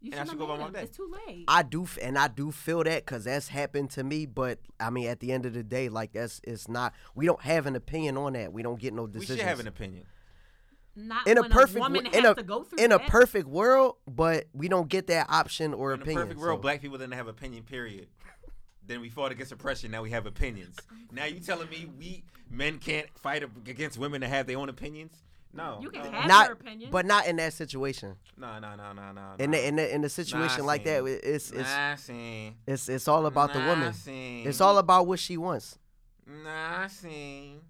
S5: You
S4: And I should
S5: shouldn't have
S4: go by
S5: made
S4: my day.
S5: it. It's too late.
S6: I do, f- and I do feel that because that's happened to me. But I mean, at the end of the day, like that's it's not. We don't have an opinion on that. We don't get no
S4: We
S6: decisions.
S4: should have an opinion.
S5: Not
S6: in a
S5: when
S6: perfect
S5: a woman
S6: wo-
S5: has
S6: in a
S5: to go through
S6: in
S5: that.
S6: a perfect world, but we don't get that option or
S4: In
S6: opinion.
S4: a perfect world,
S6: so-
S4: black people didn't have opinion. Period. then we fought against oppression. Now we have opinions. Now you telling me we men can't fight ab- against women to have their own opinions? No.
S5: You can
S4: no,
S5: have-
S6: not,
S5: your opinion.
S6: but not in that situation.
S4: No, no, no, no, no.
S6: In
S4: no.
S6: the, in the, in a situation like that,
S4: Nah,
S6: it's it's
S4: nah, seen.
S6: it's it's all about the
S4: Nah,
S6: woman.
S4: seen.
S6: It's all about what she wants.
S4: Nah, seen.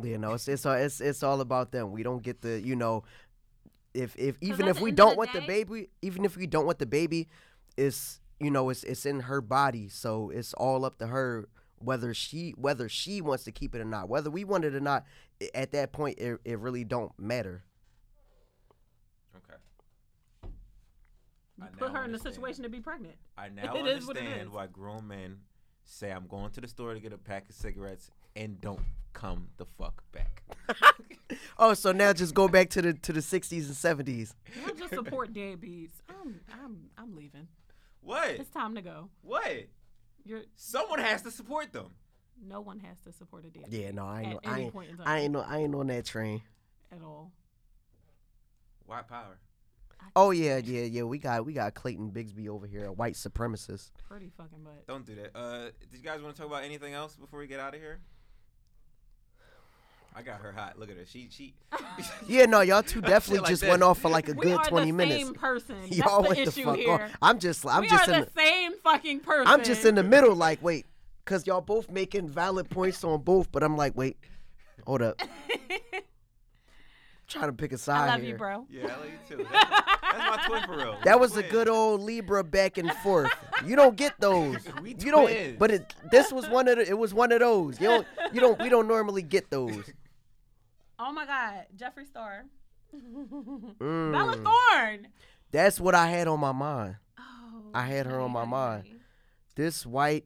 S6: You know, it's it's all- it's it's all about them. We don't get the you know, if if even
S5: at
S6: if
S5: the
S6: we
S5: end of
S6: don't
S5: the
S6: want the
S5: day-
S6: baby, even if we don't want the baby, it's you know it's it's in her body, so it's all up to her whether she whether she wants to keep it or not. Whether we want it or not, i- at that point it it really don't matter.
S4: Okay.
S5: You
S4: I
S5: put
S4: now
S5: her in a
S4: understand.
S5: situation to be pregnant.
S4: I now
S5: It is what it
S4: understand
S5: is.
S4: why grown men say I'm going to the store to get a pack of cigarettes and don't come the fuck back.
S6: Oh, so now just go back to the to the sixties and seventies.
S5: I just support deadbeats. I'm I'm I'm leaving.
S4: what?
S5: It's time to go.
S4: What?
S5: You're
S4: Someone has to support them.
S5: no one has to support a deadbeat
S6: Yeah, no, I ain't
S5: At
S6: I
S5: any
S6: ain't,
S5: point in time.
S6: I ain't no I ain't on that train.
S5: at all.
S4: White power.
S6: Oh yeah, yeah, yeah. We got we got Clayton Bigsby over here, a white supremacist.
S5: Pretty fucking butt.
S4: Don't do that. Uh, did you guys want to talk about anything else before we get out of here? I got her hot. Look at her. She she.
S6: Yeah, no, y'all two
S4: Shit
S6: definitely
S4: like
S6: just
S4: that.
S6: went off for like a
S5: We
S6: good
S5: are
S6: twenty
S5: the
S6: minutes.
S5: same person. That's
S6: Y'all
S5: the
S6: went the
S5: issue
S6: fuck
S5: here.
S6: off. I'm just, I'm
S5: we
S6: just
S5: are
S6: in,
S5: the same fucking person.
S6: I'm just in the middle. Like, wait, cause y'all both making valid points on both, but I'm like, wait, hold up. trying to pick a
S5: I
S6: side
S5: love
S6: here.
S5: you, bro.
S4: Yeah, I love you too. That's, that's my twin for real.
S6: That
S4: We
S6: was the
S4: twins.
S6: good old Libra back and forth. You don't get those.
S4: We
S6: you don't.
S4: twins.
S6: But it, this was one of the, it was one of those. You don't. You don't. We don't normally get those.
S5: Oh my God, Jeffree Star,
S6: Mm.
S5: Bella Thorne.
S6: That's what I had on my mind.
S5: Oh,
S6: I had her on my mind.
S5: shawty.
S6: This white.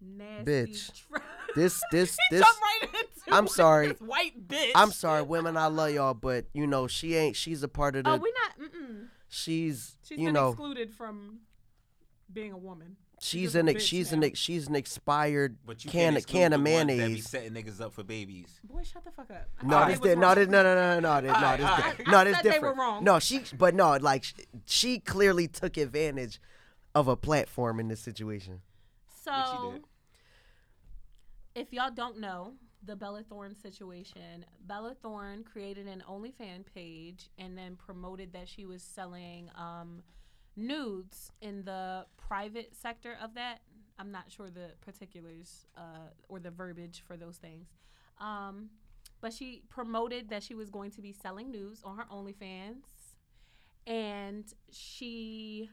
S5: Nasty
S6: Bitch.
S5: tra-
S6: This. This.
S5: He
S6: This.
S5: jumped right into
S6: I'm
S5: it,
S6: sorry.
S5: this white bitch.
S6: I'm sorry, women. I love y'all, but you know she ain't. She's a part of the.
S5: Oh, we not. Mm-mm.
S6: she's,
S5: She's
S6: you
S5: been
S6: know
S5: excluded from being a woman.
S6: she's
S5: just a
S6: an
S5: bitch
S6: ex she's an
S5: now.
S6: ex she's an expired
S4: But you
S6: can
S4: can't
S6: of
S4: exclude
S6: can
S4: the
S6: of
S4: ones that be
S6: mayonnaise.
S4: setting niggas up for babies.
S5: Boy, shut the fuck up. I
S6: No,
S5: thought
S6: this
S5: they
S6: did
S5: was
S6: no,
S5: wrong.
S6: this no, no, no, no, no, this- no,
S4: Alright,
S6: this, di-
S4: alright.
S6: no,
S5: I
S6: this
S5: said they were
S6: different.
S5: wrong.
S6: No, she, but no, like sh- she clearly took advantage of a platform in this situation.
S4: What she
S5: So,
S4: did.
S5: if y'all don't know the Bella Thorne situation, Bella Thorne created an OnlyFans page and then promoted that she was selling um, nudes in the private sector of that. I'm not sure the particulars uh, or the verbiage for those things. Um, but she promoted that she was going to be selling nudes on her OnlyFans. And she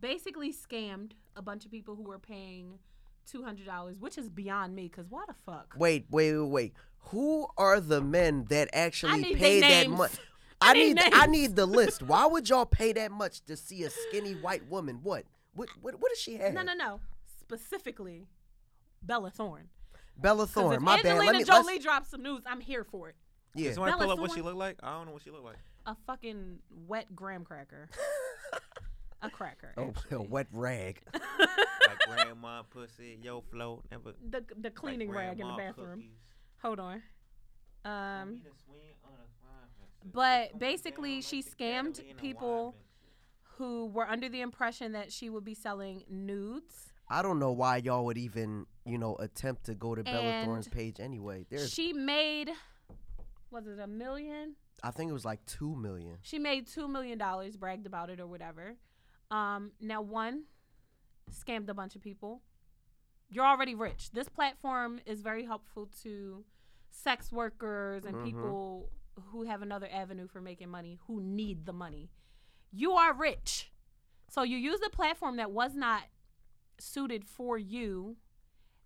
S5: basically scammed a bunch of people who were paying $200, which is beyond me because why the fuck?
S6: Wait, wait, wait, wait. Who are the men that actually
S5: need they
S6: paid that
S5: names.
S6: much?
S5: I
S6: I
S5: need
S6: need, I
S5: names.
S6: need the list. Why would y'all pay that much to see a skinny white woman? What, what, what, what does she have?
S5: No, no, no. Specifically, Bella Thorne.
S6: Bella
S5: 'Cause
S6: Thorne.
S5: if
S6: My
S5: Angelina
S6: bad. Let me.
S5: Jolie
S6: let's-
S5: drops some news, I'm here for it.
S6: yeah.
S4: Somebody
S5: Bella
S4: pull up what she
S5: Thorne?
S4: looked like. I don't know what she looked like.
S5: A fucking wet graham cracker. a cracker.
S6: Oh, a
S5: actually.
S6: wet rag.
S4: Like grandma pussy, yo float, never. like
S5: The, the cleaning rag in the
S4: grandma
S5: bathroom.
S4: cookies.
S5: Hold on. Um,
S4: Need a swing on a climb,
S5: but
S4: Come
S5: basically,
S4: down
S5: she
S4: like the
S5: scammed
S4: Catalina
S5: people
S4: wine mixer.
S5: who were under the impression that she would be selling nudes.
S6: I don't know why y'all would even, you know, attempt to go to Bella
S5: And
S6: Thorne's page anyway. There's,
S5: She made, was it a million?
S6: I think it was like two million.
S5: She made two million dollars, bragged about it or whatever. Um, now one scammed a bunch of people. You're already rich. This platform is very helpful to sex workers and people who have another avenue for making money who need the money. You are rich. So you use a platform that was not suited for you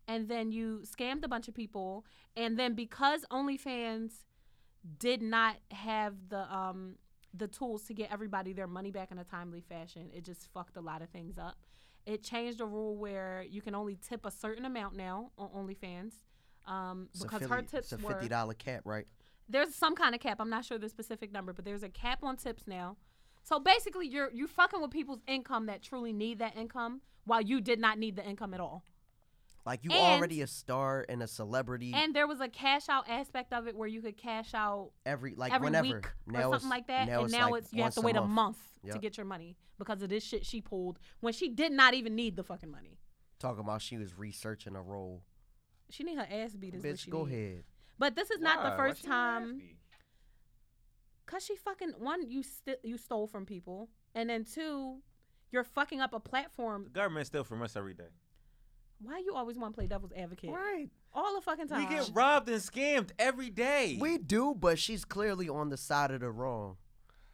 S5: and then you scammed a bunch of people and then because OnlyFans did not have the um the tools to get everybody their money back in a timely fashion. It just fucked a lot of things up. It changed a rule where you can only tip a certain amount now on OnlyFans. Um,
S6: It's a
S5: because her
S6: fifty-
S5: tips
S6: it's a
S5: were
S6: fifty dollar cap, right?
S5: there's some kind of cap. I'm not sure the specific number, but there's a cap on tips now. So basically, you're you fucking with people's income that truly need that income, while you did not need the income at all.
S6: Like you
S5: And-
S6: already a star and a celebrity.
S5: And there was a cash out aspect of it where you could cash out
S6: every like
S5: every
S6: whenever
S5: week or
S6: now it's-
S5: something like that, and now
S6: like
S5: it's you have
S6: once
S5: to wait a month, to
S6: Yep.
S5: get your money because of this shit she pulled when she did not even need the fucking money.
S6: Talking about she was researching a role.
S5: She need her ass beat. Is what
S6: Bitch,
S5: she
S6: go
S5: need.
S6: ahead.
S5: But this is not
S4: Why?
S5: the
S4: Why
S5: first
S4: she nasty?
S5: time. Cause she fucking one, you sti you stole from people, and then two, you're fucking up a
S4: The
S5: platform.
S4: government steal from us every day.
S5: Why you always want to play devil's advocate?
S6: Right.
S5: All the fucking time.
S4: We get robbed and scammed every day.
S6: We do, but she's clearly on the side of the wrong.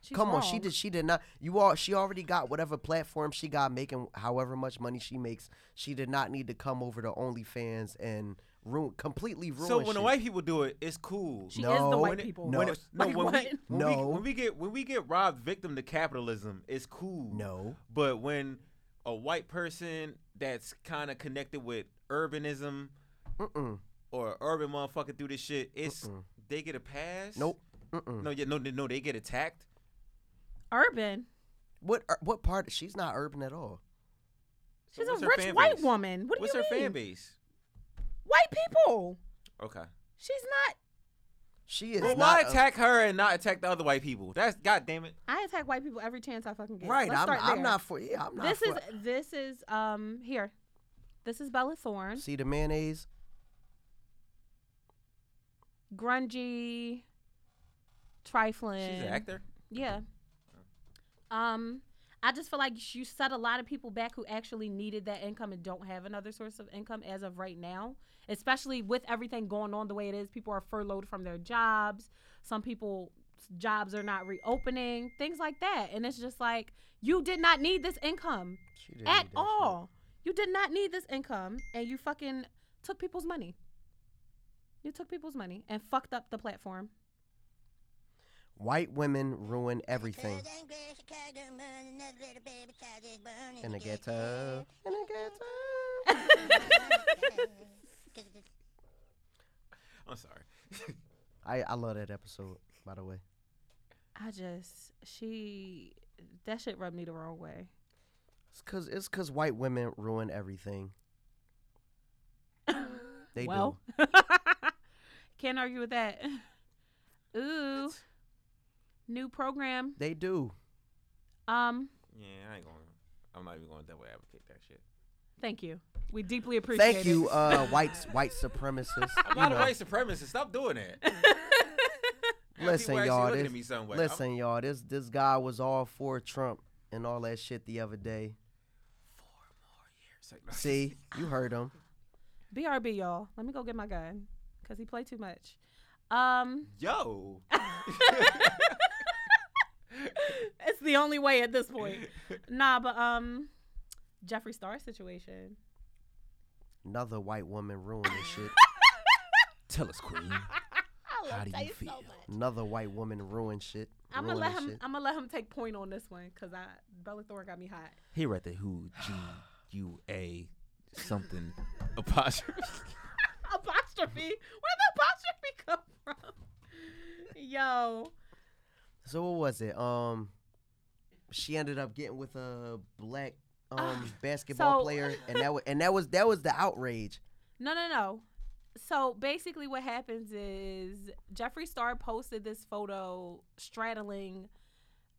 S5: She's
S6: Come on, she
S5: wrong.
S6: did. She did not. You all. She already got whatever platform she got, making however much money she makes. She did not need to come over to OnlyFans and ruin completely ruin.
S4: so when
S6: shit.
S4: the white people do it, it's cool.
S5: She is the
S6: No,
S5: white
S6: when it-
S5: people.
S6: no,
S4: When it- no,
S5: Like,
S4: when,
S5: what?
S4: We, when,
S6: No.
S4: We, when we get when we get robbed, victim to capitalism, it's cool.
S6: No.
S4: but when a white person that's kind of connected with urbanism
S6: Mm-mm.
S4: or urban motherfucker do this shit, it's they get a pass.
S6: Nope. Mm-mm.
S4: No, yeah, no, they- no, they get attacked.
S5: Urban.
S6: What? ur- What part? She's not urban at all.
S4: So
S5: She's
S4: what's
S5: a
S4: her
S5: rich
S4: fan
S5: white
S4: base?
S5: woman. What do
S4: what's
S5: you
S4: her
S5: mean?
S4: fan base?
S5: White people.
S4: Okay.
S5: She's not.
S6: She is.
S4: Well,
S6: not
S4: why
S6: a-
S4: attack her and not attack the other white people? That's god damn it.
S5: I attack white people every chance I fucking get.
S6: right.
S5: Let's
S6: I'm,
S5: start
S6: I'm
S5: there.
S6: not for. Yeah, I'm not.
S5: This
S6: for,
S5: is this is um here. This is Bella Thorne,
S6: See the mayonnaise?
S5: grungy, trifling.
S4: She's an actor.
S5: Yeah. Um, I just feel like you set a lot of people back who actually needed that income and don't have another source of income as of right now. Especially with everything going on the way it is, people are furloughed from their jobs. Some people jobs are not reopening, things like that. And it's just like you did not need this income
S6: She didn't
S5: at
S6: need that shit.
S5: all. You did not need this income, and you fucking took people's money. You took people's money and fucked up the platform.
S6: White women ruin everything. In the ghetto. In the ghetto.
S4: I'm sorry.
S6: I, I love that episode, by the way.
S5: I just she that shit rubbed me the wrong way.
S6: It's cause it's cause white women ruin everything. They
S5: well, can't argue with that. Ooh, new program.
S6: do. They do.
S5: Um,
S4: Yeah, I ain't going. to I'm not even going to double advocate that shit.
S5: thank you. We deeply appreciate it.
S6: Thank you, uh, white white supremacists.
S4: I'm
S6: You
S4: not a
S6: know,
S4: white supremacist. Stop doing that. People
S6: listen,
S4: actually
S6: y'all.
S4: looking
S6: This,
S4: at me some way. I'm-
S6: listen, y'all. This this guy was all for Trump and all that shit the other day.
S4: It's like, no.
S6: See, you heard him.
S5: BRB, y'all. Let me go get my gun because he played too much. Um,
S4: Yo.
S5: it's the only way at this point. nah, but um, Jeffree Star situation.
S6: Another white woman ruined this shit.
S4: Tell us, Queen. How do you feel?
S6: Another white woman ruined shit.
S5: I'm gonna let
S6: ruined
S5: him.
S6: shit.
S5: I'm gonna let him take point on this one because I Bella Thorne got me hot.
S4: Here at the Who G U A something apostrophe.
S5: apostrophe. Where the apostrophe come from? Yo,
S6: So what was it? Um, she ended up getting with a black um basketball
S5: Ah, so-
S6: player, and that was, and that was that was the outrage.
S5: no, no, no. So basically, what happens is Jeffree Star posted this photo straddling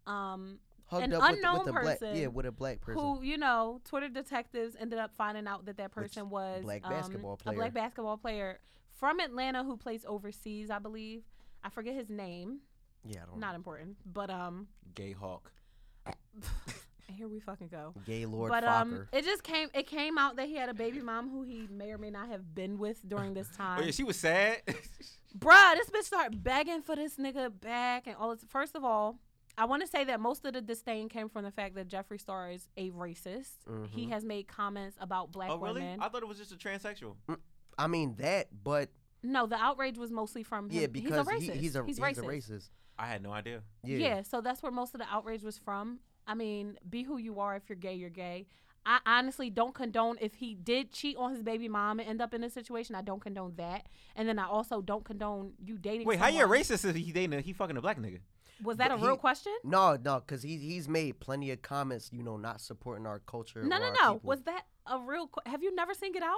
S5: um
S6: hooked
S5: An
S6: up with,
S5: unknown
S6: with a black
S5: person
S6: yeah with a black person.
S5: who you know Twitter detectives ended up finding out that that person was
S6: black
S5: um,
S6: basketball
S5: a black
S6: player.
S5: basketball player from Atlanta who plays overseas, I believe. I forget his name.
S6: yeah, I don't know.
S5: Not important, but um,
S4: Gay Hawk.
S5: here we fucking go.
S6: Gaylord
S5: but um,
S6: Fokker.
S5: it just came. It came out that he had a baby mom who he may or may not have been with during this time.
S4: Oh yeah, she was sad.
S5: bruh, this bitch started begging for this nigga back and all this. First of all, I want to say that most of the disdain came from the fact that Jeffree Star is a racist. He has made comments about black
S4: oh really?
S5: women.
S4: I thought it was just a transsexual.
S6: I mean that, but
S5: no, the outrage was mostly from him.
S6: yeah, because
S5: Mhm. he's a racist.
S6: he, he's a he's
S5: racist.
S6: a racist.
S4: I had no idea.
S5: Yeah.
S6: Yeah.
S5: so that's where most of the outrage was from. I mean, be who you are. If you're gay, you're gay. I honestly don't condone if he did cheat on his baby mom and end up in this situation. I don't condone that. And then I also don't condone you dating.
S4: Wait, how you a
S5: someone-
S4: racist if he dating a, he fucking a black nigga?
S5: Was that a
S6: But
S5: real
S6: he-
S5: question?
S6: No, no, because he he's made plenty of comments, you know, not supporting our culture.
S5: No,
S6: or
S5: no,
S6: our
S5: no.
S6: people.
S5: Was that a real? Qu- have you never seen Get Out?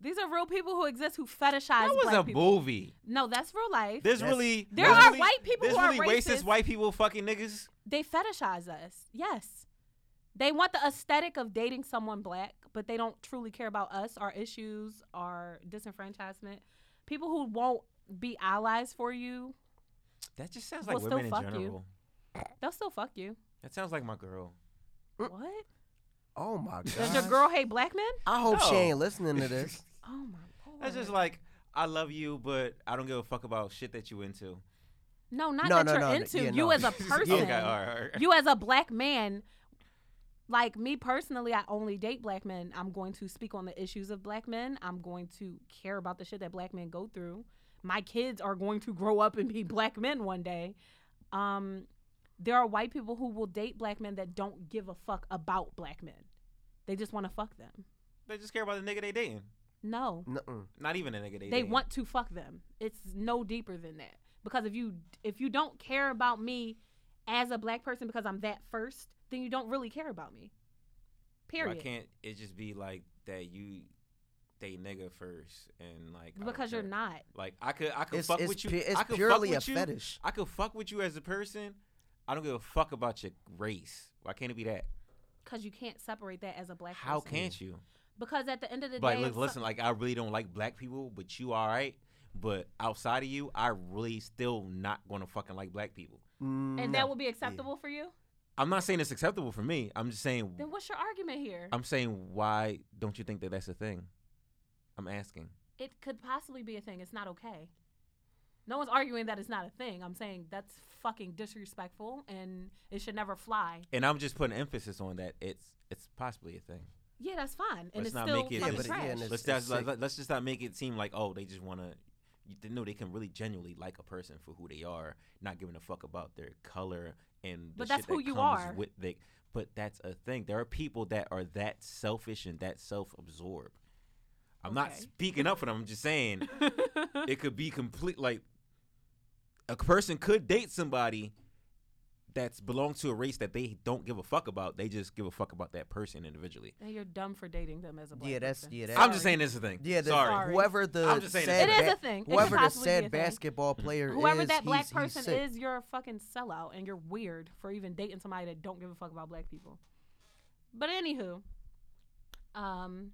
S5: These are real people who exist who fetishize.
S4: That was
S5: black
S4: a
S5: people.
S4: movie.
S5: No, that's real life.
S4: There's
S6: That's-
S4: really
S5: There
S4: there's
S5: are
S4: really-
S5: white people
S4: There's
S5: who are
S4: really racist
S5: racist.
S4: white people fucking niggas.
S5: they fetishize us. Yes, they want the aesthetic of dating someone black, but they don't truly care about us, our issues, our disenfranchisement. People who won't be allies for you,
S4: That just sounds
S5: Well,
S4: like
S5: still
S4: women in
S5: fuck you.
S4: general.
S5: they'll still fuck you.
S4: That sounds like my girl.
S6: Mm.
S5: What?
S6: Oh my
S5: Does your
S6: god!
S5: girl hate black men?
S6: I hope she
S4: No.
S6: ain't listening to this.
S5: Oh my lord.
S4: That's just like I love you, but I don't give a fuck about shit that you into.
S5: no, not
S6: No,
S5: that
S6: no,
S5: you're
S6: no, no.
S5: into
S6: Yeah,
S5: you
S6: no.
S5: as a
S6: Okay,
S5: person.
S4: Okay, all right, all right.
S5: you as a black man like me personally i only date black men i'm going to speak on the issues of black men i'm going to care about the shit that black men go through my kids are going to grow up and be black men one day um there are white people who will date black men that don't give a fuck about black men they just want to fuck them
S4: They just care about the nigga they dating.
S5: no
S6: Nuh-uh.
S4: Not even a nigga they,
S5: they
S4: dating.
S5: want to fuck them it's no deeper than that because if you if you don't care about me as a black person because i'm that first then you don't really care about me
S4: Why
S5: period
S4: can't it just be like that? You date nigga first, and like I don't
S5: because you're
S4: care.
S5: not
S4: Like I could, I could
S6: It's-
S4: fuck
S6: it's
S4: with you.
S6: pu- it's
S4: I could
S6: purely
S4: fuck
S6: a
S4: with you.
S6: fetish.
S4: I could fuck with you as a person. I don't give a fuck about your race. Why can't it be that?
S5: because you can't separate that as a black
S4: How
S5: person.
S4: can't you?
S5: because at the end of the
S4: Like,
S5: day
S4: look,
S5: so-
S4: listen, like I really don't like black people, but you all right. But outside of you, I really still not gonna fucking like black people.
S6: Mm,
S5: and
S6: no.
S5: that will be acceptable for you
S4: I'm not saying it's acceptable for me. I'm just saying.
S5: then what's your argument here
S4: I'm saying why don't you think that that's a thing? I'm asking.
S5: it could possibly be a thing it's not okay no one's arguing that it's not a thing i'm saying that's fucking disrespectful and it should never fly
S4: And I'm just putting emphasis on that. It's it's possibly a thing.
S5: yeah that's fine and
S4: let's
S5: it's
S4: not
S5: still
S4: make it.
S6: Yeah,
S5: fucking
S6: but it-
S5: trash.
S6: yeah, and
S4: let's,
S6: it's-
S4: just,
S6: it's sick.
S4: let, us just not make it seem like oh they just want to. You know they can really genuinely like a person for who they are, not giving a fuck about their color and. The
S5: But that's
S4: shit that
S5: who you
S4: comes
S5: are.
S4: With the, but that's a thing. There are people that are that selfish and that self-absorbed. I'm not
S5: Okay.
S4: speaking up for them. I'm just saying it could be complete. Like a person could date somebody that's belongs to a race that they don't give a fuck about. They just give a fuck about that person individually.
S5: And you're dumb for dating them as a black
S6: yeah, that's
S5: person.
S6: yeah. That's,
S4: I'm just saying this is a thing.
S6: Yeah, the,
S4: sorry.
S5: Sorry.
S6: whoever the
S4: I'm just saying Mm-hmm.
S6: sad
S5: It is
S6: ba-
S5: a thing. It could
S6: Whoever the
S5: possibly be a thing.
S6: sad basketball player
S5: Whoever
S6: is,
S5: that black
S6: he's- he's
S5: person
S6: sick.
S5: is, you're a fucking sellout, and you're weird for even dating somebody that don't give a fuck about black people. But anywho, um,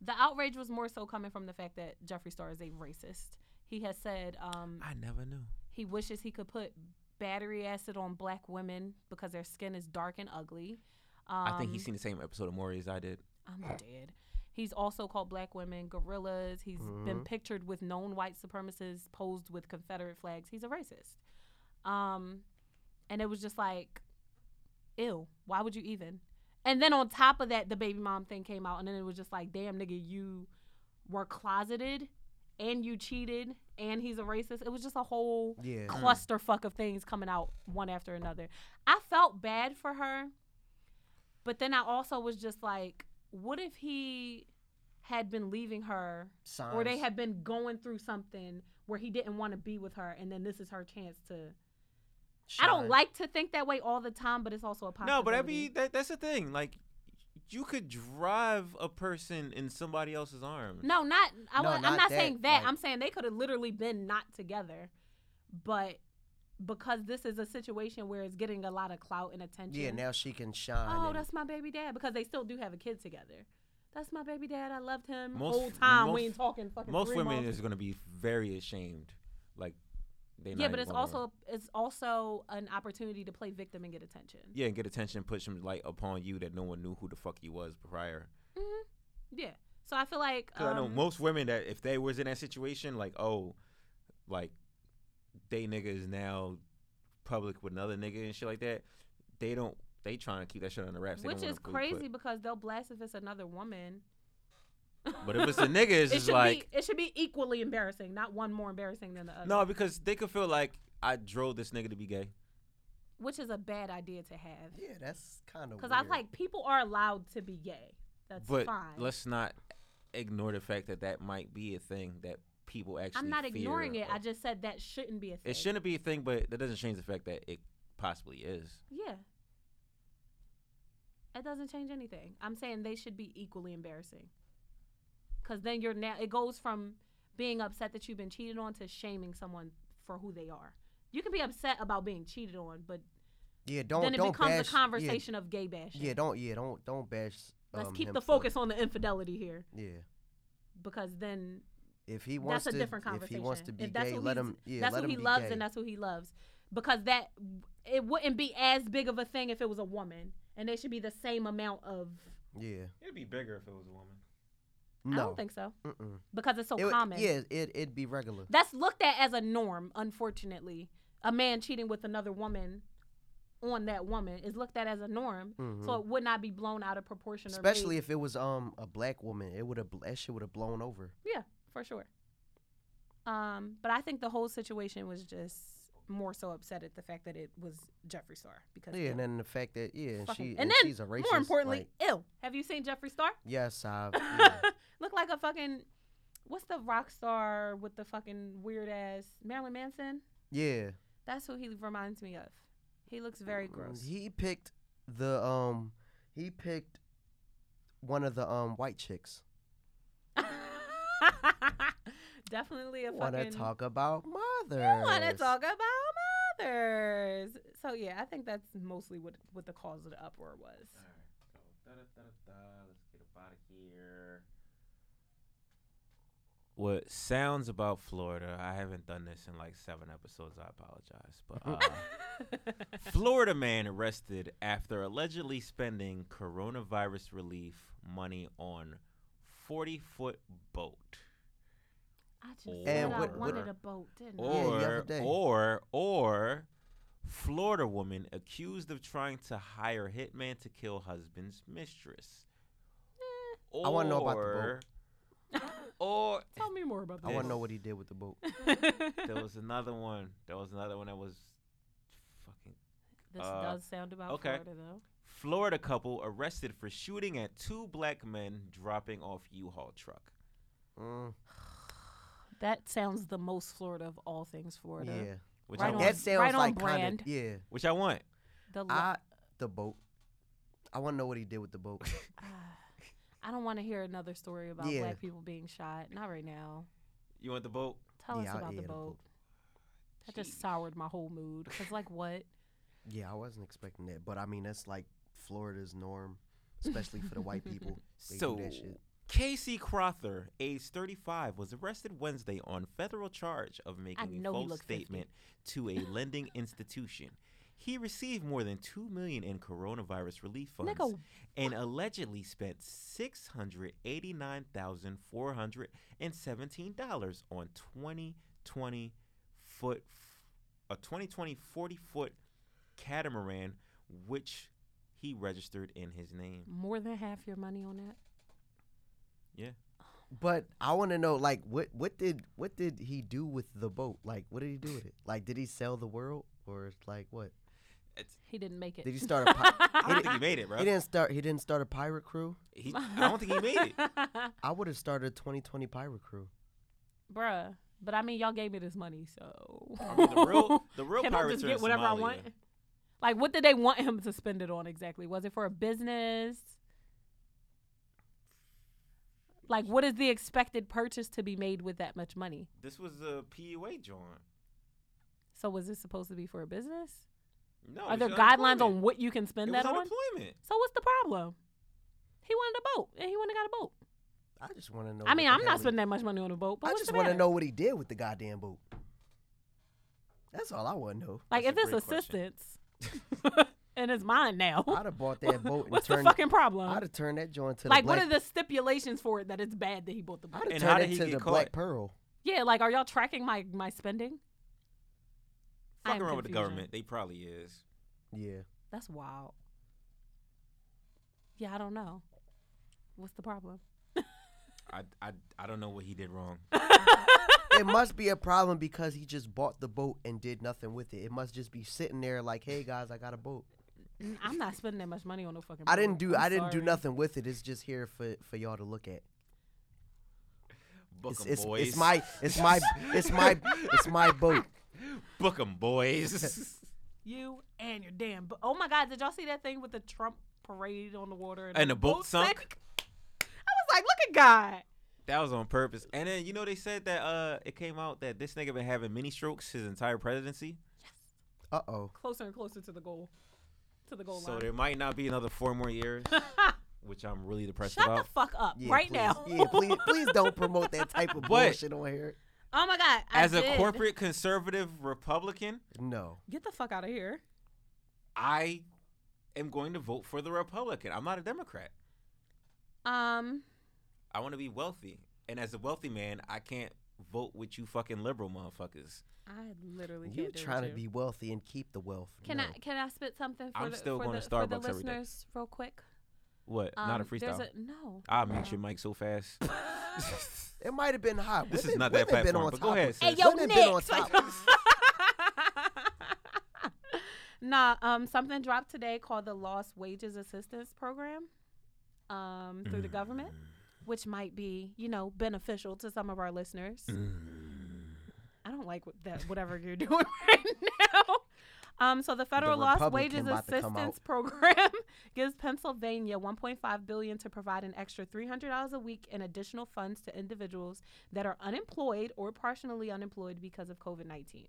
S5: the outrage was more so coming from the fact that Jeffree Star is a racist. He has said um,
S4: I never knew.
S5: he wishes he could put battery acid on black women because their skin is dark and ugly. Um,
S4: I think he's seen the same episode of Maury as I did.
S5: I'm dead. He's also called black women gorillas. He's been pictured with known white supremacists posed with Confederate flags. He's a racist. Um, and it was just like, ew, why would you even? And then on top of that, the baby mom thing came out, and then it was just like, damn, nigga, you were closeted and you cheated and he's a racist. It was just a whole
S6: Yeah. Mm.
S5: clusterfuck of things coming out one after another. I felt bad for her, but then I also was just like, what if he had been leaving her or they
S6: Signs.
S5: had been going through something where he didn't want to be with her and then this is her chance to I don't
S6: Shine.
S5: like to think that way all the time, but it's also a possibility.
S4: No, but I mean that, that's the thing. Like, you could drive a person in somebody else's arms.
S5: no, not I
S6: No,
S5: wa- I'm
S6: not
S5: not
S6: that,
S5: saying that.
S6: like-
S5: I'm saying they could have literally been not together, but because this is a situation where it's getting a lot of clout and attention.
S6: Yeah, now she can shine.
S5: oh,
S6: and-
S5: that's my baby dad because they still do have a kid together. That's my baby dad. I loved him.
S4: Most-
S5: Old time.
S4: most-
S5: we ain't talking fucking.
S4: Most
S5: three
S4: women
S5: months.
S4: is gonna be very ashamed, like they.
S5: yeah,
S4: not
S5: but it's
S4: gonna-
S5: also it's also an opportunity to play victim and get attention.
S4: yeah, and get attention, push some light upon you that no one knew who the fuck you was prior.
S5: Yeah. So I feel like
S4: Because I know
S5: um,
S4: most women that if they was in that situation, like oh, like they nigga is now public with another nigga and shit like that. They don't. They trying to keep that shit on the wraps. They don't
S5: which
S4: wanna
S5: is
S4: really put-
S5: crazy because they'll blast if it's another woman.
S4: But if it's a nigga, it's
S5: It
S4: just
S5: should
S4: like
S5: be it should be equally embarrassing, not one more embarrassing than the other.
S4: no, because they could feel like I drove this nigga to be gay.
S5: which is a bad idea to have.
S6: yeah, that's kind of.
S5: Because I like people are allowed to be gay. That's
S4: But
S5: fine.
S4: let's not ignore the fact that that might be a thing that people actually.
S5: I'm not
S4: fear
S5: ignoring it.
S4: of.
S5: I just said that shouldn't be a thing.
S4: It shouldn't be a thing, but that doesn't change the fact that it possibly is.
S5: Yeah. It doesn't change anything. I'm saying they should be equally embarrassing. Cause then you're now it goes from being upset that you've been cheated on to shaming someone for who they are. You can be upset about being cheated on, but
S6: Yeah, don't
S5: then it
S6: don't
S5: becomes
S6: bash,
S5: a
S6: yeah,
S5: conversation of gay bashing.
S6: Yeah, don't yeah don't don't bash.
S5: Let's
S6: um,
S5: keep
S6: him
S5: the
S6: for-
S5: focus on the infidelity here,
S6: Yeah.
S5: because then
S6: If he wants
S5: that's a
S6: to,
S5: different
S6: if
S5: conversation.
S6: he wants to be
S5: that's
S6: gay,
S5: who
S6: let
S5: he's-
S6: him. Yeah,
S5: that's
S6: let
S5: who
S6: him
S5: he
S6: be
S5: loves,
S6: gay.
S5: and that's who he loves. Because that it wouldn't be as big of a thing if it was a woman, and they should be the same amount of.
S6: yeah.
S4: It'd be bigger if it was a woman.
S6: No.
S5: I don't think so
S6: Mm-mm.
S5: because it's so
S6: It would-
S5: common.
S6: Yeah, it it'd be regular.
S5: That's looked at as a norm. Unfortunately, a man cheating with another woman on that woman is looked at as a norm, so it would not be blown out of proportion. or made-
S6: Mm-hmm. Especially if it was um a black woman, it would have that shit would have blown over.
S5: Yeah, for sure. Um, but I think the whole situation was just more so upset at the fact that it was Jeffree Star because
S6: Yeah,
S5: ill.
S6: and then the fact that yeah, and
S5: Fucking-
S6: she
S5: and
S6: and
S5: then
S6: she's a racist.
S5: more importantly,
S6: like,
S5: ill. Have you seen Jeffree Star?
S6: yes, I. Yeah.
S5: Look like a fucking what's the rock star with the fucking weird ass Marilyn Manson?
S6: yeah. Mm,
S5: That's who he reminds me of. He looks very gross.
S6: He picked the um he picked one of the um white chicks.
S5: Definitely a
S6: Wanna
S5: fucking.
S6: talk about mothers.
S5: want to talk about mothers. So yeah, I think that's mostly what what the cause of the uproar was.
S4: What sounds about Florida? I haven't done this in like seven episodes. I apologize, but uh, Florida man arrested after allegedly spending coronavirus relief money on forty foot boat.
S5: I just
S4: And
S5: said I
S6: what- what-
S5: wanted a boat, didn't
S4: Oh.
S5: I?
S6: Yeah, the other
S4: Or
S6: day.
S4: or or Florida woman accused of trying to hire hitman to kill husband's mistress. Or,
S6: Eh, I wanna know about the
S4: Or eh,
S5: Tell me more about that.
S6: I
S4: Oh.
S6: wanna know what he did with the boat.
S4: there was another one. There was another one that was fucking
S5: This
S4: Uh,
S5: does sound about
S4: okay.
S5: Florida, though.
S4: Florida couple arrested for shooting at two black men dropping off U-Haul truck.
S6: Mm,
S5: That sounds the most Florida of all things Florida.
S6: yeah.
S4: Which
S5: Right
S4: I
S5: on-
S4: want.
S6: that sounds
S5: right on
S6: like
S5: brand.
S6: Kinda, yeah.
S4: Which I want.
S5: The lo-
S6: I
S5: I,
S6: the boat. I wanna know what he did with the boat.
S5: don't want to hear another story about
S6: Yeah.
S5: black people being shot. Not right now.
S4: You want the boat?
S5: Tell
S6: Yeah,
S5: us
S6: I-
S5: about
S6: yeah,
S5: the
S6: the
S5: boat.
S6: boat.
S5: That just soured my whole mood. Cause like what?
S6: yeah, I wasn't expecting that. But I mean that's like Florida's norm, especially for the white people. They
S4: so,
S6: do that shit.
S4: Casey Crother, age 35, was arrested Wednesday on federal charge of making a
S5: know he
S4: false
S5: looked 50.
S4: statement to a lending institution. He received more than two million in coronavirus relief funds,
S5: Nigga,
S4: and allegedly spent six hundred eighty-nine thousand four hundred and seventeen dollars on twenty twenty foot, a twenty twenty forty foot catamaran, which he registered in his name.
S5: More than half your money on that.
S4: Yeah.
S6: But I want to know, like, what what did what did he do with the boat? Like, what did he do with it? Like, did he sell the world, or like what?
S4: It's,
S5: He didn't make it.
S6: Did he start a? Pi-
S4: I don't think he made it, bro.
S6: he didn't start. He didn't start a pirate crew.
S4: He, I don't think he made it.
S6: I would have started a 2020 pirate crew.
S5: Bruh. But I mean, y'all gave me this money, so
S4: the real- the real
S5: Can I
S4: pirates
S5: just
S4: are
S5: get
S4: in
S5: whatever I
S4: Somalia.
S5: want? Like, what did they want him to spend it on exactly? Was it for a business? Like, what is the expected purchase to be made with that much money?
S4: This was a PUA joint.
S5: So was this supposed to be for a business?
S4: No,
S5: Are
S4: it's
S5: there
S4: your
S5: guidelines on
S4: unemployment.
S5: what you can
S4: It
S5: spend
S4: was
S5: that on?
S4: unemployment.
S5: So what's the problem? He wanted a boat, and he wouldn't have got a boat.
S6: I just want to know.
S5: I mean,
S6: what the
S5: I'm
S6: hell
S5: not
S6: he-
S5: spending that much money on a boat, but
S6: I
S5: what's
S6: just
S5: the want to
S6: know what he did with the goddamn boot. That's all I want to know.
S5: Like,
S4: That's
S5: if
S4: a
S5: it's
S4: great question.
S5: assistance, and it's mine now,
S6: I'd have bought that boat and
S5: what's the
S6: turned.
S5: fucking
S6: I'd
S5: problem?
S6: have turned that joint to
S5: Like,
S6: the
S5: what are
S6: black.
S5: the stipulations for it that it's bad that he bought the boat?
S6: I'd have
S4: And how did
S6: turned it
S4: he
S6: to
S4: get
S6: the
S4: caught?
S6: black pearl.
S5: Yeah, like, are y'all tracking my my spending? I
S4: Fuck
S5: am
S4: around with the
S5: confusion.
S4: government. They probably is.
S6: Yeah.
S5: That's wild. Yeah, I don't know. What's the problem?
S4: I, I, I don't know what he did wrong.
S6: it must be a problem because he just bought the boat and did nothing with it. It must just be sitting there like, "Hey guys, I got a boat.
S5: N- Mm, I'm not spending that much money on no fucking.
S6: I didn't do
S5: i
S6: I didn't do nothing with it. It's just here for for y'all to look at.
S4: Book
S6: It's
S4: 'em,
S6: it's,
S4: boys.
S6: it's my it's my it's my it's my boat.
S4: Book 'em, boys.
S5: You and your damn. Bo- oh my God! Did y'all see that thing with the Trump parade on the water
S4: And the boat sunk?
S5: I was like, look at God.
S4: that was on purpose. And then you know they said that uh it came out that this nigga been having mini strokes his entire presidency.
S6: Uh oh.
S5: Closer and closer to the goal. To the goal
S4: So
S5: line.
S4: there might not be another four more years, which I'm really depressed
S5: Shut
S4: about.
S5: the fuck up
S6: Yeah,
S5: right
S6: please.
S5: now.
S6: yeah, please please don't promote that type of
S4: But-
S6: bullshit on here.
S5: Oh my God! I
S4: As a
S5: did.
S4: corporate conservative Republican,
S6: No.
S5: get the fuck out of here.
S4: I am going to vote for the Republican. I'm not a Democrat.
S5: Um,
S4: I want to be wealthy. And as a wealthy man, I can't vote with you fucking liberal motherfuckers.
S5: I literally
S6: You
S5: can't do it
S6: trying to
S5: you.
S6: be wealthy and keep the wealth.
S5: Can
S6: No.
S5: I can I spit something for
S4: I'm
S5: the
S4: still
S5: for
S4: going
S5: the,
S4: to
S5: for the
S4: Starbucks every day.
S5: listeners real quick?
S4: What? not a
S5: Um, there's
S4: freestyle.
S5: a- no.
S4: I'll mute your mic so fast.
S6: It might have been hot.
S4: This is
S6: Women-
S4: not that
S6: women been
S4: platform,
S6: on
S4: but
S6: top.
S4: go ahead,
S6: of-
S4: sis. Hey,
S5: yo,
S6: women been on
S5: Nick, like-
S6: top. of-
S5: nah, um, something dropped today called the Lost Wages Assistance Program um, through the government,
S6: Mm.
S5: which might be, you know, beneficial to some of our listeners.
S6: Mm.
S5: I don't like what that whatever you're doing right now. Um, so the federal lost
S6: Republican
S5: wages
S6: about to come
S5: assistance
S6: out.
S5: program gives Pennsylvania 1.5 billion to provide an extra $300 a week in additional funds to individuals that are unemployed or partially unemployed because of COVID-19.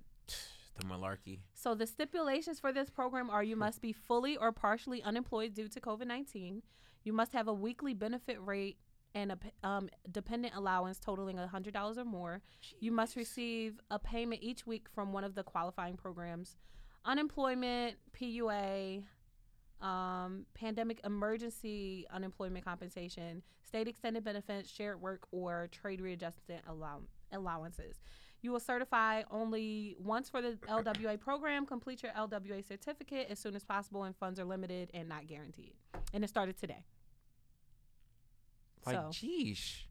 S4: the malarkey.
S5: So the stipulations for this program are you must be fully or partially unemployed due to COVID-19. You must have a weekly benefit rate and a p- um, dependent allowance totaling $100 or more. You must receive a payment each week from one of the qualifying programs. Unemployment, PUA, um, pandemic emergency unemployment compensation, state extended benefits, shared work, or trade readjustment allow- allowances. You will certify only once for the LWA program, complete your LWA certificate as soon as possible, and funds are limited and not guaranteed. And it started today.
S4: Like,
S5: so
S4: geesh.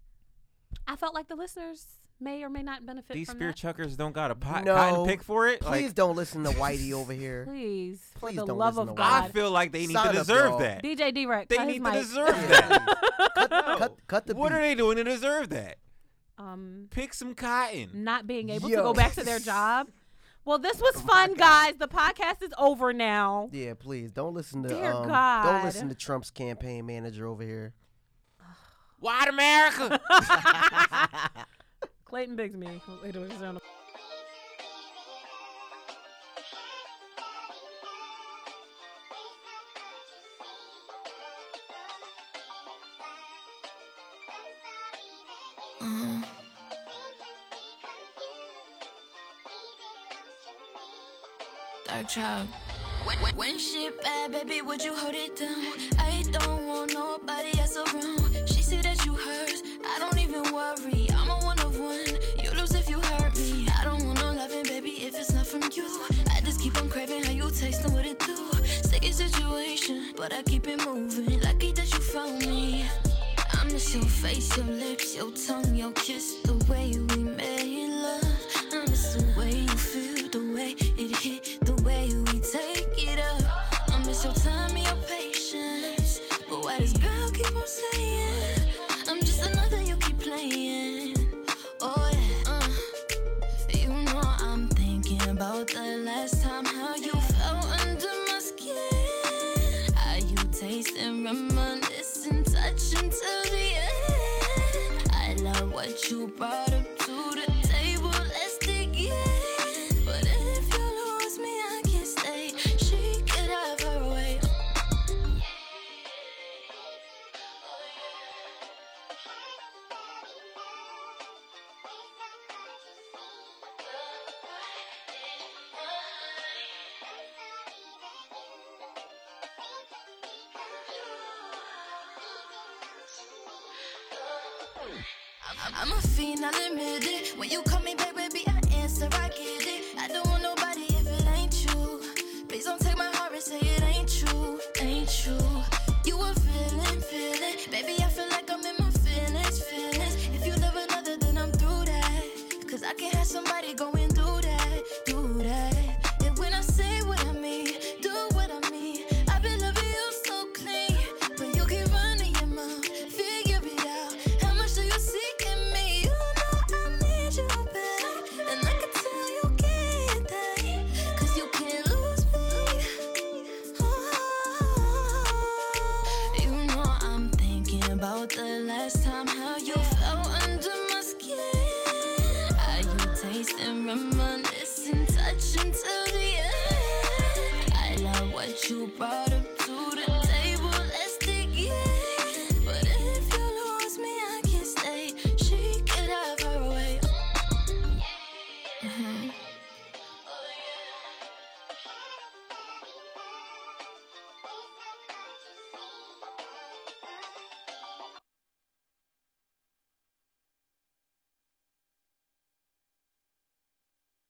S5: I felt like the listeners may or may not benefit
S4: These
S5: from
S4: spear
S5: that.
S4: chuckers don't got a pot,
S6: No.
S4: cotton pick for it.
S6: Please
S4: Like,
S6: don't listen to Whitey over here.
S5: Please,
S6: Please
S5: for the
S6: don't
S5: love
S6: listen
S5: of
S6: to what
S4: I
S5: God,
S6: God.
S4: feel like they need
S6: Sign
S4: to
S6: up,
S4: deserve
S6: y'all.
S4: that.
S5: DJ D-Rec,
S4: They
S5: cut his
S4: need to
S5: mic.
S4: deserve that. No.
S6: cut, cut the
S4: what
S6: beat.
S4: are they doing to deserve that?
S5: Um,
S4: Pick some cotton.
S5: not being able to
S6: Yo. Oh
S5: go back to their job. Well, this was fun, guys. The podcast is over now.
S6: Yeah, please don't listen to
S5: Dear
S6: um,
S5: God.
S6: don't listen to Trump's campaign manager over here.
S4: White America.
S5: Clayton Bigsby. Later, this is on the-
S9: Dark child. When, when shit bad, baby, would you hold it down? I don't want nobody else around. She said that you hers. I don't even worry. I'm a one of one. You lose if you hurt me. I don't want no loving, baby, if it's not from you. I just keep on craving how you taste and what it do. Sick of situation, but I keep it moving. Lucky that you found me. I'm just your face, your lips, your tongue, your kiss, the way we made love. I'm just the way you feel, the way it hit, the way we take it up. I'm just your time and your patience. But why does girl keep on saying? I'm just another you keep playing. Oh, yeah. Uh. You know I'm thinking about the last time how you felt under my skin. How you taste and reminisce and touch until the end. I love what you brought up to the table. Let's dig in. But if you're I'm a fiend, I'll admit it. When you call me, baby, baby, I answer, I get it. I don't want nobody if it ain't you. Please don't take my heart and say it ain't true, ain't true. You a feeling, feeling. Baby, I feel like I'm in my feelings, feelings. If you love another, then I'm through that. Cause I can't have somebody going through that, do that. And when I say what I mean, do what I mean. I've been loving you so clean, but you keep running your mouth. Figure it out. How much do you seek in me? You know I need you, babe. And I can tell you get that. Cause you can't lose me. Oh. You know I'm thinking about the last time how you felt under my skin. How you taste and reminisce and touch until the end. I love what you brought. Mm-hmm.